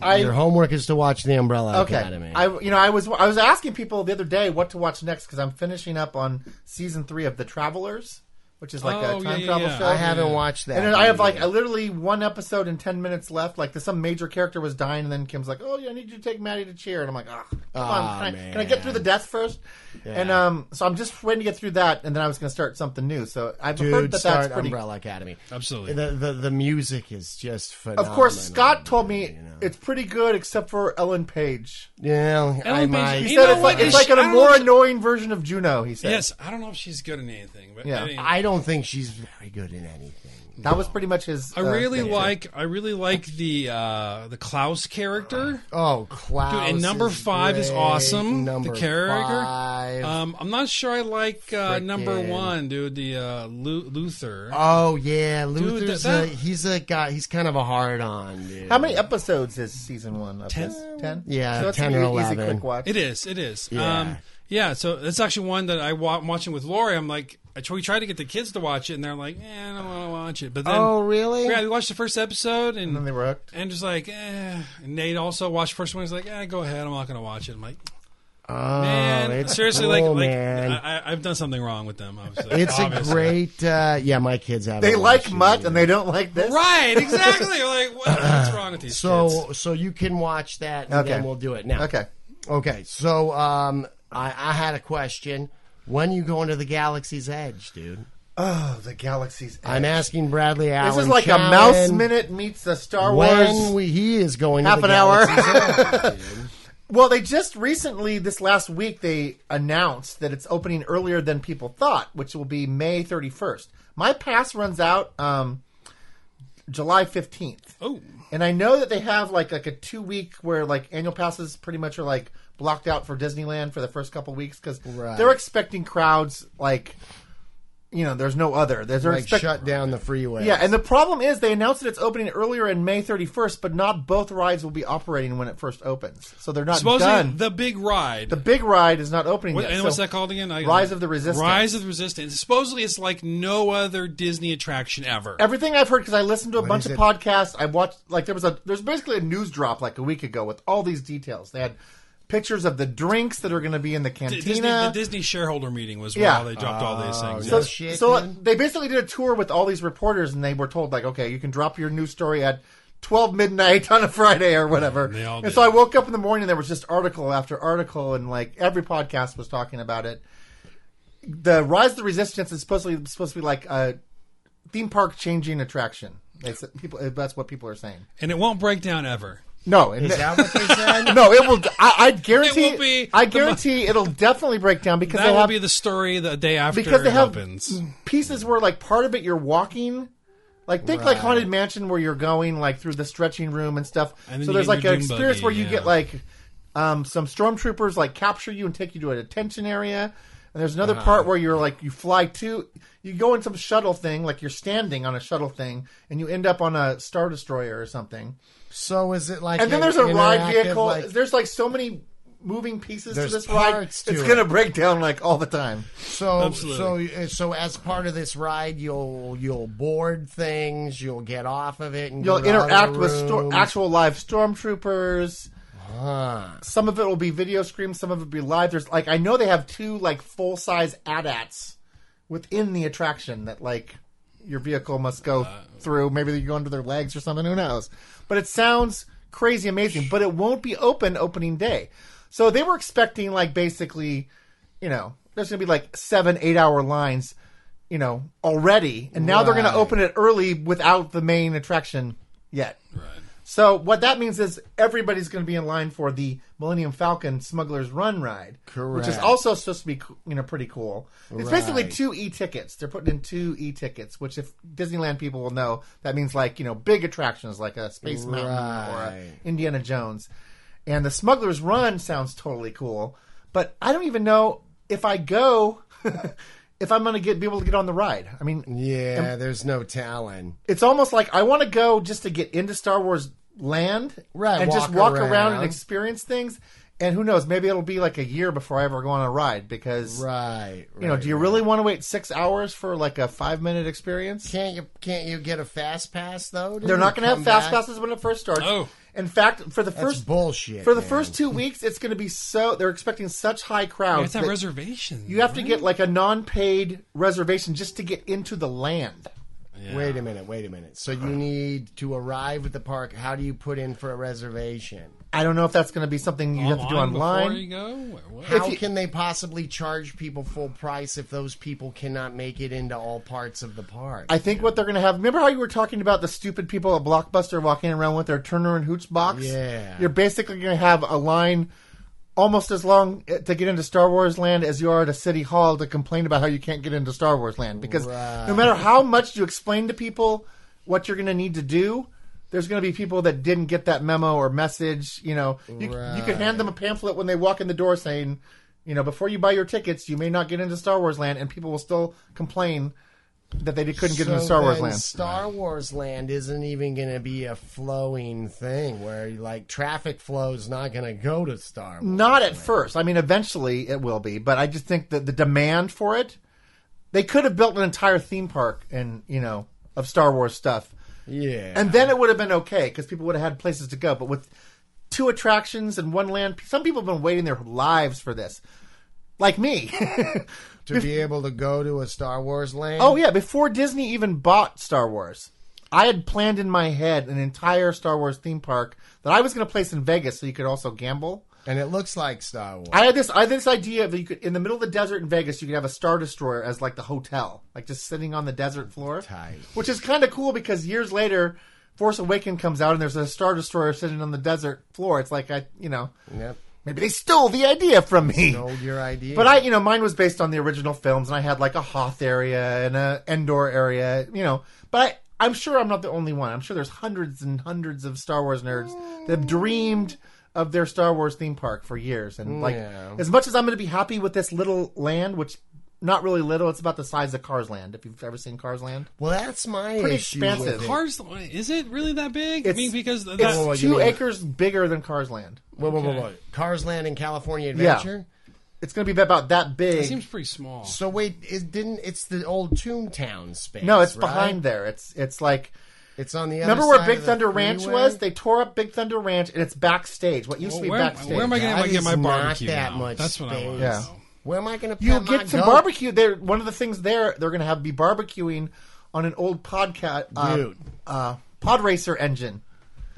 Speaker 3: I
Speaker 2: Your homework is to watch The Umbrella
Speaker 3: Okay.
Speaker 2: Academy.
Speaker 3: I you know I was I was asking people the other day what to watch next because I'm finishing up on season three of The Travelers, which is like
Speaker 1: Oh,
Speaker 3: a
Speaker 1: yeah,
Speaker 3: time
Speaker 1: yeah,
Speaker 3: travel
Speaker 1: yeah.
Speaker 3: show.
Speaker 2: I haven't watched that.
Speaker 3: And then I have like
Speaker 2: either.
Speaker 3: I literally one episode and ten minutes left. Like some major character was dying, and then Kim's like, "Oh, yeah, I need you to take Maddie to cheer." And I'm like, "Ah, come
Speaker 2: Aw,
Speaker 3: on, can I, can I get through the
Speaker 2: man.
Speaker 3: death first? And
Speaker 2: Yeah.
Speaker 3: um, so I'm just waiting to get through that, and then I was going to start something new. So I've heard
Speaker 2: dude,
Speaker 3: that
Speaker 2: start
Speaker 3: that's pretty.
Speaker 2: Umbrella Academy.
Speaker 1: Absolutely.
Speaker 2: The, the the music is just phenomenal.
Speaker 3: Of course, Scott told me
Speaker 2: you know.
Speaker 3: it's pretty good, except for Ellen Page.
Speaker 2: yeah. I
Speaker 1: Ellen Page- he
Speaker 2: might.
Speaker 3: He
Speaker 1: You
Speaker 3: said
Speaker 1: know
Speaker 3: it's like
Speaker 1: what? Is
Speaker 3: it's like
Speaker 1: she- I
Speaker 3: a
Speaker 1: don't
Speaker 3: more
Speaker 1: know if-
Speaker 3: annoying version of Juno. He said,
Speaker 1: Yes, I don't know if she's good in anything, but
Speaker 3: Yeah.
Speaker 1: I, mean,
Speaker 2: I don't think she's very good in anything.
Speaker 3: that was pretty much his."
Speaker 1: I
Speaker 3: uh,
Speaker 1: really
Speaker 3: thing.
Speaker 1: like I really like the uh, the Klaus character.
Speaker 2: Oh, Klaus.
Speaker 1: Dude, and number
Speaker 2: is
Speaker 1: five is
Speaker 2: great.
Speaker 1: awesome.
Speaker 2: Number
Speaker 1: the character.
Speaker 2: five.
Speaker 1: Um, I'm not sure I like uh, number
Speaker 2: Frickin'.
Speaker 1: one, dude. The uh, Lu- Luther.
Speaker 3: Uh,
Speaker 2: oh yeah, Luther's
Speaker 1: that-
Speaker 2: a, he's a guy. He's kind of a hard on dude.
Speaker 3: How many episodes is season one of
Speaker 1: Ten?
Speaker 3: this? Ten.
Speaker 2: Yeah,
Speaker 3: so it's
Speaker 2: 10
Speaker 3: an
Speaker 2: or
Speaker 3: easy
Speaker 2: 11.
Speaker 3: quick watch.
Speaker 1: it is. It is.
Speaker 2: Yeah.
Speaker 1: Um, yeah. So it's actually one that I wa- I'm watching with Lori. I'm like, I tr- we tried to get the kids to watch it, and they're like, eh, I don't want to watch it. But then,
Speaker 2: Oh really?
Speaker 1: yeah, we watched the first episode, and
Speaker 3: And then they were hooked.
Speaker 1: and just like, eh. And Nate also watched the first one. He's like, eh, go ahead. I'm not going to watch it. I'm like,
Speaker 2: Oh,
Speaker 1: man,
Speaker 2: it's
Speaker 1: seriously, like,
Speaker 2: cool,
Speaker 1: like
Speaker 2: man.
Speaker 1: I, I- I've done something wrong with them. Obviously.
Speaker 2: it's a
Speaker 1: Obviously.
Speaker 2: great. Uh, yeah, my kids have.
Speaker 3: They like Mutt and they don't like this.
Speaker 1: right, exactly. You're like, what, what's wrong with these kids?
Speaker 2: So so you can watch that, and
Speaker 3: Okay.
Speaker 2: then we'll do it now.
Speaker 3: Okay.
Speaker 2: Okay. So um, I, I had a question. When you going to the Galaxy's Edge, dude?
Speaker 3: Oh, the galaxy's.
Speaker 2: I'm
Speaker 3: edge.
Speaker 2: asking Bradley Allen.
Speaker 3: This is like a
Speaker 2: Cowan
Speaker 3: mouse minute meets the Star
Speaker 2: When
Speaker 3: Wars.
Speaker 2: we, he is going to
Speaker 3: Half
Speaker 2: the
Speaker 3: an hour.
Speaker 2: Galaxy's Edge, dude.
Speaker 3: well, they just recently, this last week, they announced that it's opening earlier than people thought, which will be May 31st. My pass runs out um, July 15th.
Speaker 1: oh,
Speaker 3: And I know that they have like like a two week where like annual passes pretty much are like blocked out for Disneyland for the first couple weeks because
Speaker 2: Right.
Speaker 3: they're expecting crowds like you know there's no other there's they're
Speaker 2: like
Speaker 3: expect-
Speaker 2: shut down the freeway.
Speaker 3: yeah and the problem is they announced that it's opening earlier in May 31st but not both rides will be operating when it first opens so they're not
Speaker 1: supposedly
Speaker 3: done
Speaker 1: the big ride.
Speaker 3: the big ride is not opening
Speaker 1: What-
Speaker 3: yet
Speaker 1: and
Speaker 3: so
Speaker 1: what's that called again? I-
Speaker 3: Rise of the Resistance.
Speaker 1: Rise of the Resistance. Supposedly, it's like no other Disney attraction ever.
Speaker 3: everything I've heard because I listened to a bunch
Speaker 2: is
Speaker 3: of
Speaker 2: it?
Speaker 3: podcasts. I watched like there was a there's basically a news drop like a week ago with all these details. They had pictures of the drinks that are going to be in the
Speaker 1: The Disney, the
Speaker 3: cantina.
Speaker 1: Disney shareholder meeting was
Speaker 3: Yeah. Oh,
Speaker 1: where they dropped all these things.
Speaker 2: no
Speaker 1: Yes.
Speaker 2: shit.
Speaker 3: so
Speaker 2: dude.
Speaker 3: they basically did a tour with all these reporters, and they were told like, okay, you can drop your news story at. 12 midnight on a Friday or whatever.
Speaker 1: They all
Speaker 3: and
Speaker 1: did.
Speaker 3: so I woke up in the morning and there was just article after article and like every podcast was talking about it. The Rise of the Resistance is supposedly supposed to be like a theme park changing attraction. They said people that's what people are saying.
Speaker 1: and it won't break down ever.
Speaker 3: No, it,
Speaker 2: is that what they said?
Speaker 3: no, it will. I, I guarantee.
Speaker 1: It will be
Speaker 3: I
Speaker 1: the
Speaker 3: guarantee it'll definitely break down because
Speaker 1: That
Speaker 3: they
Speaker 1: will
Speaker 3: have
Speaker 1: be the story the day after
Speaker 3: because they
Speaker 1: it
Speaker 3: have
Speaker 1: opens.
Speaker 3: pieces where like part of it you're walking. Like think like
Speaker 2: Right.
Speaker 3: haunted mansion where you're going like through the stretching room and stuff.
Speaker 1: And then
Speaker 3: so
Speaker 1: you
Speaker 3: there's
Speaker 1: get
Speaker 3: like
Speaker 1: your
Speaker 3: an
Speaker 1: dune
Speaker 3: experience
Speaker 1: buggy,
Speaker 3: where you
Speaker 1: yeah.
Speaker 3: get like um, some stormtroopers like capture you and take you to a detention area. And there's another part where you're like you fly to you go in some shuttle thing like you're standing on a shuttle thing and you end up on a star destroyer or something.
Speaker 2: So is it like?
Speaker 3: And then
Speaker 2: an
Speaker 3: there's a ride
Speaker 2: interactive,
Speaker 3: vehicle.
Speaker 2: like-
Speaker 3: there's like so many moving pieces to
Speaker 2: There's
Speaker 3: this ride.
Speaker 2: parts
Speaker 3: It's
Speaker 2: to it.
Speaker 3: gonna break down like all the time.
Speaker 2: So
Speaker 1: Absolutely.
Speaker 2: so uh, so as part of this ride, you'll you'll board things, you'll get off of it, and
Speaker 3: You'll
Speaker 2: go to other
Speaker 3: interact with sto-
Speaker 2: rooms.
Speaker 3: actual live stormtroopers.
Speaker 2: Huh.
Speaker 3: Some of it will be video screams. Some of it will be live. There's like I know they have two like full size AT-ATs within the attraction that like your vehicle must go through. Maybe they go under their legs or something. Who knows? But it sounds crazy amazing. But it won't be open opening day. So they were expecting like basically, you know, there's gonna be like seven eight hour lines, you know, already. And now they're gonna
Speaker 2: Right.
Speaker 3: open it early without the main attraction yet. So what that means is everybody's going to be in line for the Millennium Falcon Smuggler's Run ride, which is
Speaker 2: Correct.
Speaker 3: also supposed to be co- you know pretty cool. It's basically
Speaker 2: Right.
Speaker 3: two e tickets. They're putting in two e tickets, which if Disneyland people will know, that means like you know big attractions like a Space Mountain or a
Speaker 2: Right.
Speaker 3: Indiana Jones, and the Smuggler's Run sounds totally cool. But I don't even know if I go. If I'm gonna get be able to get on the ride, I mean,
Speaker 2: Yeah, there's no talent.
Speaker 3: it's almost like I want to go just to get into Star Wars land,
Speaker 2: Right,
Speaker 3: And just
Speaker 2: walk
Speaker 3: walk around.
Speaker 2: around.
Speaker 3: and experience things. And who knows? Maybe it'll be like a year before I ever go on a ride because
Speaker 2: Right.
Speaker 3: you know.
Speaker 2: right,
Speaker 3: do you
Speaker 2: right.
Speaker 3: really want to wait six hours for like a five minute experience?
Speaker 2: Can't you can't you get a fast pass though?
Speaker 3: They're not going to have fast passes when it first starts.
Speaker 1: Oh.
Speaker 3: In fact, for the
Speaker 2: That's
Speaker 3: first
Speaker 2: bullshit.
Speaker 3: for the
Speaker 2: man.
Speaker 3: first two weeks, it's going to be so they're expecting such high crowds.
Speaker 1: It's that
Speaker 3: that
Speaker 1: reservation.
Speaker 3: Oh, you have to get like a non-paid reservation just to get into the land.
Speaker 2: Wait a minute, wait a minute. So you need to arrive at the park. How do you put in for a reservation?
Speaker 3: I don't know if that's going to be something you have to do
Speaker 1: Before you
Speaker 3: online.
Speaker 1: go, or what?
Speaker 3: If
Speaker 2: How
Speaker 3: you-
Speaker 2: can they possibly charge people full price if those people cannot make it into all parts of the park?
Speaker 3: I think what they're going to have. Remember how you were talking about the stupid people at Blockbuster walking around with their Turner and Hooch box?
Speaker 2: Yeah.
Speaker 3: You're basically going to have a line almost as long eh, to get into Star Wars land as you are to City Hall to complain about how you can't get into Star Wars land. Because no matter how much you explain to people what you're going to need to do, there's going to be people that didn't get that memo or message. You know, you, you could hand them a pamphlet when they walk in the door saying, you know, before you buy your tickets, you may not get into Star Wars land, and people will still complain that they couldn't get into
Speaker 2: So
Speaker 3: Star Wars
Speaker 2: then
Speaker 3: land.
Speaker 2: Star Wars Land isn't even going to be a flowing thing where like traffic flow is not going to go to Star Wars.
Speaker 3: Not at first. I mean, eventually it will be, but I just think that the demand for it, they could have built an entire theme park and you know of Star Wars stuff,
Speaker 2: Yeah.
Speaker 3: and then it would have been okay because people would have had places to go. But with two attractions and one land, some people have been waiting their lives for this, like me.
Speaker 2: to be able to go to a Star Wars Land.
Speaker 3: oh yeah, before Disney even bought Star Wars. I had planned in my head an entire Star Wars theme park that I was going to place in Vegas so you could also gamble.
Speaker 2: and it looks like Star Wars.
Speaker 3: I had this I had this idea that you could in the middle of the desert in Vegas you could have a star destroyer as like the hotel, like just sitting on the desert floor.
Speaker 2: Tight.
Speaker 3: Which is kind of cool because years later Force Awaken comes out and there's a star destroyer sitting on the desert floor. It's like I, you know,
Speaker 2: Yep.
Speaker 3: maybe they stole the idea from me.
Speaker 2: Hold your idea.
Speaker 3: But I, you know, mine was based on the original films, and I had like a Hoth area and a Endor area, you know. But I, I'm sure I'm not the only one. I'm sure there's hundreds and hundreds of Star Wars nerds that have dreamed of their Star Wars theme park for years.
Speaker 1: Mm,
Speaker 3: And like,
Speaker 2: Yeah.
Speaker 3: as much as I'm going to be happy with this little land, which not really little, it's about the size of Cars Land. If you've ever seen Cars Land,
Speaker 2: well, that's my
Speaker 3: pretty
Speaker 2: issue
Speaker 3: expansive.
Speaker 2: With it.
Speaker 1: Cars is it really that big? I
Speaker 3: It's-
Speaker 1: mean, because
Speaker 3: it's
Speaker 1: that-
Speaker 2: Whoa, whoa, you
Speaker 3: two
Speaker 2: mean-
Speaker 3: acres bigger than Cars Land.
Speaker 2: Whoa, whoa, whoa, whoa. Cars Land in California Adventure.
Speaker 3: It's going to be about that big.
Speaker 1: it seems pretty small.
Speaker 2: So wait, it didn't. It's the old Toontown space.
Speaker 3: no, it's
Speaker 2: right?
Speaker 3: behind there. It's it's like
Speaker 2: It's on the
Speaker 3: Remember
Speaker 2: other
Speaker 3: where
Speaker 2: side
Speaker 3: Big
Speaker 2: of the
Speaker 3: Thunder Ranch
Speaker 2: freeway?
Speaker 3: was? They tore up Big Thunder Ranch, and it's backstage. What used to be
Speaker 1: where,
Speaker 3: backstage.
Speaker 1: where am I
Speaker 2: That
Speaker 1: going to get my
Speaker 2: is not
Speaker 1: barbecue?
Speaker 2: that
Speaker 1: now?
Speaker 2: much
Speaker 1: That's what I want.
Speaker 2: space.
Speaker 1: to
Speaker 3: Yeah.
Speaker 1: know.
Speaker 2: Where am I going to?
Speaker 3: you
Speaker 2: put my
Speaker 3: get some
Speaker 2: goat?
Speaker 3: barbecue there. One of the things there they're going to have be barbecuing on an old podcast, uh,
Speaker 2: Dude.
Speaker 3: uh, pod racer engine.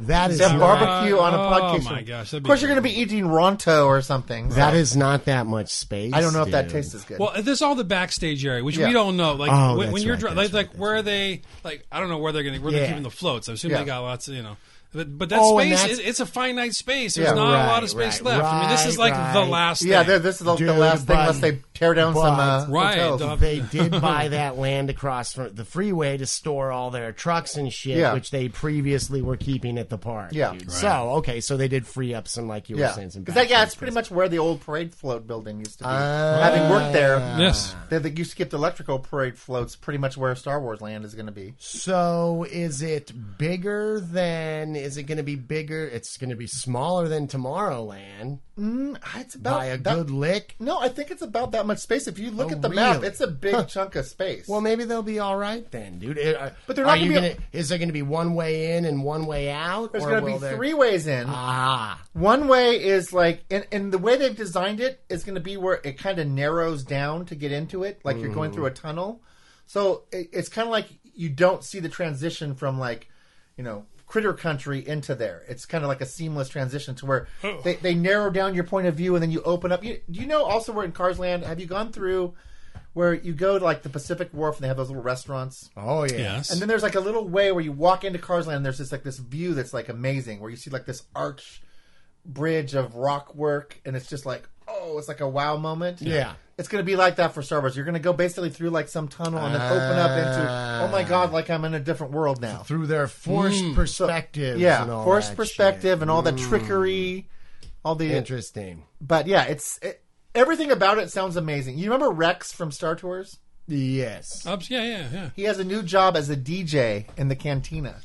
Speaker 2: That is
Speaker 3: They have
Speaker 2: not,
Speaker 3: barbecue
Speaker 1: right.
Speaker 3: on a
Speaker 1: Oh,
Speaker 3: podcast.
Speaker 1: my gosh, that'd
Speaker 3: Of
Speaker 1: be
Speaker 3: course, you're
Speaker 1: great.
Speaker 3: going to be eating Ronto or something.
Speaker 2: That
Speaker 3: So
Speaker 2: is not that much space.
Speaker 3: I don't know if that
Speaker 2: dude.
Speaker 3: tastes as good.
Speaker 1: Well, there's all the backstage area, which
Speaker 3: Yeah.
Speaker 1: we don't know. Like
Speaker 2: Oh,
Speaker 1: when,
Speaker 2: that's
Speaker 1: when you're
Speaker 2: right,
Speaker 1: dri-
Speaker 2: that's
Speaker 1: like,
Speaker 2: right,
Speaker 1: like where are they? Like I don't know where they're going to where
Speaker 2: Yeah.
Speaker 1: they're keeping the floats. I assume
Speaker 3: Yeah.
Speaker 1: they got lots, of, you know. But, but that
Speaker 2: Oh, and
Speaker 1: space,
Speaker 2: that's-
Speaker 1: is, it's a finite space. There's
Speaker 3: Yeah.
Speaker 1: not a lot
Speaker 2: Right,
Speaker 1: of space
Speaker 2: right,
Speaker 1: left. I mean, this is
Speaker 2: right,
Speaker 1: like the
Speaker 2: right.
Speaker 1: last.
Speaker 3: yeah,
Speaker 1: thing.
Speaker 3: th- this is the, the
Speaker 2: Dude,
Speaker 3: last thing
Speaker 2: but-
Speaker 3: unless they tear down some uh,
Speaker 2: but-
Speaker 1: Right,
Speaker 3: hotels.
Speaker 1: the-
Speaker 2: They did buy that land across from the freeway to store all their trucks and shit,
Speaker 3: Yeah.
Speaker 2: which they previously were keeping at the park.
Speaker 3: Yeah.
Speaker 2: dude.
Speaker 3: Right.
Speaker 2: so okay, so they did free up some, like you were
Speaker 3: yeah,
Speaker 2: saying, some.
Speaker 3: 'Cause that, yeah,
Speaker 2: backstage
Speaker 3: it's pretty
Speaker 2: space.
Speaker 3: much where the old parade float building used to be.
Speaker 2: Ah.
Speaker 3: Having worked there,
Speaker 1: yes.
Speaker 3: They, they, you skipped electrical parade floats, pretty much where Star Wars Land is going to be.
Speaker 2: So is it bigger than? Is it going to be bigger? It's going to be smaller than Tomorrowland
Speaker 3: Ah, It's about
Speaker 2: by a
Speaker 3: that-
Speaker 2: good lick.
Speaker 3: No, I think it's about that much space. If you look
Speaker 2: Oh,
Speaker 3: at the map,
Speaker 2: really?
Speaker 3: it's a big chunk of space.
Speaker 2: Well, maybe they'll be all right then, dude. Are-
Speaker 3: But they're not
Speaker 2: are you
Speaker 3: gonna be-
Speaker 2: gonna- Is there going to be one way in and one way out?
Speaker 3: there's
Speaker 2: or
Speaker 3: going to
Speaker 2: will
Speaker 3: be
Speaker 2: there-
Speaker 3: three ways in.
Speaker 2: Ah,
Speaker 3: One way is like, and, and the way they've designed it is going to be where it kind of narrows down to get into it, like you're going through a tunnel. So it, it's kind of like you don't see the transition from like, you know, critter country into there. It's kind of like a seamless transition to where they, they narrow down your point of view and then you open up. You, do you know also where in Cars Land, have you gone through where you go to like the Pacific Wharf and they have those little restaurants?
Speaker 2: oh yeah.
Speaker 1: Yes.
Speaker 3: And then there's like a little way where you walk into Cars Land. And there's just like this view that's like amazing, where you see like this arch bridge of rock work, and it's just like, oh, it's like a wow moment.
Speaker 2: Yeah.
Speaker 3: It's gonna be like that for Star Wars. You're gonna go basically through like some tunnel and then open up into,
Speaker 2: Ah.
Speaker 3: oh my god, like I'm in a different world now.
Speaker 2: through their forced perspectives.
Speaker 3: Mm. Yeah,
Speaker 2: and all
Speaker 3: forced
Speaker 2: that shit.
Speaker 3: perspective
Speaker 2: Mm.
Speaker 3: and all the trickery, all the
Speaker 2: Interesting.
Speaker 3: but yeah, it's it, everything about it sounds amazing. You remember Rex from Star Tours?
Speaker 2: Yes.
Speaker 1: Ups, yeah, yeah, yeah.
Speaker 3: He has a new job as a DJ in the cantina.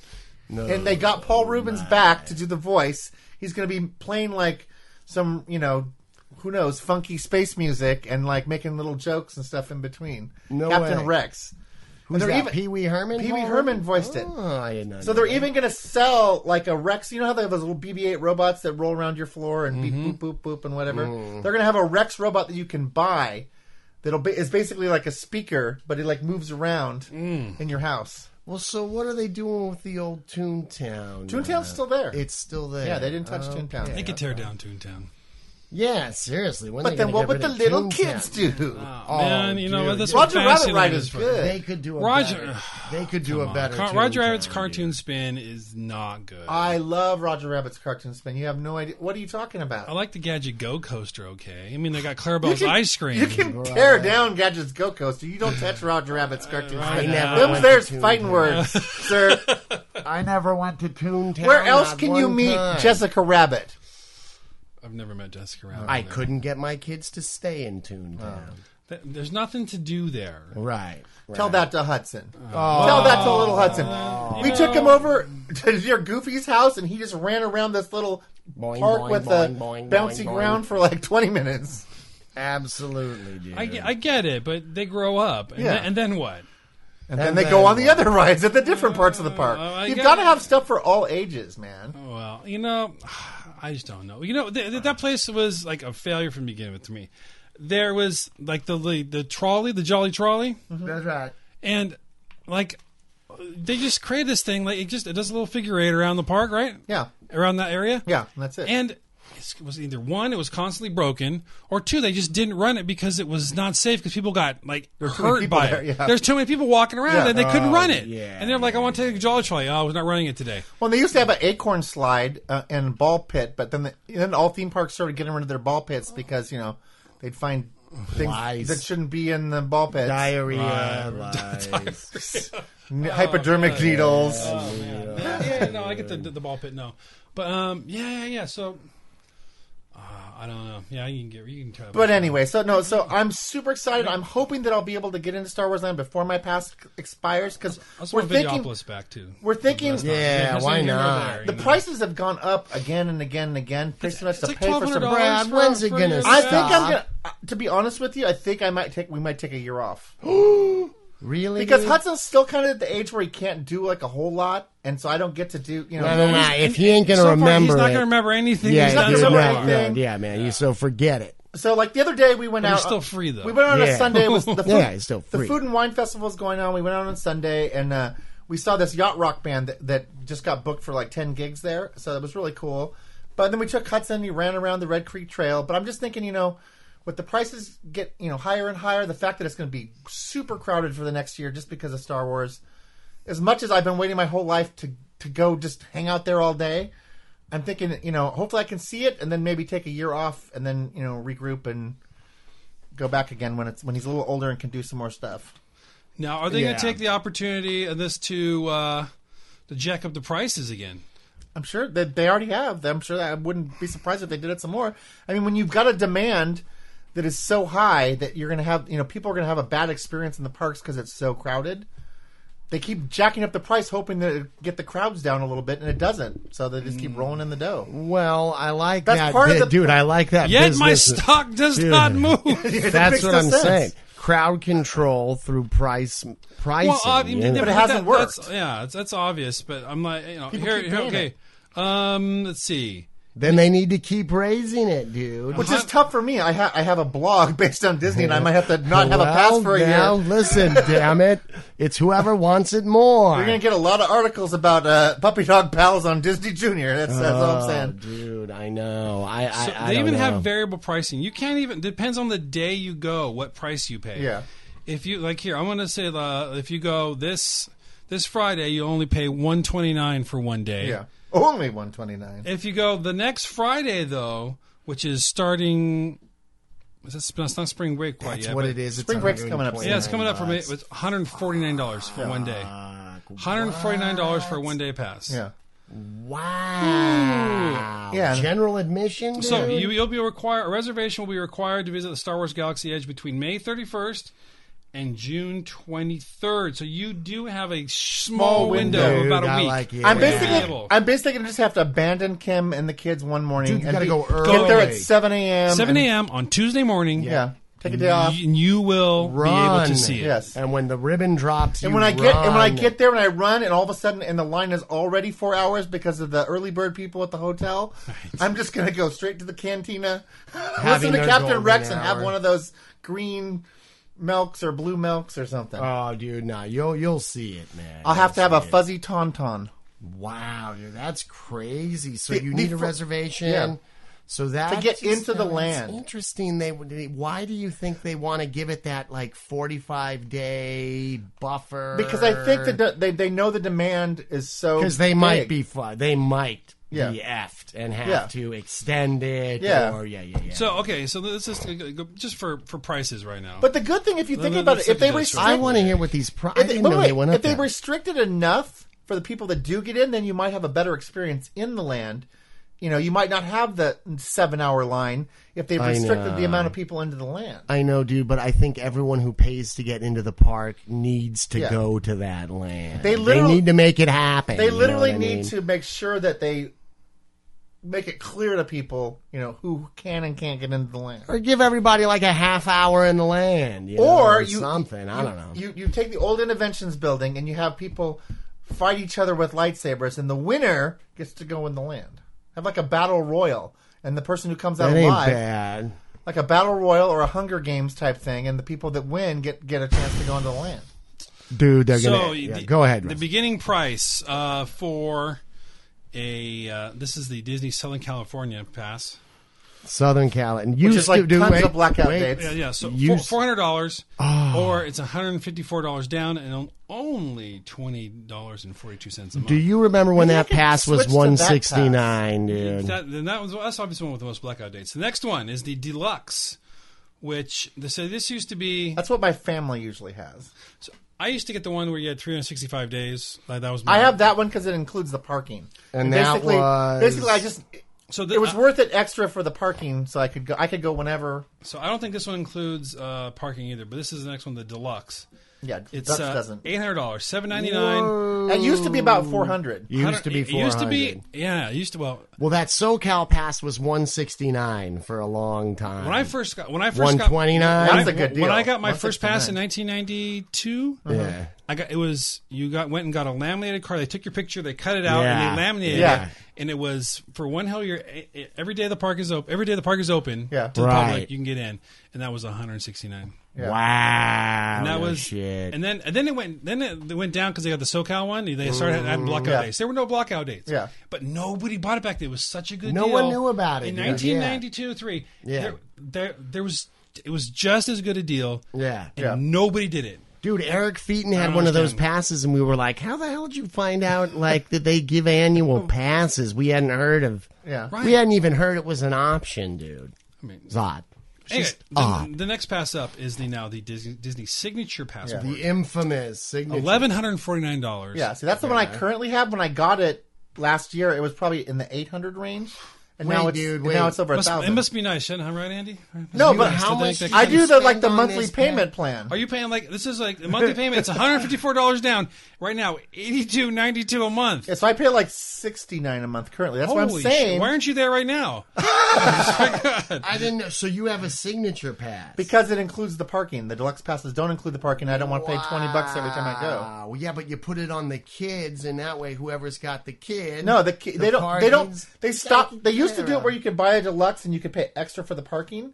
Speaker 2: No.
Speaker 3: and they got Paul Rubens back to do the voice. He's going to be playing like some, you know, who knows, funky space music and like making little jokes and stuff in between.
Speaker 2: No
Speaker 3: Captain
Speaker 2: way.
Speaker 3: Rex.
Speaker 2: Who's
Speaker 3: they're
Speaker 2: that?
Speaker 3: even-
Speaker 2: Pee Wee Herman.
Speaker 3: Pee Wee
Speaker 2: Paul
Speaker 3: Herman voiced it.
Speaker 2: Oh, I didn't know.
Speaker 3: So they're even going to sell like a Rex. You know how they have those little BB-8 robots that roll around your floor and
Speaker 2: Mm-hmm.
Speaker 3: beep boop boop boop and whatever.
Speaker 2: Mm.
Speaker 3: They're going to have a Rex robot that you can buy. That'll be is basically like a speaker, but it like moves around
Speaker 2: Mm.
Speaker 3: in your house.
Speaker 2: Well, so what are they doing with the old Toontown?
Speaker 3: Toontown's
Speaker 2: Uh,
Speaker 3: still there.
Speaker 2: It's still there.
Speaker 3: yeah, they didn't touch Toontown.
Speaker 1: They could tear down Toontown.
Speaker 2: Yeah, seriously. When
Speaker 3: But
Speaker 2: they
Speaker 3: then
Speaker 2: gonna
Speaker 3: what
Speaker 2: get
Speaker 3: would the
Speaker 2: rid of
Speaker 3: little
Speaker 2: Toontown?
Speaker 3: kids do?
Speaker 2: Oh,
Speaker 1: Man, you know
Speaker 2: dude.
Speaker 1: what? That's
Speaker 3: Roger
Speaker 1: what
Speaker 3: Rabbit
Speaker 1: Fascinator
Speaker 3: Ride
Speaker 1: is
Speaker 3: is
Speaker 1: for.
Speaker 3: good.
Speaker 2: They could do a
Speaker 1: Roger-
Speaker 2: better. They could do a better.
Speaker 1: Car- Roger Rabbit's
Speaker 2: Toontown, dude.
Speaker 1: cartoon spin is not good. I,
Speaker 3: I love Roger Rabbit's cartoon spin. You have no idea. What are you talking about?
Speaker 1: like the Gadget Go Coaster. Okay, I mean they got Clarabelle's
Speaker 3: You can-
Speaker 1: ice cream.
Speaker 3: You can tear down Gadget's Go Coaster. You don't touch Roger Rabbit's cartoon
Speaker 1: I
Speaker 3: spin.
Speaker 2: never
Speaker 3: Them's
Speaker 2: went
Speaker 3: there's
Speaker 2: to
Speaker 3: fighting
Speaker 2: Toontown.
Speaker 3: words, sir.
Speaker 2: I never went to Toontown.
Speaker 3: Where else
Speaker 2: not
Speaker 3: can you
Speaker 2: one
Speaker 3: meet
Speaker 2: time.
Speaker 3: Jessica Rabbit?
Speaker 1: I've never met Jessica Rabbit.
Speaker 2: I
Speaker 1: there.
Speaker 2: couldn't get my kids to stay in Toontown.
Speaker 1: Th- There's nothing to do there.
Speaker 2: Right.
Speaker 3: Tell that to Hudson.
Speaker 2: Oh.
Speaker 3: Tell that to little Hudson. we
Speaker 1: You
Speaker 3: took him
Speaker 1: know.
Speaker 3: over to your Goofy's house, and he just ran around this little
Speaker 2: Boing,
Speaker 3: park
Speaker 2: boing,
Speaker 3: with
Speaker 2: boing,
Speaker 3: the
Speaker 2: boing, boing,
Speaker 3: bouncy
Speaker 2: boing.
Speaker 3: ground for like 20 minutes.
Speaker 2: Absolutely, dude.
Speaker 1: I, I get it, but they grow up, and,
Speaker 3: Yeah.
Speaker 1: then, and then what?
Speaker 3: And, then they go on the other rides at the different parts of the park.
Speaker 1: Uh, I
Speaker 3: You've
Speaker 1: got- Oh.
Speaker 3: got to have stuff for all ages, man.
Speaker 1: Well, you know, I just don't know. You know, th- th- that place was like a failure from the beginning with to me. There was like the the, the trolley, the Jolly Trolley,
Speaker 3: Mm-hmm.
Speaker 2: That's right.
Speaker 1: and like they just created this thing. Like it just it does a little figure eight around the park, right?
Speaker 3: Yeah,
Speaker 1: around that area.
Speaker 3: yeah, that's it.
Speaker 1: and it was either one, it was constantly broken, or two, they just didn't run it because it was not safe because people got like
Speaker 3: too many
Speaker 1: hurt
Speaker 3: people
Speaker 1: by
Speaker 3: there,
Speaker 1: it.
Speaker 3: yeah.
Speaker 1: There's too many people walking around
Speaker 3: Yeah.
Speaker 1: and they couldn't run it.
Speaker 2: Oh, yeah,
Speaker 1: and they're like, "I want to take a jolly trolley. Oh, I was not running it today."
Speaker 3: Well, they used to have an acorn slide uh, and ball pit, but then the, then all theme parks started getting rid of their ball pits because you know they'd find things
Speaker 2: Lies.
Speaker 3: that shouldn't be in the ball pits,
Speaker 2: Diarrhea. lies.
Speaker 3: N- hypodermic needles.
Speaker 1: Oh, yeah, Oh, yeah, no, I get the, the the ball pit. No, but um, yeah, yeah, yeah. So uh, I don't know. Yeah, you can get you can try.
Speaker 3: But anyway, so no, so I'm super excited. I'm hoping that I'll be able to get into Star Wars Land before my pass expires because
Speaker 1: let's
Speaker 3: we're
Speaker 1: bring
Speaker 3: thinking
Speaker 1: Videopolis back too.
Speaker 3: we're thinking
Speaker 1: Last time.
Speaker 2: Yeah,
Speaker 1: because
Speaker 2: why
Speaker 1: we were
Speaker 2: not?
Speaker 1: there, you
Speaker 3: the
Speaker 1: know.
Speaker 3: prices have gone up again and again and again. Pretty much
Speaker 1: It's
Speaker 3: to
Speaker 1: like
Speaker 3: pay
Speaker 1: twelve
Speaker 3: for
Speaker 1: hundred
Speaker 3: some
Speaker 1: dollars.
Speaker 2: Brad, when's it gonna
Speaker 3: I
Speaker 2: stop?
Speaker 3: think I'm gonna. uh, To be honest with you, I think I might take. We might take a year off.
Speaker 2: Really?
Speaker 3: Because
Speaker 2: dude?
Speaker 3: Hudson's still kind of at the age where he can't do like a whole lot, and so I don't get to do you know.
Speaker 2: No, no, no. If he ain't gonna
Speaker 1: so far,
Speaker 2: remember
Speaker 1: he's not
Speaker 2: it,
Speaker 1: gonna remember anything. he's
Speaker 2: yeah,
Speaker 1: done
Speaker 2: dude,
Speaker 1: so
Speaker 3: remember
Speaker 1: far.
Speaker 2: no, no,
Speaker 3: anything.
Speaker 2: yeah, man. You so forget it.
Speaker 3: So like the other day we went
Speaker 1: But
Speaker 3: out.
Speaker 1: he's still free, though.
Speaker 3: We went out on
Speaker 2: Yeah.
Speaker 3: a Sunday. It Was the food,
Speaker 2: Yeah, he's still free.
Speaker 3: The food and wine festival was going on. We went out on Sunday and uh, we saw this yacht rock band that, that just got booked for like ten gigs there. So that was really cool. But then we took Hudson. He ran around the Red Creek Trail. But I'm just thinking, you know, with the prices get you know higher and higher, the fact that it's going to be super crowded for the next year just because of Star Wars. As much as I've been waiting my whole life to to go just hang out there all day. I'm thinking, you know, hopefully I can see it and then maybe take a year off and then, you know, regroup and go back again when it's when he's a little older and can do some more stuff.
Speaker 1: Now, are they going
Speaker 2: Yeah.
Speaker 1: to take the opportunity of this to uh, to jack up the prices again?
Speaker 3: I'm sure that they already have. I'm sure that I wouldn't be surprised if they did it some more. I mean, when you've got a demand that is so high that you're going to have, you know, people are going to have a bad experience in the parks because it's so crowded. They keep jacking up the price, hoping that it get the crowds down a little bit, and it doesn't. So they just keep rolling in the dough.
Speaker 2: Well, I like
Speaker 3: That's
Speaker 2: that,
Speaker 3: part of
Speaker 2: bit-
Speaker 3: the-
Speaker 2: dude. I like that.
Speaker 1: Yet
Speaker 2: business.
Speaker 1: my stock does
Speaker 2: Dude.
Speaker 1: not move.
Speaker 3: It
Speaker 2: That's
Speaker 3: makes
Speaker 2: what
Speaker 3: no
Speaker 2: I'm
Speaker 3: sense.
Speaker 2: saying. Crowd control through price pricing.
Speaker 1: well, I mean,
Speaker 2: you know?
Speaker 1: yeah,
Speaker 3: But it hasn't
Speaker 1: that's-
Speaker 3: worked.
Speaker 1: Yeah, that's, that's obvious. But I'm like, you know,
Speaker 3: People
Speaker 1: here,
Speaker 3: keep
Speaker 1: here,
Speaker 3: doing
Speaker 1: okay. Um, let's see.
Speaker 2: then they need to keep raising it, dude.
Speaker 3: Which is tough for me. I, ha- I have a blog based on Disney, and I might have to not have a pass
Speaker 2: Well,
Speaker 3: for a
Speaker 2: now,
Speaker 3: year.
Speaker 2: listen, damn it, it's whoever wants it more.
Speaker 3: You're going to get a lot of articles about uh, puppy dog pals on Disney Junior. That's, that's all I'm
Speaker 2: oh,
Speaker 3: saying.
Speaker 2: dude, I know. I, I,
Speaker 1: So
Speaker 2: I
Speaker 1: they
Speaker 2: don't
Speaker 1: even
Speaker 2: know.
Speaker 1: have variable pricing. You can't even depends on the day you go, what price you pay.
Speaker 3: Yeah.
Speaker 1: If you like here, I'm going to say uh, if you go this this Friday, you only pay 129 for one day.
Speaker 3: Yeah. Only 129.
Speaker 1: If you go the next Friday though, which is starting, is that, it's not spring break quite
Speaker 2: That's
Speaker 1: yet.
Speaker 2: what
Speaker 1: but-
Speaker 2: it is. It's
Speaker 3: Spring break's coming up soon.
Speaker 1: Yeah, it's coming up for me.
Speaker 2: $129.
Speaker 1: It's one hundred forty nine dollars for one day. One hundred forty nine dollars for a one day pass.
Speaker 3: Yeah.
Speaker 2: Wow.
Speaker 3: Yeah.
Speaker 2: General admission. Dude?
Speaker 1: So you, you'll be required. A reservation will be required to visit the Star Wars Galaxy Edge between May thirty first and June twenty third. So you do have a small window, of
Speaker 2: Dude,
Speaker 1: about a
Speaker 2: I
Speaker 1: week.
Speaker 2: like it.
Speaker 3: I'm
Speaker 2: Yeah.
Speaker 3: basically
Speaker 1: Able.
Speaker 3: I'm basically gonna just have to abandon Kim and the kids one morning
Speaker 2: Dude, you
Speaker 3: and
Speaker 2: gotta
Speaker 3: be-
Speaker 2: go
Speaker 3: get there at
Speaker 2: early.
Speaker 3: seven a.m.
Speaker 1: Seven
Speaker 3: and-
Speaker 1: a.m. on Tuesday morning.
Speaker 3: Yeah, Take a day off.
Speaker 1: Y- and you will be able
Speaker 2: Run.
Speaker 1: to see it.
Speaker 3: Yes.
Speaker 2: And when the ribbon drops,
Speaker 3: And
Speaker 2: you
Speaker 3: when I get and when I
Speaker 2: run.
Speaker 3: get there and I run and all of a sudden and the line is already four hours because of the early bird people at the hotel, I'm just gonna go straight to the cantina,
Speaker 2: Having
Speaker 3: listen to
Speaker 2: their
Speaker 3: Captain
Speaker 2: golden
Speaker 3: Rex, and have
Speaker 2: hour.
Speaker 3: one of those green milks or blue milks or something.
Speaker 2: Oh, dude, no, you'll you'll see it, man.
Speaker 3: I'll have to have
Speaker 2: You'll
Speaker 3: a
Speaker 2: see it.
Speaker 3: fuzzy tauntaun.
Speaker 2: Wow, dude, that's crazy. So
Speaker 3: Be-
Speaker 2: you need a
Speaker 3: before-
Speaker 2: reservation.
Speaker 3: yeah.
Speaker 2: So that
Speaker 3: To get
Speaker 2: just-
Speaker 3: into the
Speaker 2: that's
Speaker 3: land.
Speaker 2: Interesting. They, they why do you think they want to give it that like forty five day buffer?
Speaker 3: Because I think that the- they they know the demand is so
Speaker 2: because they might
Speaker 3: big.
Speaker 2: be fu- they might
Speaker 3: Yeah.
Speaker 2: be effed and have
Speaker 3: Yeah.
Speaker 2: to extend it.
Speaker 3: Yeah.
Speaker 2: or yeah, yeah, yeah.
Speaker 1: So okay, so let's just just for for prices right now.
Speaker 3: But the good thing, if you think
Speaker 1: no,
Speaker 3: about
Speaker 1: let's
Speaker 3: it, if
Speaker 1: look at
Speaker 3: they
Speaker 1: this
Speaker 3: restrict,
Speaker 2: I want to hear what these. Pro- I
Speaker 3: if they,
Speaker 2: didn't
Speaker 3: wait,
Speaker 2: know
Speaker 3: wait,
Speaker 2: they went up
Speaker 3: if they
Speaker 2: there.
Speaker 3: restrict it enough for the people that do get in, then you might have a better experience in the land. You know, you might not have the seven-hour line if they've
Speaker 2: I
Speaker 3: restricted the
Speaker 2: know.
Speaker 3: amount of people into the land.
Speaker 2: I know, dude, but I think everyone who pays to get into the park needs to
Speaker 3: Yeah.
Speaker 2: go to that land.
Speaker 3: They literally-
Speaker 2: need to make it happen.
Speaker 3: They
Speaker 2: you know
Speaker 3: literally
Speaker 2: what I
Speaker 3: need
Speaker 2: mean?
Speaker 3: to make sure that they make it clear to people, you know, who can and can't get into the land.
Speaker 2: or give everybody like a half hour in the land, you know,
Speaker 3: or
Speaker 2: or
Speaker 3: you
Speaker 2: something. I
Speaker 3: you-
Speaker 2: don't know.
Speaker 3: You you take the old interventions building and you have people fight each other with lightsabers, and the winner gets to go in the land. Have like a battle royal, and the person who comes out
Speaker 2: that ain't
Speaker 3: alive,
Speaker 2: bad.
Speaker 3: like a battle royal or a Hunger Games type thing, and the people that win get get a chance to go into the land.
Speaker 2: Dude, they're
Speaker 1: so
Speaker 2: gonna yeah,
Speaker 1: the-
Speaker 2: go ahead.
Speaker 1: The
Speaker 2: Russ.
Speaker 1: beginning price uh, for a uh, this is the Disney Southern California pass.
Speaker 2: Southern Cal and you
Speaker 3: Which is like
Speaker 2: dude,
Speaker 3: tons
Speaker 2: wait,
Speaker 3: of blackout
Speaker 2: wait.
Speaker 3: dates.
Speaker 1: Yeah, yeah. So
Speaker 2: You Oh. s-
Speaker 1: four hundred dollars, or it's one hundred and fifty four dollars down, and on- only twenty dollars and forty two cents a month.
Speaker 2: Do you remember when
Speaker 3: Maybe I
Speaker 2: that
Speaker 3: could
Speaker 2: pass was
Speaker 3: switch to that
Speaker 2: one sixty nine, dude?
Speaker 1: that, then that was that's obviously the one with the most blackout dates. The next one is the deluxe, which the, so this used to be.
Speaker 3: That's what my family usually has.
Speaker 1: so I used to get the one where you had three hundred sixty five days. Like, that was my,
Speaker 3: I have that one because it includes the parking.
Speaker 2: And that
Speaker 3: basically,
Speaker 2: was-
Speaker 3: basically, I just
Speaker 1: So the,
Speaker 3: it was
Speaker 1: I-
Speaker 3: worth it extra for the parking, so I could go. I could go whenever.
Speaker 1: so I don't think this one includes uh, parking either. But this is the next one, the deluxe.
Speaker 3: Yeah,
Speaker 1: It's
Speaker 3: Dutch
Speaker 1: uh,
Speaker 3: doesn't.
Speaker 1: eight hundred dollars, seven ninety nine.
Speaker 3: It used to be about four hundred.
Speaker 2: used to be
Speaker 1: It
Speaker 2: four
Speaker 1: used to be
Speaker 2: hundred.
Speaker 1: yeah. It used to well.
Speaker 2: Well, that SoCal pass was one sixty nine for a long time.
Speaker 1: When I first got when I first
Speaker 2: one
Speaker 1: got
Speaker 2: twenty nine.
Speaker 1: when I-
Speaker 3: That's a good
Speaker 1: When I
Speaker 3: deal.
Speaker 1: got my first
Speaker 3: 169.
Speaker 1: pass in 1992,
Speaker 2: Yeah.
Speaker 1: I got it was you got went and got a laminated card. They took your picture, they cut it out,
Speaker 2: Yeah.
Speaker 1: and they laminated
Speaker 3: Yeah.
Speaker 1: it. And it was for one hell year. e- e- Every day the park is open. Every day the park is open
Speaker 3: Yeah.
Speaker 1: to the
Speaker 2: Right.
Speaker 1: public. You can get in, and that was 169.
Speaker 3: Yeah.
Speaker 2: Wow.
Speaker 1: And that
Speaker 2: no
Speaker 1: was
Speaker 2: shit.
Speaker 1: And then and then it went then it it went down because they got the SoCal one. They started
Speaker 2: Mm-hmm.
Speaker 1: having blockout
Speaker 3: Yeah.
Speaker 1: dates. There were no blockout dates.
Speaker 3: Yeah.
Speaker 1: but nobody bought it back. then. It was such a good.
Speaker 2: No
Speaker 1: deal.
Speaker 2: one knew about it,
Speaker 1: in
Speaker 2: dude.
Speaker 1: 1992 three.
Speaker 2: Yeah.
Speaker 1: there, there there was it was just as good a deal.
Speaker 2: yeah.
Speaker 1: and
Speaker 3: Yeah.
Speaker 1: nobody did it.
Speaker 2: Dude, Eric Featon
Speaker 1: I
Speaker 2: had
Speaker 1: don't
Speaker 2: one of those
Speaker 1: understand.
Speaker 2: passes, and we were like, "How the hell did you find out like that they give annual passes? We hadn't heard of.
Speaker 3: Yeah.
Speaker 1: Right.
Speaker 2: We hadn't even heard it was an option, dude.
Speaker 1: I mean,
Speaker 2: It's odd. It's
Speaker 1: anyway,
Speaker 2: just
Speaker 1: the,
Speaker 2: odd.
Speaker 1: the next pass up is the now the Disney, Disney signature passport.
Speaker 2: infamous signature.
Speaker 1: Eleven hundred and forty nine dollars.
Speaker 3: Yeah, see, that's the one I currently have. When I got it last year, it was probably in the 800 range, and now
Speaker 2: Wait,
Speaker 3: it's
Speaker 2: dude,
Speaker 3: and now
Speaker 2: wait.
Speaker 3: it's over a
Speaker 1: Must, it
Speaker 3: thousand.
Speaker 1: must be nice, shouldn't I, right, Andy?
Speaker 3: No, but
Speaker 1: Nice
Speaker 2: how
Speaker 1: to
Speaker 2: much-
Speaker 1: think that-
Speaker 3: I do the like the
Speaker 2: Spend on
Speaker 3: monthly
Speaker 2: this plan.
Speaker 3: payment plan.
Speaker 1: Are you paying like this is like a monthly payment? It's one hundred fifty four dollars down right now. Eighty two ninety two a month.
Speaker 3: Yeah, so I pay like 69 a month currently. That's what I'm
Speaker 1: shit,
Speaker 3: saying.
Speaker 1: Why aren't you there right now?
Speaker 2: I didn't know. So you have a signature pass
Speaker 3: because it includes the parking. The deluxe passes don't include the parking. I don't want to pay 20 bucks every time I go.
Speaker 2: Wow. yeah, but you put it on the kids, and that way, whoever's got the kid.
Speaker 3: No, the, ki- they don't. They don't.
Speaker 2: parking's-
Speaker 3: They stop. They used to do it
Speaker 2: around.
Speaker 3: where you could buy a deluxe and you could pay extra for the parking.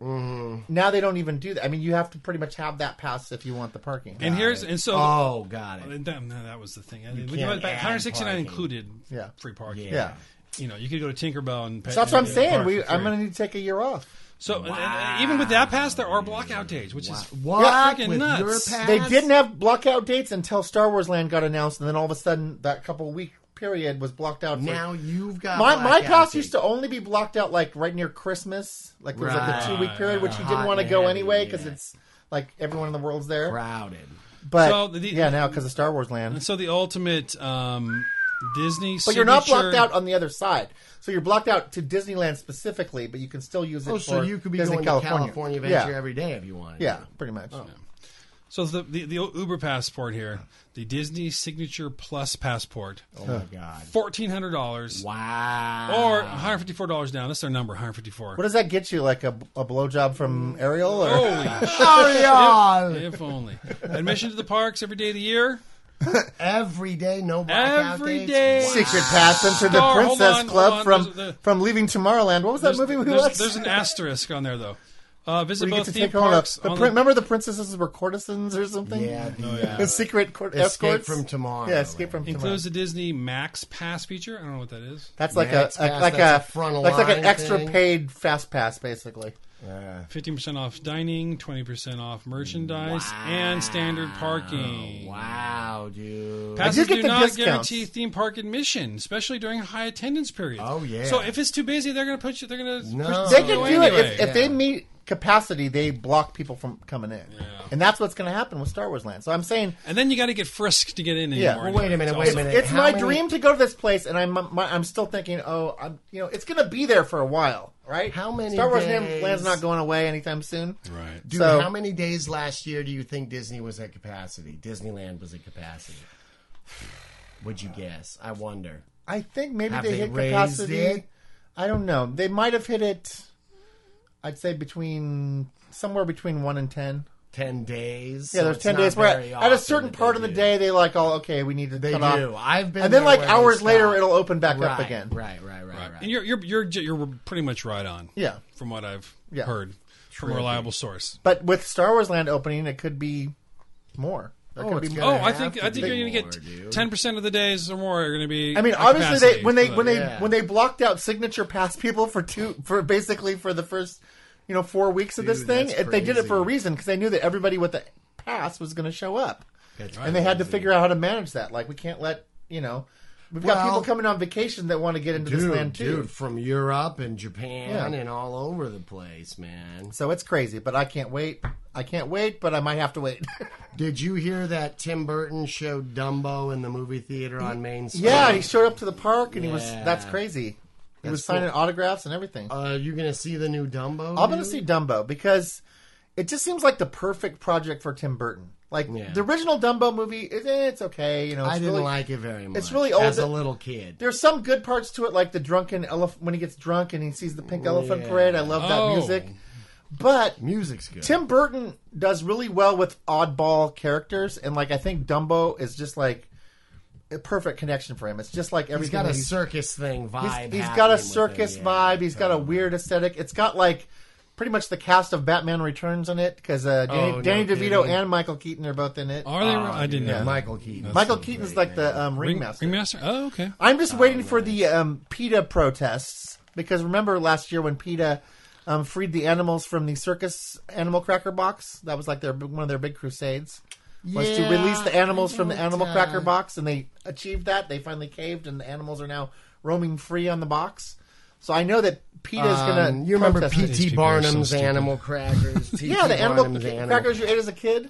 Speaker 3: Now they don't even do that. I mean, you have to pretty much have that pass if you want the parking.
Speaker 1: and here's and so
Speaker 3: Uh,
Speaker 2: Oh, got it.
Speaker 1: and that, no, that was the thing.
Speaker 2: can't
Speaker 1: One
Speaker 2: add
Speaker 1: hundred sixty nine
Speaker 2: parking.
Speaker 1: included
Speaker 3: Yeah.
Speaker 1: free parking.
Speaker 3: yeah.
Speaker 1: You know, you could go to Tinkerbell and pay.
Speaker 3: So that's what I'm
Speaker 1: and
Speaker 3: saying.
Speaker 1: park
Speaker 3: We,
Speaker 1: for
Speaker 3: I'm
Speaker 1: free.
Speaker 3: going to need to take a year off.
Speaker 1: So and- and even with that pass, there are blackout days, which is
Speaker 2: What
Speaker 1: freaking
Speaker 2: with
Speaker 1: nuts.
Speaker 2: your pass?
Speaker 3: They didn't have blockout dates until Star Wars Land got announced, and then all of a sudden, that couple week period was blocked out. for-
Speaker 2: Now you've got
Speaker 3: my my
Speaker 2: blackout
Speaker 3: pass
Speaker 2: dates.
Speaker 3: used to only be blocked out like right near Christmas, like there was like
Speaker 2: Right.
Speaker 3: a two week period, which you didn't
Speaker 2: Hot
Speaker 3: want to
Speaker 2: and
Speaker 3: go
Speaker 2: heavy,
Speaker 3: anyway because
Speaker 2: yeah.
Speaker 3: it's like everyone in the world's there.
Speaker 2: crowded.
Speaker 3: But
Speaker 1: So the-
Speaker 3: yeah, now because of Star Wars
Speaker 1: And
Speaker 3: Land,
Speaker 1: so the ultimate um, Disney.
Speaker 3: but you're not
Speaker 1: signature-
Speaker 3: blocked out on the other side. So you're blocked out to Disneyland specifically, but you can still use it.
Speaker 2: Oh, so
Speaker 3: for
Speaker 2: you could be
Speaker 3: Disney
Speaker 2: going
Speaker 3: California.
Speaker 2: to California
Speaker 3: yeah.
Speaker 2: Adventure every day if you wanted.
Speaker 3: Yeah, pretty much.
Speaker 1: So the, the the Uber passport here, the Disney Signature Plus passport,
Speaker 2: Oh my god!
Speaker 1: fourteen hundred dollars
Speaker 2: Wow.
Speaker 1: or one hundred fifty four dollars down. That's their number, one hundred fifty four.
Speaker 3: What does that get you? Like a, a blowjob from Ariel? Or?
Speaker 1: Holy shit,
Speaker 2: Ariel!
Speaker 1: if only admission to the parks every day of the year.
Speaker 2: Every day, no blackout
Speaker 1: Every
Speaker 2: dates?
Speaker 1: day.
Speaker 2: Wow.
Speaker 3: Secret pass into the
Speaker 1: Star, hold
Speaker 3: Princess
Speaker 1: on,
Speaker 3: Club
Speaker 1: hold
Speaker 3: from
Speaker 1: on. There's a-
Speaker 3: from Leaving Tomorrowland. What was that movie we
Speaker 1: there's,
Speaker 3: watched?
Speaker 1: there's an asterisk on there though. Uh, visit
Speaker 3: Where you get
Speaker 1: both
Speaker 3: to
Speaker 1: theme
Speaker 3: take on a,
Speaker 1: parks.
Speaker 3: the,
Speaker 1: on
Speaker 3: prin- remember the princesses were courtesans or something?
Speaker 2: Yeah, the, uh,
Speaker 3: The secret court,
Speaker 2: Escape
Speaker 3: escorts
Speaker 2: from tomorrow.
Speaker 3: Yeah, escape from tomorrow.
Speaker 1: includes the Disney Max Pass feature. I don't know what that is.
Speaker 3: That's like
Speaker 2: Max
Speaker 3: a, a-
Speaker 2: Pass,
Speaker 3: like
Speaker 2: that's
Speaker 3: a,
Speaker 2: a front
Speaker 3: that's like
Speaker 2: line
Speaker 3: an extra
Speaker 2: thing.
Speaker 3: paid fast pass, basically.
Speaker 2: Yeah.
Speaker 1: Fifteen percent off dining, twenty percent off merchandise, and standard parking.
Speaker 2: Wow, dude.
Speaker 1: Passes
Speaker 3: get
Speaker 1: do
Speaker 3: the
Speaker 1: not
Speaker 3: discounts.
Speaker 1: guarantee theme park admission, especially during high attendance periods.
Speaker 2: Oh, yeah.
Speaker 1: So if it's too busy, they're going to put you. They're going to
Speaker 2: No.
Speaker 1: push
Speaker 3: They
Speaker 1: the
Speaker 2: Oh,
Speaker 3: can do
Speaker 1: show
Speaker 3: it
Speaker 1: anyway.
Speaker 3: if, if they meet capacity. They block people from coming in, and that's what's going to happen with Star Wars Land. So I'm saying
Speaker 1: and then you got to get frisked to get in anymore.
Speaker 3: Yeah.
Speaker 1: anyway.
Speaker 2: Well, wait a minute,
Speaker 1: It's
Speaker 2: wait a
Speaker 1: also-
Speaker 2: minute.
Speaker 3: it's
Speaker 2: how
Speaker 3: my
Speaker 2: many-
Speaker 3: dream to go to this place, and I'm my, I'm still thinking, oh, I'm you know, it's going to be there for a while, right?
Speaker 2: How many
Speaker 3: Star Wars
Speaker 2: days-
Speaker 3: Land's not going away anytime soon.
Speaker 1: Right.
Speaker 2: Dude,
Speaker 3: So-
Speaker 2: how many days last year do you think Disney was at capacity? Disneyland was at capacity. Would you guess? I wonder.
Speaker 3: I think maybe
Speaker 2: Have
Speaker 3: they,
Speaker 2: they
Speaker 3: hit
Speaker 2: raised
Speaker 3: capacity.
Speaker 2: it?
Speaker 3: I don't know. They might have hit it. I'd say between somewhere between one and ten.
Speaker 2: Ten days.
Speaker 3: Yeah,
Speaker 2: So
Speaker 3: there's
Speaker 2: it's
Speaker 3: ten
Speaker 2: not
Speaker 3: days. Where
Speaker 2: very
Speaker 3: at, at a
Speaker 2: often
Speaker 3: certain
Speaker 2: that
Speaker 3: part
Speaker 2: they
Speaker 3: of the
Speaker 2: do.
Speaker 3: day, they like, oh, okay, we need to.
Speaker 2: They
Speaker 3: cut
Speaker 2: do.
Speaker 3: Off.
Speaker 2: I've been
Speaker 3: and then
Speaker 2: there
Speaker 3: like
Speaker 2: where they
Speaker 3: hours later,
Speaker 2: stop.
Speaker 3: it'll open back
Speaker 2: right,
Speaker 3: up again.
Speaker 2: Right, right, right, right.
Speaker 1: And you're, you're you're j- you're pretty much right on.
Speaker 3: Yeah.
Speaker 1: From what I've
Speaker 3: Yeah.
Speaker 1: heard from a reliable source.
Speaker 3: But with Star Wars Land opening, it could be more. There
Speaker 2: Oh,
Speaker 3: could be
Speaker 2: it's
Speaker 3: more.
Speaker 2: gonna
Speaker 1: Oh,
Speaker 2: Gonna
Speaker 1: I
Speaker 2: have
Speaker 1: think
Speaker 2: to
Speaker 1: I think
Speaker 2: be
Speaker 1: you're going to
Speaker 2: more,
Speaker 1: get
Speaker 2: dude.
Speaker 1: ten percent of the days or more are going to be.
Speaker 3: I mean,
Speaker 1: at
Speaker 3: obviously they
Speaker 1: capacity
Speaker 3: when they
Speaker 1: for
Speaker 3: when they
Speaker 2: Yeah.
Speaker 3: when they blocked out signature pass people for two for basically for the first you know four weeks of this
Speaker 2: Dude,
Speaker 3: thing,
Speaker 2: that's
Speaker 3: it, they did it for a
Speaker 2: crazy.
Speaker 3: reason because they knew that everybody with a pass was going to show up,
Speaker 2: That's
Speaker 3: and they had to figure out how to manage that. Like we can't let you know we've got
Speaker 2: Well-
Speaker 3: people coming on vacation that want to get into this land too.
Speaker 2: dude, from Europe and Japan
Speaker 3: Yeah.
Speaker 2: and all over the place, man.
Speaker 3: So it's crazy, but I can't wait. I can't wait, but I might have to wait.
Speaker 2: Did you hear that Tim Burton showed Dumbo in the movie theater on Main Street?
Speaker 3: yeah, he showed up to the park and he was
Speaker 2: Yeah.
Speaker 3: that's crazy. He was signing autographs and everything.
Speaker 2: Uh, you gonna see the new Dumbo?
Speaker 3: I'm going to
Speaker 2: dude?
Speaker 3: see Dumbo because it just seems like the perfect project for Tim Burton. Like
Speaker 2: Yeah.
Speaker 3: the original Dumbo movie, it, eh, it's okay. You know, it's
Speaker 2: I didn't
Speaker 3: really-
Speaker 2: like it very much.
Speaker 3: really old
Speaker 2: as a
Speaker 3: that-
Speaker 2: little kid.
Speaker 3: There's some good parts to it, like the drunken elephant when he gets drunk and he sees the pink elephant
Speaker 2: Yeah.
Speaker 3: parade. I love that
Speaker 1: Oh.
Speaker 3: music, but
Speaker 2: Music's good.
Speaker 3: Tim Burton does really well with oddball characters, and like I think Dumbo is just like a perfect connection for him. It's just like
Speaker 2: he's
Speaker 3: everything
Speaker 2: got a
Speaker 3: that he's-
Speaker 2: circus thing vibe.
Speaker 3: He's, he's
Speaker 2: happening
Speaker 3: got a
Speaker 2: with him,
Speaker 3: circus
Speaker 2: yeah.
Speaker 3: vibe. He's got a weird aesthetic. It's got like pretty much the cast of Batman Returns in it because uh, Danny,
Speaker 2: Oh, no
Speaker 3: Danny
Speaker 2: kidding.
Speaker 3: DeVito and Michael Keaton are both in it.
Speaker 1: Are they? Oh, I didn't
Speaker 2: Oh, Yeah,
Speaker 1: know.
Speaker 2: Michael Keaton.
Speaker 3: Michael Keaton's like the um, ringmaster.
Speaker 1: Ringmaster. Oh, okay.
Speaker 3: I'm just waiting for the um, PETA protests because remember last year when PETA um, freed the animals from the circus animal cracker box? That was like their one of their big crusades. Was to
Speaker 2: Yeah,
Speaker 3: release the animals
Speaker 2: I
Speaker 3: from the
Speaker 2: don't,
Speaker 3: animal
Speaker 2: uh,
Speaker 3: cracker box, and they achieved that. They finally caved, and the animals are now roaming free on the box. So I know that PETA is
Speaker 2: Um,
Speaker 3: going to.
Speaker 2: you remember
Speaker 1: These
Speaker 2: P.T.
Speaker 1: people are so
Speaker 2: Barnum's
Speaker 1: stupid.
Speaker 2: Animal Crackers? P.T.
Speaker 3: Yeah, the animal
Speaker 2: Barnum's
Speaker 3: crackers you ate as a kid.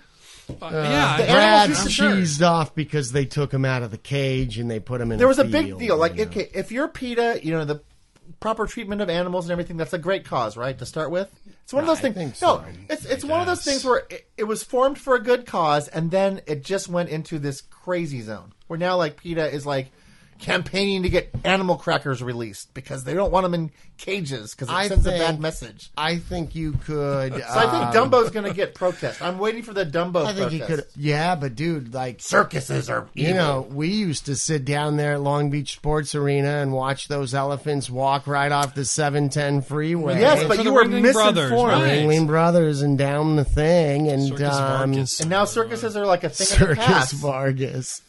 Speaker 1: Uh, yeah.
Speaker 3: the
Speaker 1: I-
Speaker 3: animals
Speaker 2: Brad's
Speaker 3: used to-
Speaker 1: sure.
Speaker 2: cheesed off because they took him out of the cage and they put him in.
Speaker 3: There was a big
Speaker 2: field,
Speaker 3: deal. Like,
Speaker 2: you know?
Speaker 3: okay, if you're PETA, you know the proper treatment of animals and everything. That's a great cause, right? To start with, it's one of
Speaker 2: No,
Speaker 3: those
Speaker 2: I
Speaker 3: things.
Speaker 2: think so.
Speaker 3: No, it's it's one of those things where it, it was formed for a good cause, and then it just went into this crazy zone where now like PETA is like campaigning to get animal crackers released because they don't want them in cages because it
Speaker 2: I
Speaker 3: sends a
Speaker 2: think-
Speaker 3: bad message.
Speaker 2: I think you could. uh,
Speaker 3: So I think Dumbo's going to get protest. I'm waiting for the Dumbo
Speaker 2: I think
Speaker 3: protest.
Speaker 2: you could. Yeah, but dude, like
Speaker 3: Circuses are
Speaker 2: You know, we used to sit down there at Long Beach Sports Arena and watch those elephants walk right off the 710 freeway.
Speaker 3: Yes,
Speaker 1: For
Speaker 3: but
Speaker 1: the
Speaker 3: you were
Speaker 1: Ringling Brothers,
Speaker 3: misinformed.
Speaker 1: right.
Speaker 2: Ringling Brothers and down the thing and
Speaker 1: Circus
Speaker 2: um,
Speaker 1: Vargas.
Speaker 3: And now circuses are like a thing of the
Speaker 2: Circus
Speaker 3: past.
Speaker 2: Vargas.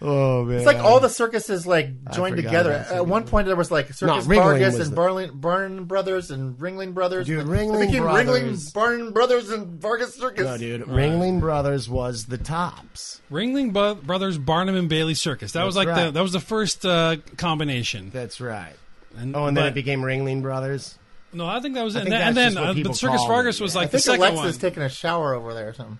Speaker 2: Oh man,
Speaker 3: It's like all the circuses like joined
Speaker 2: forgot
Speaker 3: together.
Speaker 2: about
Speaker 3: At one point, there was like Circus
Speaker 2: Ringling
Speaker 3: Vargas
Speaker 2: was
Speaker 3: and
Speaker 2: the-
Speaker 3: Barlin, Barn Brothers and Ringling Brothers.
Speaker 2: Dude,
Speaker 3: and
Speaker 2: Ringling
Speaker 3: it became
Speaker 2: Brothers-
Speaker 3: Ringling Barn Brothers and Vargas Circus.
Speaker 2: No, dude, Ringling Brothers was the tops.
Speaker 1: Ringling Bro- Brothers Barnum and Bailey Circus. That was
Speaker 2: That's
Speaker 1: like the
Speaker 2: right.
Speaker 1: that was the first uh, combination.
Speaker 2: That's right.
Speaker 1: And,
Speaker 2: Oh, and then
Speaker 1: but-
Speaker 2: it became Ringling Brothers.
Speaker 1: No, I think that was it.
Speaker 2: think
Speaker 1: And then, and then
Speaker 2: that's just what
Speaker 1: uh,
Speaker 2: people
Speaker 1: the Circus
Speaker 2: call
Speaker 1: Vargas
Speaker 2: it,
Speaker 1: was
Speaker 2: yeah.
Speaker 1: like
Speaker 3: I
Speaker 1: the
Speaker 3: think
Speaker 1: second
Speaker 3: Alexa's
Speaker 1: one.
Speaker 3: taking a shower over there or something.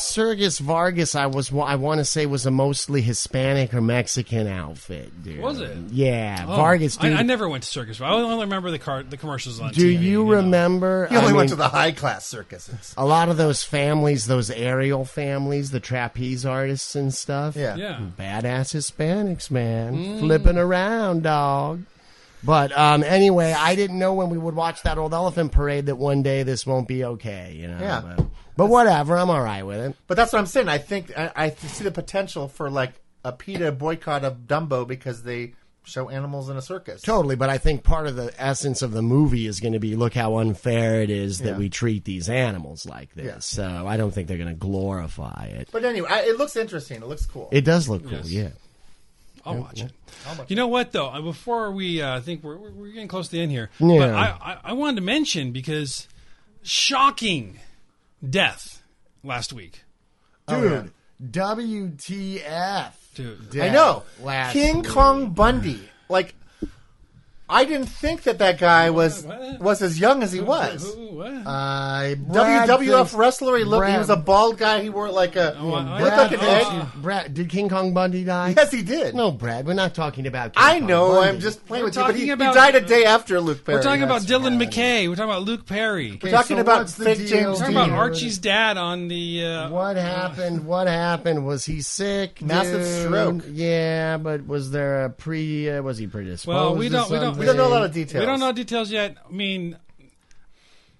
Speaker 2: Sergis Vargas, I was I want to say was a mostly Hispanic or Mexican outfit, dude.
Speaker 1: Was it? Oh,
Speaker 2: Yeah, Vargas.
Speaker 1: I,
Speaker 2: Dude,
Speaker 1: I never went to circus. I only remember the car, the commercials on.
Speaker 2: do
Speaker 1: TV,
Speaker 2: you
Speaker 1: know.
Speaker 2: remember?
Speaker 3: He only
Speaker 2: I
Speaker 3: went
Speaker 2: mean,
Speaker 3: to the high class circuses.
Speaker 2: a lot of those families, those aerial families, the trapeze artists and stuff. Mm,
Speaker 3: Yeah.
Speaker 1: Yeah.
Speaker 2: Badass Hispanics, man.
Speaker 1: Mm.
Speaker 2: Flipping around, dog. But um, anyway, I didn't know when we would watch that old elephant parade that one day this won't be okay, you know.
Speaker 3: Yeah.
Speaker 2: But, but whatever, I'm all right with it.
Speaker 3: But that's what I'm saying. I think I, I see the potential for like a PETA boycott of Dumbo because they show animals in a circus.
Speaker 2: Totally, but I think part of the essence of the movie is going to be look how unfair it is that
Speaker 3: Yeah.
Speaker 2: we treat these animals like this.
Speaker 3: Yeah.
Speaker 2: So I don't think they're going to glorify it.
Speaker 3: But anyway, I, it looks interesting. It looks cool.
Speaker 2: It does look cool,
Speaker 1: Yes.
Speaker 2: yeah.
Speaker 1: I'll watch it. You know what though? Uh, Before we, uh, I think we're we're- we're getting close to the end here.
Speaker 2: Yeah.
Speaker 1: But I, I I wanted to mention because shocking death last week.
Speaker 2: Dude, WTF.
Speaker 1: Dude.
Speaker 3: Oh, I know.
Speaker 2: Last
Speaker 3: King Kong Bundy. Like, I didn't think that that guy was
Speaker 1: What?
Speaker 3: was as young as he
Speaker 1: Who-
Speaker 3: was.
Speaker 1: who- what?
Speaker 2: Uh, Brad
Speaker 3: WWF
Speaker 2: thinks-
Speaker 3: wrestler. He looked. He
Speaker 2: Brad-
Speaker 3: was a bald guy. He wore like a
Speaker 1: Oh, I-
Speaker 3: looked
Speaker 2: Brad,
Speaker 3: like an
Speaker 2: thinks
Speaker 3: egg.
Speaker 2: you- Brad, did King Kong Bundy die?
Speaker 3: Yes, he did.
Speaker 2: No, Brad, we're not talking about King
Speaker 3: I
Speaker 2: Kong
Speaker 3: know.
Speaker 2: Bundy.
Speaker 3: I'm just playing
Speaker 1: We're
Speaker 3: with you. But
Speaker 1: talking
Speaker 3: he, he
Speaker 1: about-
Speaker 3: died a day after Luke Perry.
Speaker 1: We're talking about
Speaker 3: That's-
Speaker 1: Dylan McKay. We're talking about Luke Perry.
Speaker 3: We're
Speaker 1: We're
Speaker 2: Okay,
Speaker 3: talking
Speaker 2: so
Speaker 3: about
Speaker 2: what's the
Speaker 3: fake
Speaker 2: deal,
Speaker 3: James.
Speaker 1: talking
Speaker 2: dude?
Speaker 1: about
Speaker 3: Dean.
Speaker 1: Archie's dad on the. Uh,
Speaker 2: What happened? What happened? Was he sick?
Speaker 3: Massive
Speaker 2: dude?
Speaker 3: stroke.
Speaker 2: Yeah, but was there a pre? Uh, was he predisposed?
Speaker 1: Well, we
Speaker 2: to
Speaker 1: don't- we don't-
Speaker 3: We don't know a lot
Speaker 2: something?
Speaker 3: of details.
Speaker 1: we don't know details yet. I mean,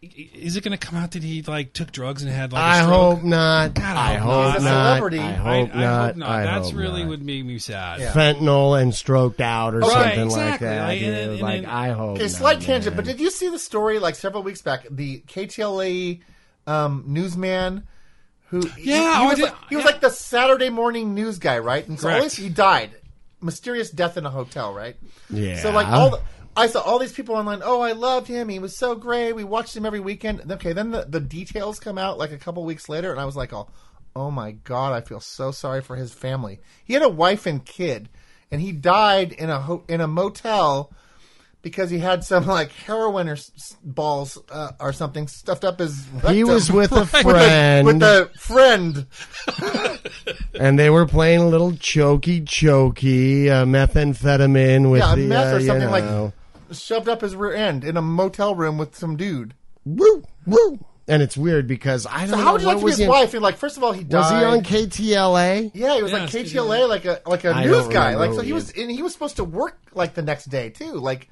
Speaker 1: i- is it going to come out that he like took drugs and had like? a
Speaker 2: I
Speaker 1: stroke?
Speaker 2: hope not.
Speaker 1: God, I
Speaker 2: I
Speaker 1: hope
Speaker 2: hope
Speaker 1: not.
Speaker 2: not.
Speaker 3: He's a
Speaker 2: I
Speaker 3: celebrity.
Speaker 1: I,
Speaker 2: hope
Speaker 1: I
Speaker 2: not.
Speaker 1: hope not.
Speaker 2: I
Speaker 1: That's
Speaker 2: hope
Speaker 1: really
Speaker 2: not.
Speaker 1: would make me sad.
Speaker 3: Yeah.
Speaker 2: fentanyl and stroked out or
Speaker 1: Right,
Speaker 2: something like
Speaker 1: exactly.
Speaker 2: that.
Speaker 1: Like,
Speaker 2: dude.
Speaker 1: and- and-
Speaker 2: like
Speaker 1: and-
Speaker 2: I hope.
Speaker 3: Okay,
Speaker 2: not,
Speaker 3: slight tangent,
Speaker 2: man.
Speaker 3: but did you see the story like several weeks back? The KTLA um, newsman who he-
Speaker 1: Yeah,
Speaker 3: he,
Speaker 1: oh, I
Speaker 3: was,
Speaker 1: did-
Speaker 3: like, he was
Speaker 1: yeah.
Speaker 3: like the Saturday morning news guy, right? And so at
Speaker 1: Correct.
Speaker 3: least he died, mysterious death in a hotel, right?
Speaker 2: Yeah.
Speaker 3: So like all the, I saw all these people online. Oh, I loved him. He was so great. We watched him every weekend. Okay, then the, the details come out like a couple weeks later, and I was like, oh, oh my god, I feel so sorry for his family. He had a wife and kid, and he died in a ho- in a motel because he had some like heroin or s- s- balls uh, or something stuffed up his.
Speaker 2: he
Speaker 3: rectum.
Speaker 2: was with a
Speaker 3: With a-
Speaker 2: friend,
Speaker 3: with a friend.
Speaker 2: and they were playing a little chokey chokey uh, methamphetamine with
Speaker 3: Yeah, a
Speaker 2: the
Speaker 3: meth
Speaker 2: uh,
Speaker 3: or
Speaker 2: you
Speaker 3: something like-
Speaker 2: know.
Speaker 3: shoved up his rear end in a motel room with some dude.
Speaker 2: woo woo. And it's weird because I don't
Speaker 3: So
Speaker 2: know
Speaker 3: how would you
Speaker 2: what
Speaker 3: like to be
Speaker 2: was
Speaker 3: his
Speaker 2: he in-
Speaker 3: wife? And like, first of all, he died.
Speaker 2: Was he on KTLA?
Speaker 3: Yeah, he was
Speaker 1: Yes,
Speaker 3: like
Speaker 1: he did.
Speaker 3: KTLA, like a like a
Speaker 2: I
Speaker 3: news
Speaker 2: don't
Speaker 3: guy.
Speaker 2: remember
Speaker 3: Like
Speaker 2: who
Speaker 3: so,
Speaker 2: he
Speaker 3: he was and he was supposed to work like the next day too. Like,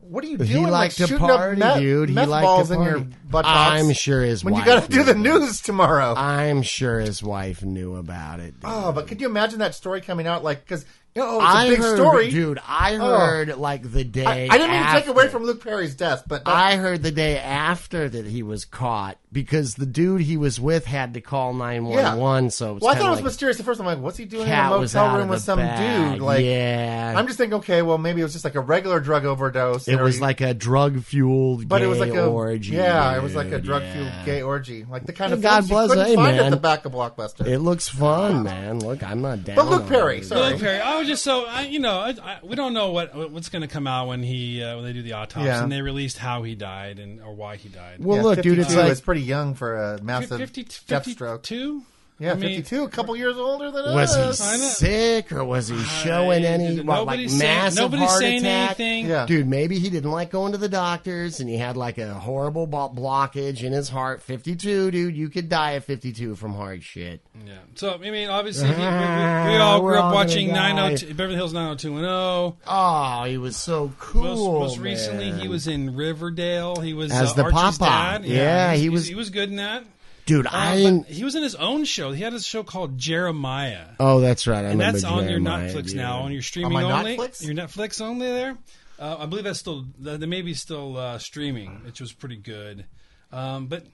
Speaker 3: what are you doing?
Speaker 2: He liked
Speaker 3: like,
Speaker 2: to
Speaker 3: shooting up
Speaker 2: party,
Speaker 3: meth,
Speaker 2: dude. He
Speaker 3: meth
Speaker 2: liked
Speaker 3: balls
Speaker 2: to
Speaker 3: in your
Speaker 2: party.
Speaker 3: butt box
Speaker 2: I'm sure his
Speaker 3: when
Speaker 2: wife
Speaker 3: you got to do the
Speaker 2: knew.
Speaker 3: news tomorrow.
Speaker 2: I'm sure his wife knew about it. dude.
Speaker 3: oh, but could you imagine that story coming out? Like, because you know, it's a
Speaker 2: I
Speaker 3: big
Speaker 2: heard,
Speaker 3: story. Oh.
Speaker 2: dude. I heard like the day.
Speaker 3: I, I didn't mean to take
Speaker 2: after.
Speaker 3: away from Luke Perry's death, but uh, that,
Speaker 2: I heard the day after that he was caught because the dude he was with had to call nine one one. So it's
Speaker 3: well, I
Speaker 2: kinda
Speaker 3: thought it was
Speaker 2: like
Speaker 3: mysterious at first. I'm like, what's he doing in a
Speaker 2: cat was out
Speaker 3: motel
Speaker 2: of
Speaker 3: room with
Speaker 2: the
Speaker 3: some
Speaker 2: bag.
Speaker 3: dude? Like,
Speaker 2: yeah,
Speaker 3: I'm just thinking, okay, well, maybe it was just like a regular drug overdose.
Speaker 2: it
Speaker 3: or
Speaker 2: was
Speaker 3: he-
Speaker 2: like a drug fueled,
Speaker 3: But it was like a
Speaker 2: orgy.
Speaker 3: Yeah, it was like a
Speaker 2: dude,
Speaker 3: drug
Speaker 2: yeah.
Speaker 3: fueled gay orgy, like the kind
Speaker 2: And
Speaker 3: of
Speaker 2: God
Speaker 3: films
Speaker 2: bless,
Speaker 3: you couldn't
Speaker 2: hey,
Speaker 3: find
Speaker 2: man.
Speaker 3: at the back of Blockbuster.
Speaker 2: It looks fun, man. Look, I'm not down.
Speaker 3: Luke
Speaker 2: on
Speaker 3: Perry,
Speaker 2: it.
Speaker 3: sorry.
Speaker 1: Luke Perry. I was just so I, you know I, I, we don't know what what's going to come out when he uh, when they do the autopsy
Speaker 3: Yeah.
Speaker 1: and they released how he died and or why he died.
Speaker 2: Well,
Speaker 3: Yeah,
Speaker 2: look, dude, it's
Speaker 3: 52
Speaker 2: like
Speaker 3: is pretty young for a massive
Speaker 1: 50,
Speaker 3: death stroke.
Speaker 1: 52?
Speaker 3: Yeah,
Speaker 1: I mean,
Speaker 3: 52, a couple years older than
Speaker 2: Was he
Speaker 3: us.
Speaker 1: I know.
Speaker 2: sick or was he showing
Speaker 1: I-
Speaker 2: any what, like
Speaker 1: nobody's saying-
Speaker 2: massive
Speaker 1: nobody's
Speaker 2: heart
Speaker 1: saying
Speaker 2: attack?
Speaker 1: anything.
Speaker 3: Yeah.
Speaker 2: Dude, maybe he didn't like going to the doctors and he had like a horrible bo- blockage in his heart. 52, dude, you could die at 52 from heart shit.
Speaker 1: Yeah. So I mean, obviously, we, we, we all
Speaker 2: We're
Speaker 1: grew up
Speaker 2: all gonna
Speaker 1: watching
Speaker 2: die.
Speaker 1: 902, Beverly Hills 90210.
Speaker 2: Oh, he was so
Speaker 1: Most,
Speaker 2: cool.
Speaker 1: most recently,
Speaker 2: man.
Speaker 1: he was in Riverdale. He was
Speaker 2: As
Speaker 1: uh,
Speaker 2: the
Speaker 1: Archie's
Speaker 2: Popeye.
Speaker 1: dad.
Speaker 2: Yeah,
Speaker 1: he's-
Speaker 2: he
Speaker 1: he's-
Speaker 2: was-
Speaker 1: He was good in that.
Speaker 2: Dude, I didn't.
Speaker 1: Uh, But he was in his own show. He had a show called Jeremiah.
Speaker 2: Oh, that's right. I
Speaker 1: And
Speaker 2: remember
Speaker 1: that's on your
Speaker 2: Jeremiah,
Speaker 1: Netflix
Speaker 2: dude.
Speaker 1: now, on your streaming
Speaker 3: my
Speaker 1: only.
Speaker 3: Netflix?
Speaker 1: Your Netflix only there. Uh, I believe that's still that that may be still uh, streaming, which was pretty good. Um, but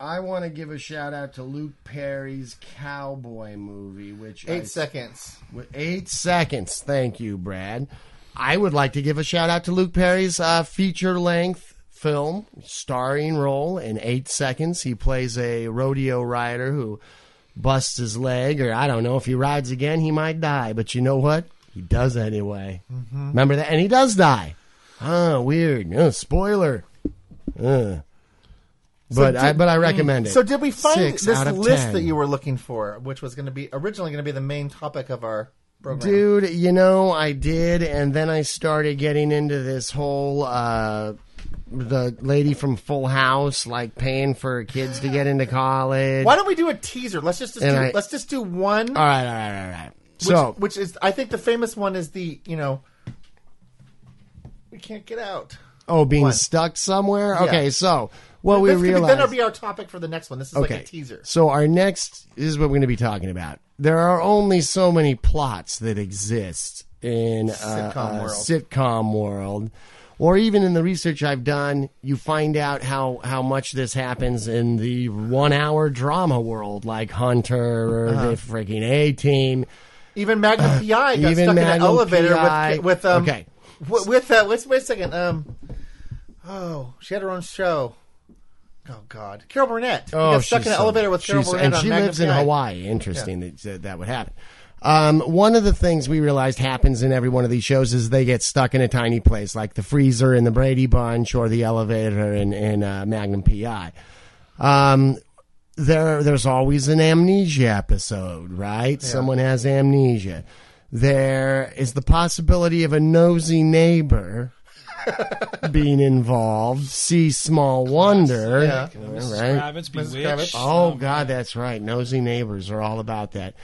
Speaker 2: I want to give a shout out to Luke Perry's Cowboy movie, which I
Speaker 3: Eight seconds.
Speaker 2: With eight seconds. Thank you, Brad. I would like to give a shout out to Luke Perry's uh, feature length film, starring role in eight seconds. He plays a rodeo rider who busts his leg, or I don't know if he rides again, he might die. But you know what? He does anyway. Remember that? And he Ah, does die. Huh, weird. Uh, spoiler. Uh. But
Speaker 3: did-
Speaker 2: I but I recommend it.
Speaker 3: Mm. So did we find
Speaker 2: Six
Speaker 3: this
Speaker 2: out of
Speaker 3: list
Speaker 2: 10.
Speaker 3: that you were looking for, which was going to be originally going to be the main topic of our program?
Speaker 2: Dude, you know, I did, and then I started getting into this whole uh the lady from Full House, like paying for kids to get into college.
Speaker 3: Why don't we do a teaser? Let's just, just do,
Speaker 2: And I-
Speaker 3: let's just do one.
Speaker 2: All right, all right, all right.
Speaker 3: which,
Speaker 2: So
Speaker 3: which is I think the famous one is the you know we can't get out.
Speaker 2: oh, being
Speaker 3: one.
Speaker 2: stuck somewhere. Okay, so what we
Speaker 3: This could be- then
Speaker 2: realized.
Speaker 3: that'll be our topic for the next one. This is like a teaser.
Speaker 2: So our next this is what we're going to be talking about. There are only so many plots that exist in uh,
Speaker 3: Sitcom
Speaker 2: a
Speaker 3: world.
Speaker 2: sitcom world, or even in the research I've done, you find out how how much this happens in the one hour drama world, like Hunter or
Speaker 3: Uh-huh.
Speaker 2: the freaking A Team.
Speaker 3: Even Magnum PI got
Speaker 2: Even
Speaker 3: stuck in an
Speaker 2: Magnum
Speaker 3: elevator
Speaker 2: PI.
Speaker 3: with with um
Speaker 2: Okay.
Speaker 3: w- with uh, wait, wait a second um oh she had her own show. Oh God, Carol Burnett. Oh, got stuck in an elevator with Carol
Speaker 2: she's-
Speaker 3: Burnett
Speaker 2: and
Speaker 3: on
Speaker 2: she
Speaker 3: Magnum
Speaker 2: lives in
Speaker 3: PI.
Speaker 2: Hawaii. Interesting that that that would happen. Um, one of the things we realized happens in every one of these shows is they get stuck in a tiny place, like the freezer in the Brady Bunch or the elevator in, in uh, Magnum PI. Um, there, there's always an amnesia episode, right? Someone has amnesia. There is the possibility of a nosy neighbor being involved. See Small Wonder,
Speaker 3: Yeah.
Speaker 2: right?
Speaker 1: Kravitz,
Speaker 3: Mrs.
Speaker 1: Bewitched.
Speaker 3: Kravitz.
Speaker 2: Oh God, that's right. Nosy neighbors are all about that.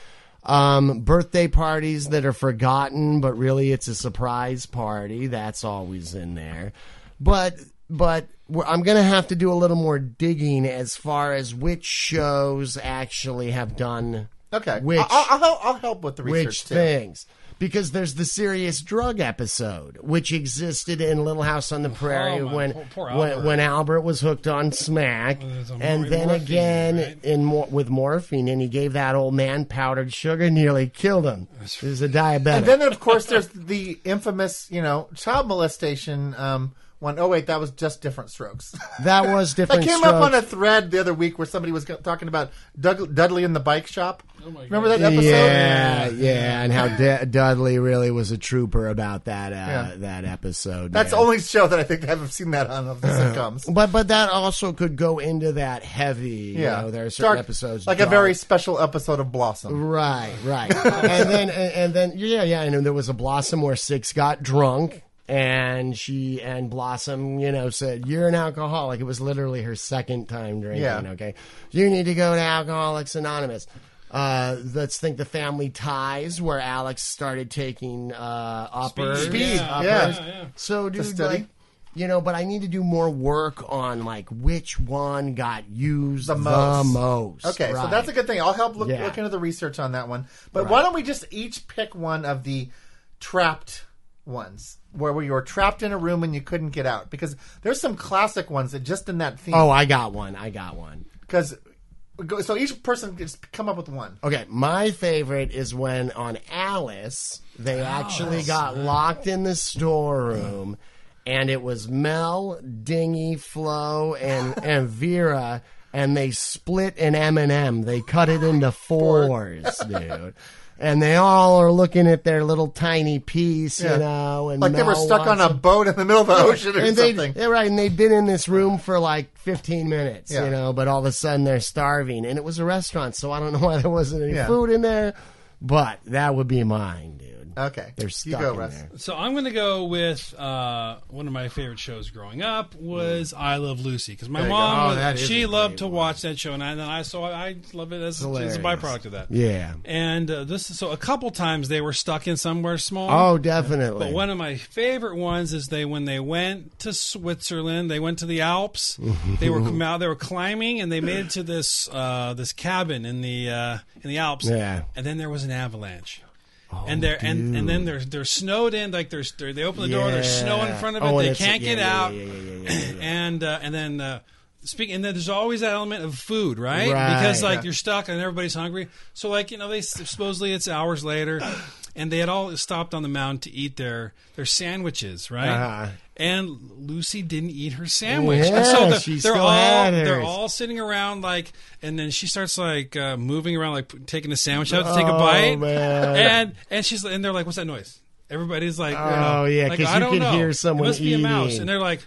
Speaker 2: Um, birthday parties that are forgotten, but really it's a surprise party. That's always in there. But but we're, I'm gonna have to do a little more digging as far as which shows actually have done
Speaker 3: Okay,
Speaker 2: Which-
Speaker 3: I'll, I'll, help- I'll help with the research
Speaker 2: which
Speaker 3: too.
Speaker 2: things. Because there's the serious drug episode, which existed in Little House on the Prairie
Speaker 1: Oh, my
Speaker 2: when,
Speaker 1: poor- poor
Speaker 2: when
Speaker 1: Albert.
Speaker 2: when Albert was hooked on smack,
Speaker 1: there's a
Speaker 2: and
Speaker 1: mor-
Speaker 2: then
Speaker 1: morphine,
Speaker 2: again
Speaker 1: right?
Speaker 2: in mor- with morphine, and he gave that old man powdered sugar, nearly killed him. He was a diabetic.
Speaker 3: And then, of course, there's the infamous, you know, child molestation um, one. Oh, wait, that was just different strokes.
Speaker 2: that was
Speaker 3: that
Speaker 2: different.
Speaker 3: came
Speaker 2: strokes.
Speaker 3: up on a thread the other week where somebody was go- talking about Doug- Dudley in the bike shop.
Speaker 1: my
Speaker 3: Remember that episode?
Speaker 2: Yeah, yeah, and how D- Dudley really was a trooper about that uh,
Speaker 3: Yeah.
Speaker 2: that episode.
Speaker 3: That's
Speaker 2: man.
Speaker 3: the only show that I think I've seen that on of the sitcoms.
Speaker 2: But but that also could go into that heavy.
Speaker 3: Yeah,
Speaker 2: you know, there are certain
Speaker 3: Dark-
Speaker 2: episodes
Speaker 3: like a
Speaker 2: dark.
Speaker 3: very special episode of Blossom.
Speaker 2: Right, right. and then and, and then yeah, yeah, and then there was a Blossom where Six got drunk and she and Blossom, you know, said, You're an alcoholic. It was literally her second time drinking,
Speaker 3: Yeah.
Speaker 2: okay. You need to go to Alcoholics Anonymous. Uh, let's think the family ties where Alex started taking uh uppers.
Speaker 3: Speed,
Speaker 1: Yeah,
Speaker 2: uppers.
Speaker 3: yeah.
Speaker 1: yeah.
Speaker 2: So dude
Speaker 3: study.
Speaker 2: like you know, but I need to do more work on like which one got used the
Speaker 3: most.
Speaker 2: most.
Speaker 3: Okay, so
Speaker 2: right.
Speaker 3: that's a good thing. I'll help look,
Speaker 2: Yeah.
Speaker 3: look into the research on that one. But why don't we just each pick one of the trapped ones where we were trapped in a room and you couldn't get out? Because there's some classic ones that just in that theme.
Speaker 2: Oh, I got one. I got one.
Speaker 3: Because so each person can just come up with one.
Speaker 2: Okay, my favorite is when on Alice they actually got locked in the storeroom, and it was Mel, Dingy, Flo, and and Vera, and they split an M and M. They cut it into fours, dude. And they all are looking at their little tiny piece,
Speaker 3: Yeah.
Speaker 2: you know, and
Speaker 3: Like they were
Speaker 2: Mel
Speaker 3: stuck on
Speaker 2: wants
Speaker 3: a boat in the middle of the ocean or
Speaker 2: and
Speaker 3: something.
Speaker 2: They, yeah, right, and they'd been in this room for like 15 minutes,
Speaker 3: Yeah.
Speaker 2: you know, but all of a sudden they're starving. And it was a restaurant, so I don't know why there wasn't any
Speaker 3: Yeah.
Speaker 2: food in there, but that would be mine, dude.
Speaker 3: okay,
Speaker 2: They're stuck
Speaker 3: you go,
Speaker 2: in
Speaker 3: Russ.
Speaker 2: there.
Speaker 1: So I'm going to go with uh, one of my favorite shows growing up was
Speaker 2: Mm.
Speaker 1: I Love Lucy because my
Speaker 3: you go.
Speaker 1: mom
Speaker 2: Oh,
Speaker 1: was-
Speaker 2: that is
Speaker 1: she
Speaker 2: a
Speaker 1: loved
Speaker 2: great
Speaker 1: to watch that show and I, and I saw I love it as, a- as
Speaker 2: Hilarious.
Speaker 1: a byproduct of that.
Speaker 2: Yeah.
Speaker 1: And uh, this is, so a couple times they were stuck in somewhere small.
Speaker 2: Oh, definitely.
Speaker 1: But one of my favorite ones is they when they went to Switzerland, they went to the Alps. they were come out, they were climbing, and they made it to this uh, this cabin in the uh, in the Alps.
Speaker 2: Yeah. Oh,
Speaker 1: and then there was an avalanche. and they're and, and then they're they're snowed in like there's they're, they open the door there's snow in
Speaker 2: Yeah.
Speaker 1: front of it
Speaker 2: Oh, and
Speaker 1: they
Speaker 2: it's-
Speaker 1: can't
Speaker 2: yeah,
Speaker 1: get
Speaker 2: yeah,
Speaker 1: out
Speaker 2: yeah, yeah, yeah, yeah, yeah.
Speaker 1: and uh, and then uh, speak and then there's always that element of food right,
Speaker 2: Right.
Speaker 1: because like
Speaker 2: Yeah.
Speaker 1: you're stuck and everybody's hungry so like you know they supposedly it's hours later and they had all stopped on the mountain to eat their their sandwiches right
Speaker 2: Uh-huh.
Speaker 1: and Lucy didn't eat her sandwich
Speaker 2: Yeah,
Speaker 1: and so the-
Speaker 2: she
Speaker 1: they're
Speaker 2: still
Speaker 1: all
Speaker 2: had
Speaker 1: they're
Speaker 2: hers.
Speaker 1: all sitting around like and then she starts like uh, moving around like p- taking a sandwich out to take a bite
Speaker 2: Oh, man.
Speaker 1: and and she's and they're like what's that noise everybody's like you
Speaker 2: Oh,
Speaker 1: know,
Speaker 2: yeah,
Speaker 1: like,
Speaker 2: 'cause
Speaker 1: I
Speaker 2: you
Speaker 1: don't
Speaker 2: could
Speaker 1: know.
Speaker 2: hear
Speaker 1: It
Speaker 2: someone
Speaker 1: must be a mouse
Speaker 2: eating.
Speaker 1: and they're like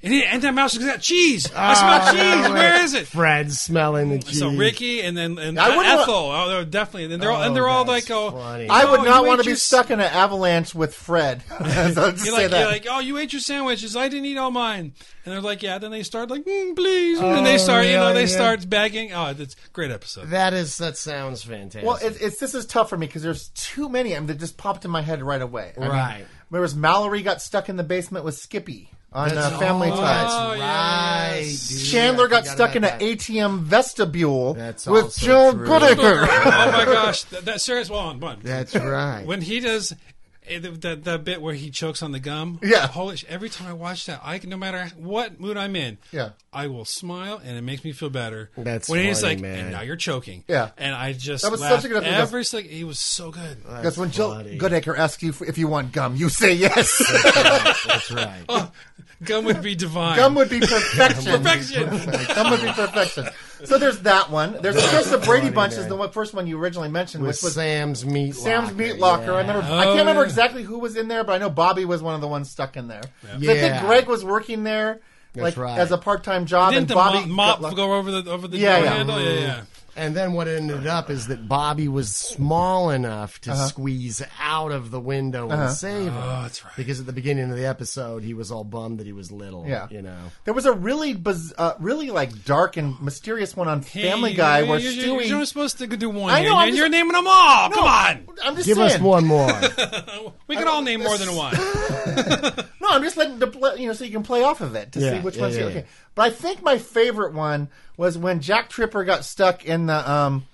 Speaker 1: And he, and that mouse looks at cheese.
Speaker 2: Oh,
Speaker 1: I smell cheese. Where is it?
Speaker 2: Fred smelling the cheese.
Speaker 1: So Ricky and then and
Speaker 3: I wouldn't
Speaker 1: Ethel. oh, they're definitely. And they're all, and they're
Speaker 2: Oh,
Speaker 1: all
Speaker 2: that's
Speaker 1: like, oh,
Speaker 2: funny.
Speaker 3: I
Speaker 1: oh,
Speaker 3: would not
Speaker 1: you
Speaker 3: want
Speaker 1: ate
Speaker 3: to be
Speaker 1: your-
Speaker 3: stuck in an avalanche with Fred. I'll just
Speaker 1: You're
Speaker 3: say
Speaker 1: like,
Speaker 3: that.
Speaker 1: you're like, oh, you ate your sandwiches. I didn't eat all mine. And they're like, yeah. Then they start like, mm, please. and they
Speaker 2: Oh,
Speaker 1: start, you know,
Speaker 2: really?
Speaker 1: they
Speaker 2: Yeah.
Speaker 1: start begging. Oh, that's a great episode.
Speaker 2: That is that sounds fantastic.
Speaker 3: well, it's, it's this is tough for me because there's too many. I mean, that just popped in my head right away. I mean,
Speaker 2: Right.
Speaker 3: there was Mallory got stuck in the basement with Skippy on uh, Family
Speaker 2: oh,
Speaker 3: Ties.
Speaker 1: Oh,
Speaker 2: That's right.
Speaker 1: yes.
Speaker 2: dude.
Speaker 3: Chandler
Speaker 2: I
Speaker 3: got
Speaker 2: forgot
Speaker 3: stuck in an
Speaker 2: about that.
Speaker 3: ATM vestibule
Speaker 2: That's
Speaker 3: with
Speaker 2: also
Speaker 3: Jill
Speaker 2: true.
Speaker 3: Goodacre.
Speaker 1: oh my gosh, that, that serious one, one.
Speaker 2: That's right.
Speaker 1: When he does eh, the- that that bit where he chokes on the gum,
Speaker 3: Yeah.
Speaker 1: Holy! sh- Every time I watch that, I can, no matter what mood I'm in,
Speaker 3: Yeah.
Speaker 1: I will smile and it makes me feel better.
Speaker 2: That's
Speaker 1: when he's
Speaker 2: funny,
Speaker 1: like,
Speaker 2: man.
Speaker 1: and now you're choking,
Speaker 3: Yeah.
Speaker 1: And I just
Speaker 3: That was
Speaker 1: laughed
Speaker 3: such a good episode.
Speaker 1: every second. He was so good.
Speaker 3: Because when Jill
Speaker 2: funny.
Speaker 3: Goodacre asks you if you want gum, you say yes.
Speaker 2: That's right.
Speaker 1: Gum would be divine.
Speaker 3: gum would be perfection.
Speaker 1: perfection.
Speaker 3: gum would be perfection. So there's that one. There's of course the Brady Bunch is the one, first one you originally mentioned,
Speaker 2: With
Speaker 3: which was
Speaker 2: Sam's meat.
Speaker 3: Sam's
Speaker 2: locker.
Speaker 3: Meat Locker. I remember. I
Speaker 1: Oh,
Speaker 3: can't remember
Speaker 1: yeah.
Speaker 3: exactly who was in there, but I know Bobby was one of the ones stuck in there. So I think
Speaker 2: Yeah.
Speaker 3: Greg was working there, like
Speaker 2: right.
Speaker 3: as a part-time job,
Speaker 1: Didn't
Speaker 3: and
Speaker 1: the
Speaker 3: Bobby
Speaker 1: mop,
Speaker 3: got luck-
Speaker 1: mop go over the over the
Speaker 3: Yeah,
Speaker 1: door
Speaker 3: yeah.
Speaker 1: handle? Yeah,
Speaker 2: Mm-hmm.
Speaker 1: yeah.
Speaker 2: And then what ended up is that Bobby was small enough to
Speaker 3: Uh-huh.
Speaker 2: squeeze out of the window and save him.
Speaker 1: Oh, that's right.
Speaker 2: Because at the beginning of the episode, he was all bummed that he was little.
Speaker 3: Yeah.
Speaker 2: You know.
Speaker 3: There was a really, biz- uh, really like dark and mysterious one on
Speaker 1: Hey,
Speaker 3: Family Guy where
Speaker 1: you're,
Speaker 3: Stewie.
Speaker 1: you're, you're supposed to do one.
Speaker 3: I know,
Speaker 1: here,
Speaker 3: I'm
Speaker 1: and
Speaker 3: just-
Speaker 1: you're naming them all. Come on,
Speaker 3: I'm just
Speaker 2: Give
Speaker 3: saying.
Speaker 2: us one more.
Speaker 1: we can all name more than one.
Speaker 3: No, I'm just letting to play, you know, so you can play off of it to
Speaker 2: Yeah,
Speaker 3: see which
Speaker 2: yeah,
Speaker 3: one's
Speaker 2: yeah,
Speaker 3: okay.
Speaker 2: yeah.
Speaker 3: But I think my favorite one was when Jack Tripper got stuck in the um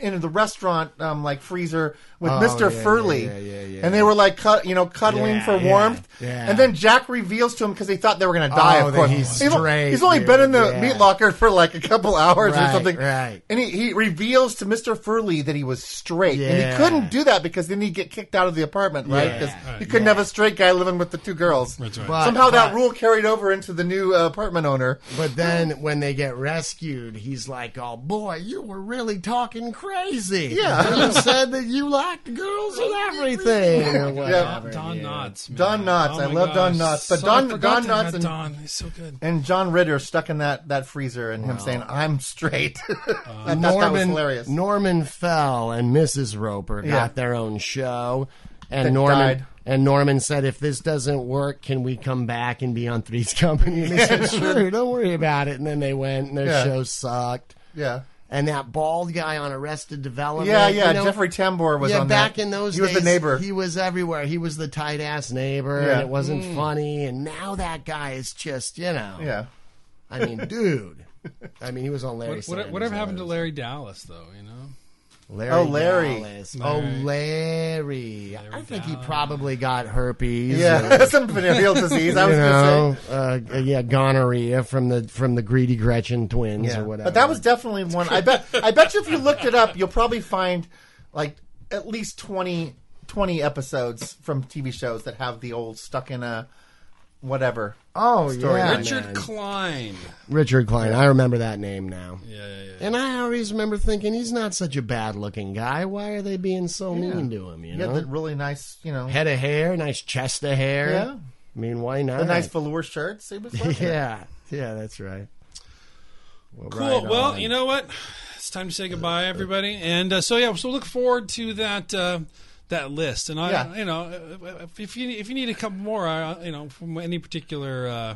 Speaker 3: in the restaurant um like freezer with
Speaker 2: Oh,
Speaker 3: Mr.
Speaker 2: yeah,
Speaker 3: Furley,
Speaker 2: yeah, yeah, yeah,
Speaker 3: and they
Speaker 2: yeah.
Speaker 3: were like cut, you know, cuddling
Speaker 2: Yeah,
Speaker 3: for
Speaker 2: yeah,
Speaker 3: warmth.
Speaker 2: yeah.
Speaker 3: And then Jack reveals to him because they thought they were going to die.
Speaker 2: Oh,
Speaker 3: of
Speaker 2: that
Speaker 3: course,
Speaker 2: he's
Speaker 3: He's o-
Speaker 2: straight,
Speaker 3: he's only been
Speaker 2: dude,
Speaker 3: in the
Speaker 2: yeah.
Speaker 3: meat locker for like a couple hours or
Speaker 2: Right,
Speaker 3: something,
Speaker 2: right.
Speaker 3: And he, he reveals to Mr. Furley that he was straight, and he
Speaker 2: Yeah.
Speaker 3: couldn't do that because then he'd get kicked out of the apartment, right? Because
Speaker 2: Yeah.
Speaker 3: you couldn't have a straight guy living with the two girls.
Speaker 1: That's right.
Speaker 2: But-
Speaker 3: Somehow that
Speaker 2: but-
Speaker 3: rule carried over into the new uh, apartment owner.
Speaker 2: But then when they get rescued, he's like, "Oh boy, you were really talking crazy.
Speaker 3: Yeah.
Speaker 2: you said that you liked girls and everything, or whatever."
Speaker 1: Don
Speaker 2: yeah.
Speaker 1: Knotts. man. Oh
Speaker 3: Don Knotts. I
Speaker 1: my
Speaker 3: love Don
Speaker 1: gosh.
Speaker 3: Knotts. But
Speaker 1: So-
Speaker 3: Don-
Speaker 1: I forgot
Speaker 3: Don
Speaker 1: to have
Speaker 3: Knotts and-
Speaker 1: Don. He's so good.
Speaker 3: And John Ritter stuck in that, that freezer and him saying, I'm straight. I thought that was
Speaker 2: Norman,
Speaker 3: hilarious.
Speaker 2: Norman Fell and Mrs. Roper
Speaker 3: Yeah.
Speaker 2: got their own show, and
Speaker 3: That
Speaker 2: Norman
Speaker 3: died.
Speaker 2: and Norman said, "If this doesn't work, can we come back and be on Three's Company?" And they said, "Sure, don't worry about it." And then they went, and their
Speaker 3: Yeah.
Speaker 2: show sucked.
Speaker 3: yeah.
Speaker 2: And that bald guy on Arrested Development,
Speaker 3: Yeah, yeah.
Speaker 2: you know,
Speaker 3: Jeffrey Tambor was
Speaker 2: yeah,
Speaker 3: on
Speaker 2: back
Speaker 3: that.
Speaker 2: in those
Speaker 3: He
Speaker 2: days,
Speaker 3: was the neighbor.
Speaker 2: He was everywhere. He was the tight ass neighbor,
Speaker 3: Yeah. Mm.
Speaker 2: and it wasn't funny. And now that guy is just, you know,
Speaker 3: yeah.
Speaker 2: I mean, dude. I mean, he was on Larry.
Speaker 1: What, what,
Speaker 2: Sanders
Speaker 1: whatever happened to
Speaker 2: Live.
Speaker 1: Larry Dallas, though? You know,
Speaker 2: Larry
Speaker 3: Oh, Larry.
Speaker 2: Dallas. Oh, Larry. I think he
Speaker 1: Dallas.
Speaker 2: probably got herpes.
Speaker 3: Yeah. Some venereal disease, I
Speaker 2: Or,
Speaker 3: was
Speaker 2: you
Speaker 3: going to
Speaker 2: know,
Speaker 3: say.
Speaker 2: uh, yeah, gonorrhea from the from the greedy Gretchen twins
Speaker 3: Yeah.
Speaker 2: or whatever.
Speaker 3: But that was definitely one. I bet I bet you if you looked it up, you'll probably find like at least 20, 20 episodes from TV shows that have the old stuck in a whatever.
Speaker 2: oh
Speaker 3: Story.
Speaker 2: yeah,
Speaker 1: Richard
Speaker 2: man.
Speaker 1: Klein.
Speaker 2: Richard Klein. I remember that name now.
Speaker 1: Yeah, yeah, yeah.
Speaker 2: And I always remember thinking he's not such a bad looking guy. Why are they being so mean to him? You
Speaker 3: He had
Speaker 2: know,
Speaker 3: the really nice, you know,
Speaker 2: head of hair, nice chest of hair.
Speaker 3: Yeah.
Speaker 2: I mean, why not?
Speaker 3: the nice velour shirts. He was wearing.
Speaker 2: yeah, yeah, that's right. Well,
Speaker 1: Cool.
Speaker 2: right
Speaker 1: well,
Speaker 2: on.
Speaker 1: you know what? It's time to say goodbye, everybody. And uh, so yeah, so look forward to that uh, that list. And I,
Speaker 3: Yeah.
Speaker 1: you know, uh, if you if you need a couple more, uh, you know, from any particular. Uh,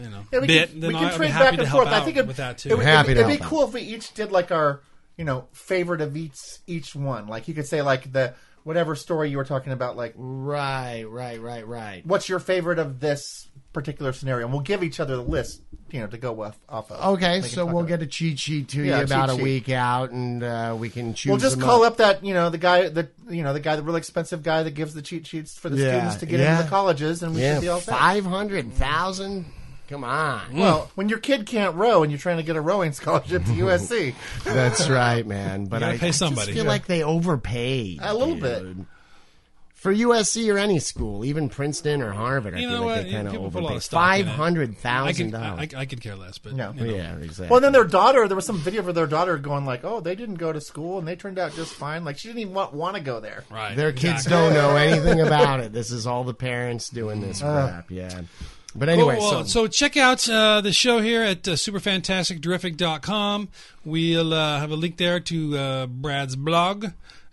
Speaker 1: you know,
Speaker 3: Yeah, we
Speaker 1: bit,
Speaker 3: can,
Speaker 1: then
Speaker 3: we can
Speaker 1: I'd be
Speaker 3: trade
Speaker 1: happy
Speaker 3: back
Speaker 1: to
Speaker 3: and
Speaker 1: help
Speaker 3: forth. I
Speaker 1: out
Speaker 3: think it,
Speaker 1: with that too.
Speaker 3: It, would-
Speaker 2: Happy
Speaker 3: it'd,
Speaker 2: to
Speaker 3: it'd be
Speaker 2: help out.
Speaker 3: cool if we each did like our, you know, favorite of each each one. Like you could say like the whatever story you were talking about. Like,
Speaker 2: Right, right, right, right.
Speaker 3: what's your favorite of this particular scenario? And we'll give each other the lest, you know, to go with off of.
Speaker 2: Okay,
Speaker 3: We can
Speaker 2: so
Speaker 3: talk
Speaker 2: we'll
Speaker 3: about
Speaker 2: get
Speaker 3: it.
Speaker 2: a cheat sheet to
Speaker 3: Yeah,
Speaker 2: you
Speaker 3: cheat
Speaker 2: about a
Speaker 3: sheet.
Speaker 2: week out, and uh, we can choose.
Speaker 3: We'll just call up that you know the guy that you know the guy the real expensive guy that gives the cheat sheets for the
Speaker 2: Yeah,
Speaker 3: students to get
Speaker 2: yeah.
Speaker 3: into the colleges and we should be
Speaker 2: Yeah,
Speaker 3: all set.
Speaker 2: five hundred thousand. Come on,
Speaker 3: Well, when your kid can't row and you're trying to get a rowing scholarship to USC,
Speaker 2: that's right, man. But
Speaker 1: gotta
Speaker 2: I
Speaker 1: pay
Speaker 2: I just
Speaker 1: somebody.
Speaker 2: feel
Speaker 1: Yeah.
Speaker 2: like they overpaid
Speaker 3: A little bit.
Speaker 2: dude. for USC or any school, even Princeton or Harvard. I
Speaker 1: You
Speaker 2: feel
Speaker 1: know
Speaker 2: like
Speaker 1: what?
Speaker 2: they kind of
Speaker 1: People put a lot
Speaker 2: overpaid
Speaker 1: of stock in
Speaker 2: five
Speaker 1: it.
Speaker 2: hundred
Speaker 1: I
Speaker 2: thousand
Speaker 1: could, I,
Speaker 2: dollars.
Speaker 1: I- I could care less, but
Speaker 3: Yeah.
Speaker 1: you know.
Speaker 2: Yeah, exactly.
Speaker 3: Well, then their daughter, there was some video of their daughter going like, "Oh, they didn't go to school and they turned out just fine." Like she didn't even want, want to go there.
Speaker 1: right.
Speaker 2: Their kids
Speaker 1: exactly.
Speaker 3: Uh,
Speaker 2: don't know anything about it. This is all the parents doing this crap. Yeah. But anyway,
Speaker 1: Well, well, so,
Speaker 2: so,
Speaker 1: check out uh, the show here at uh, superfantasticdrific.com. We'll uh, have a link there to uh, Brad's blog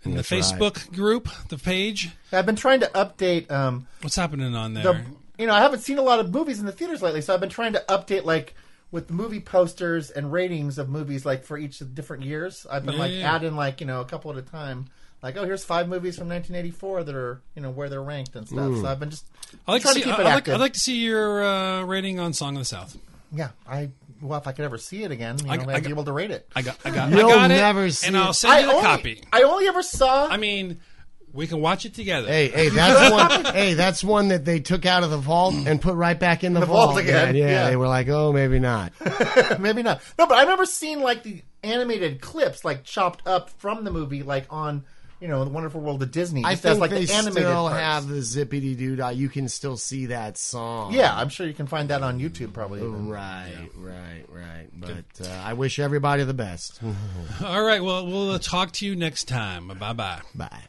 Speaker 1: and the
Speaker 2: right.
Speaker 1: Facebook group, the page.
Speaker 3: I've been trying to update. Um,
Speaker 1: What's happening on there?
Speaker 3: the you know I haven't seen a lot of movies in the theaters lately, so I've been trying to update like with the movie posters and ratings of movies like for each of the different years. I've been
Speaker 1: Yeah,
Speaker 3: like
Speaker 1: yeah, yeah.
Speaker 3: adding like you know a couple at a time. Like oh here's five movies from 1984 that are you know where they're ranked and stuff. So I've been just
Speaker 1: I like to
Speaker 3: trying
Speaker 1: see.
Speaker 3: to keep
Speaker 1: I,
Speaker 3: it
Speaker 1: I like,
Speaker 3: active.
Speaker 1: I'd like to see your uh, rating on Song of the South.
Speaker 3: yeah, I well if I could ever see it again, you know,
Speaker 1: I-
Speaker 3: I,
Speaker 1: I-
Speaker 3: would be able to rate it.
Speaker 1: I got. I got.
Speaker 2: You'll
Speaker 1: I got it,
Speaker 2: never see
Speaker 1: and
Speaker 2: it.
Speaker 1: I'll send
Speaker 3: I
Speaker 1: you the
Speaker 3: only,
Speaker 1: copy.
Speaker 3: I only ever saw.
Speaker 1: I mean, we can watch it together.
Speaker 2: hey, hey, that's one. hey, that's one that they took out of the vault and put right back in the,
Speaker 3: The vault again,
Speaker 2: Yeah,
Speaker 3: yeah.
Speaker 2: they were like, oh, maybe not.
Speaker 3: Maybe not. No, but I remember seeing like the animated clips, like chopped up from the movie, like on you know the Wonderful World of Disney.
Speaker 2: I
Speaker 3: Just as,
Speaker 2: think
Speaker 3: like
Speaker 2: they
Speaker 3: the animated
Speaker 2: still
Speaker 3: parts.
Speaker 2: have the zippity doo dah. You can still see that song.
Speaker 3: Yeah, I'm sure you can find that on YouTube probably.
Speaker 2: Right, right, right. But uh, I wish everybody the best.
Speaker 1: All right. Well, we'll uh, talk to you next time. Bye bye.
Speaker 2: Bye.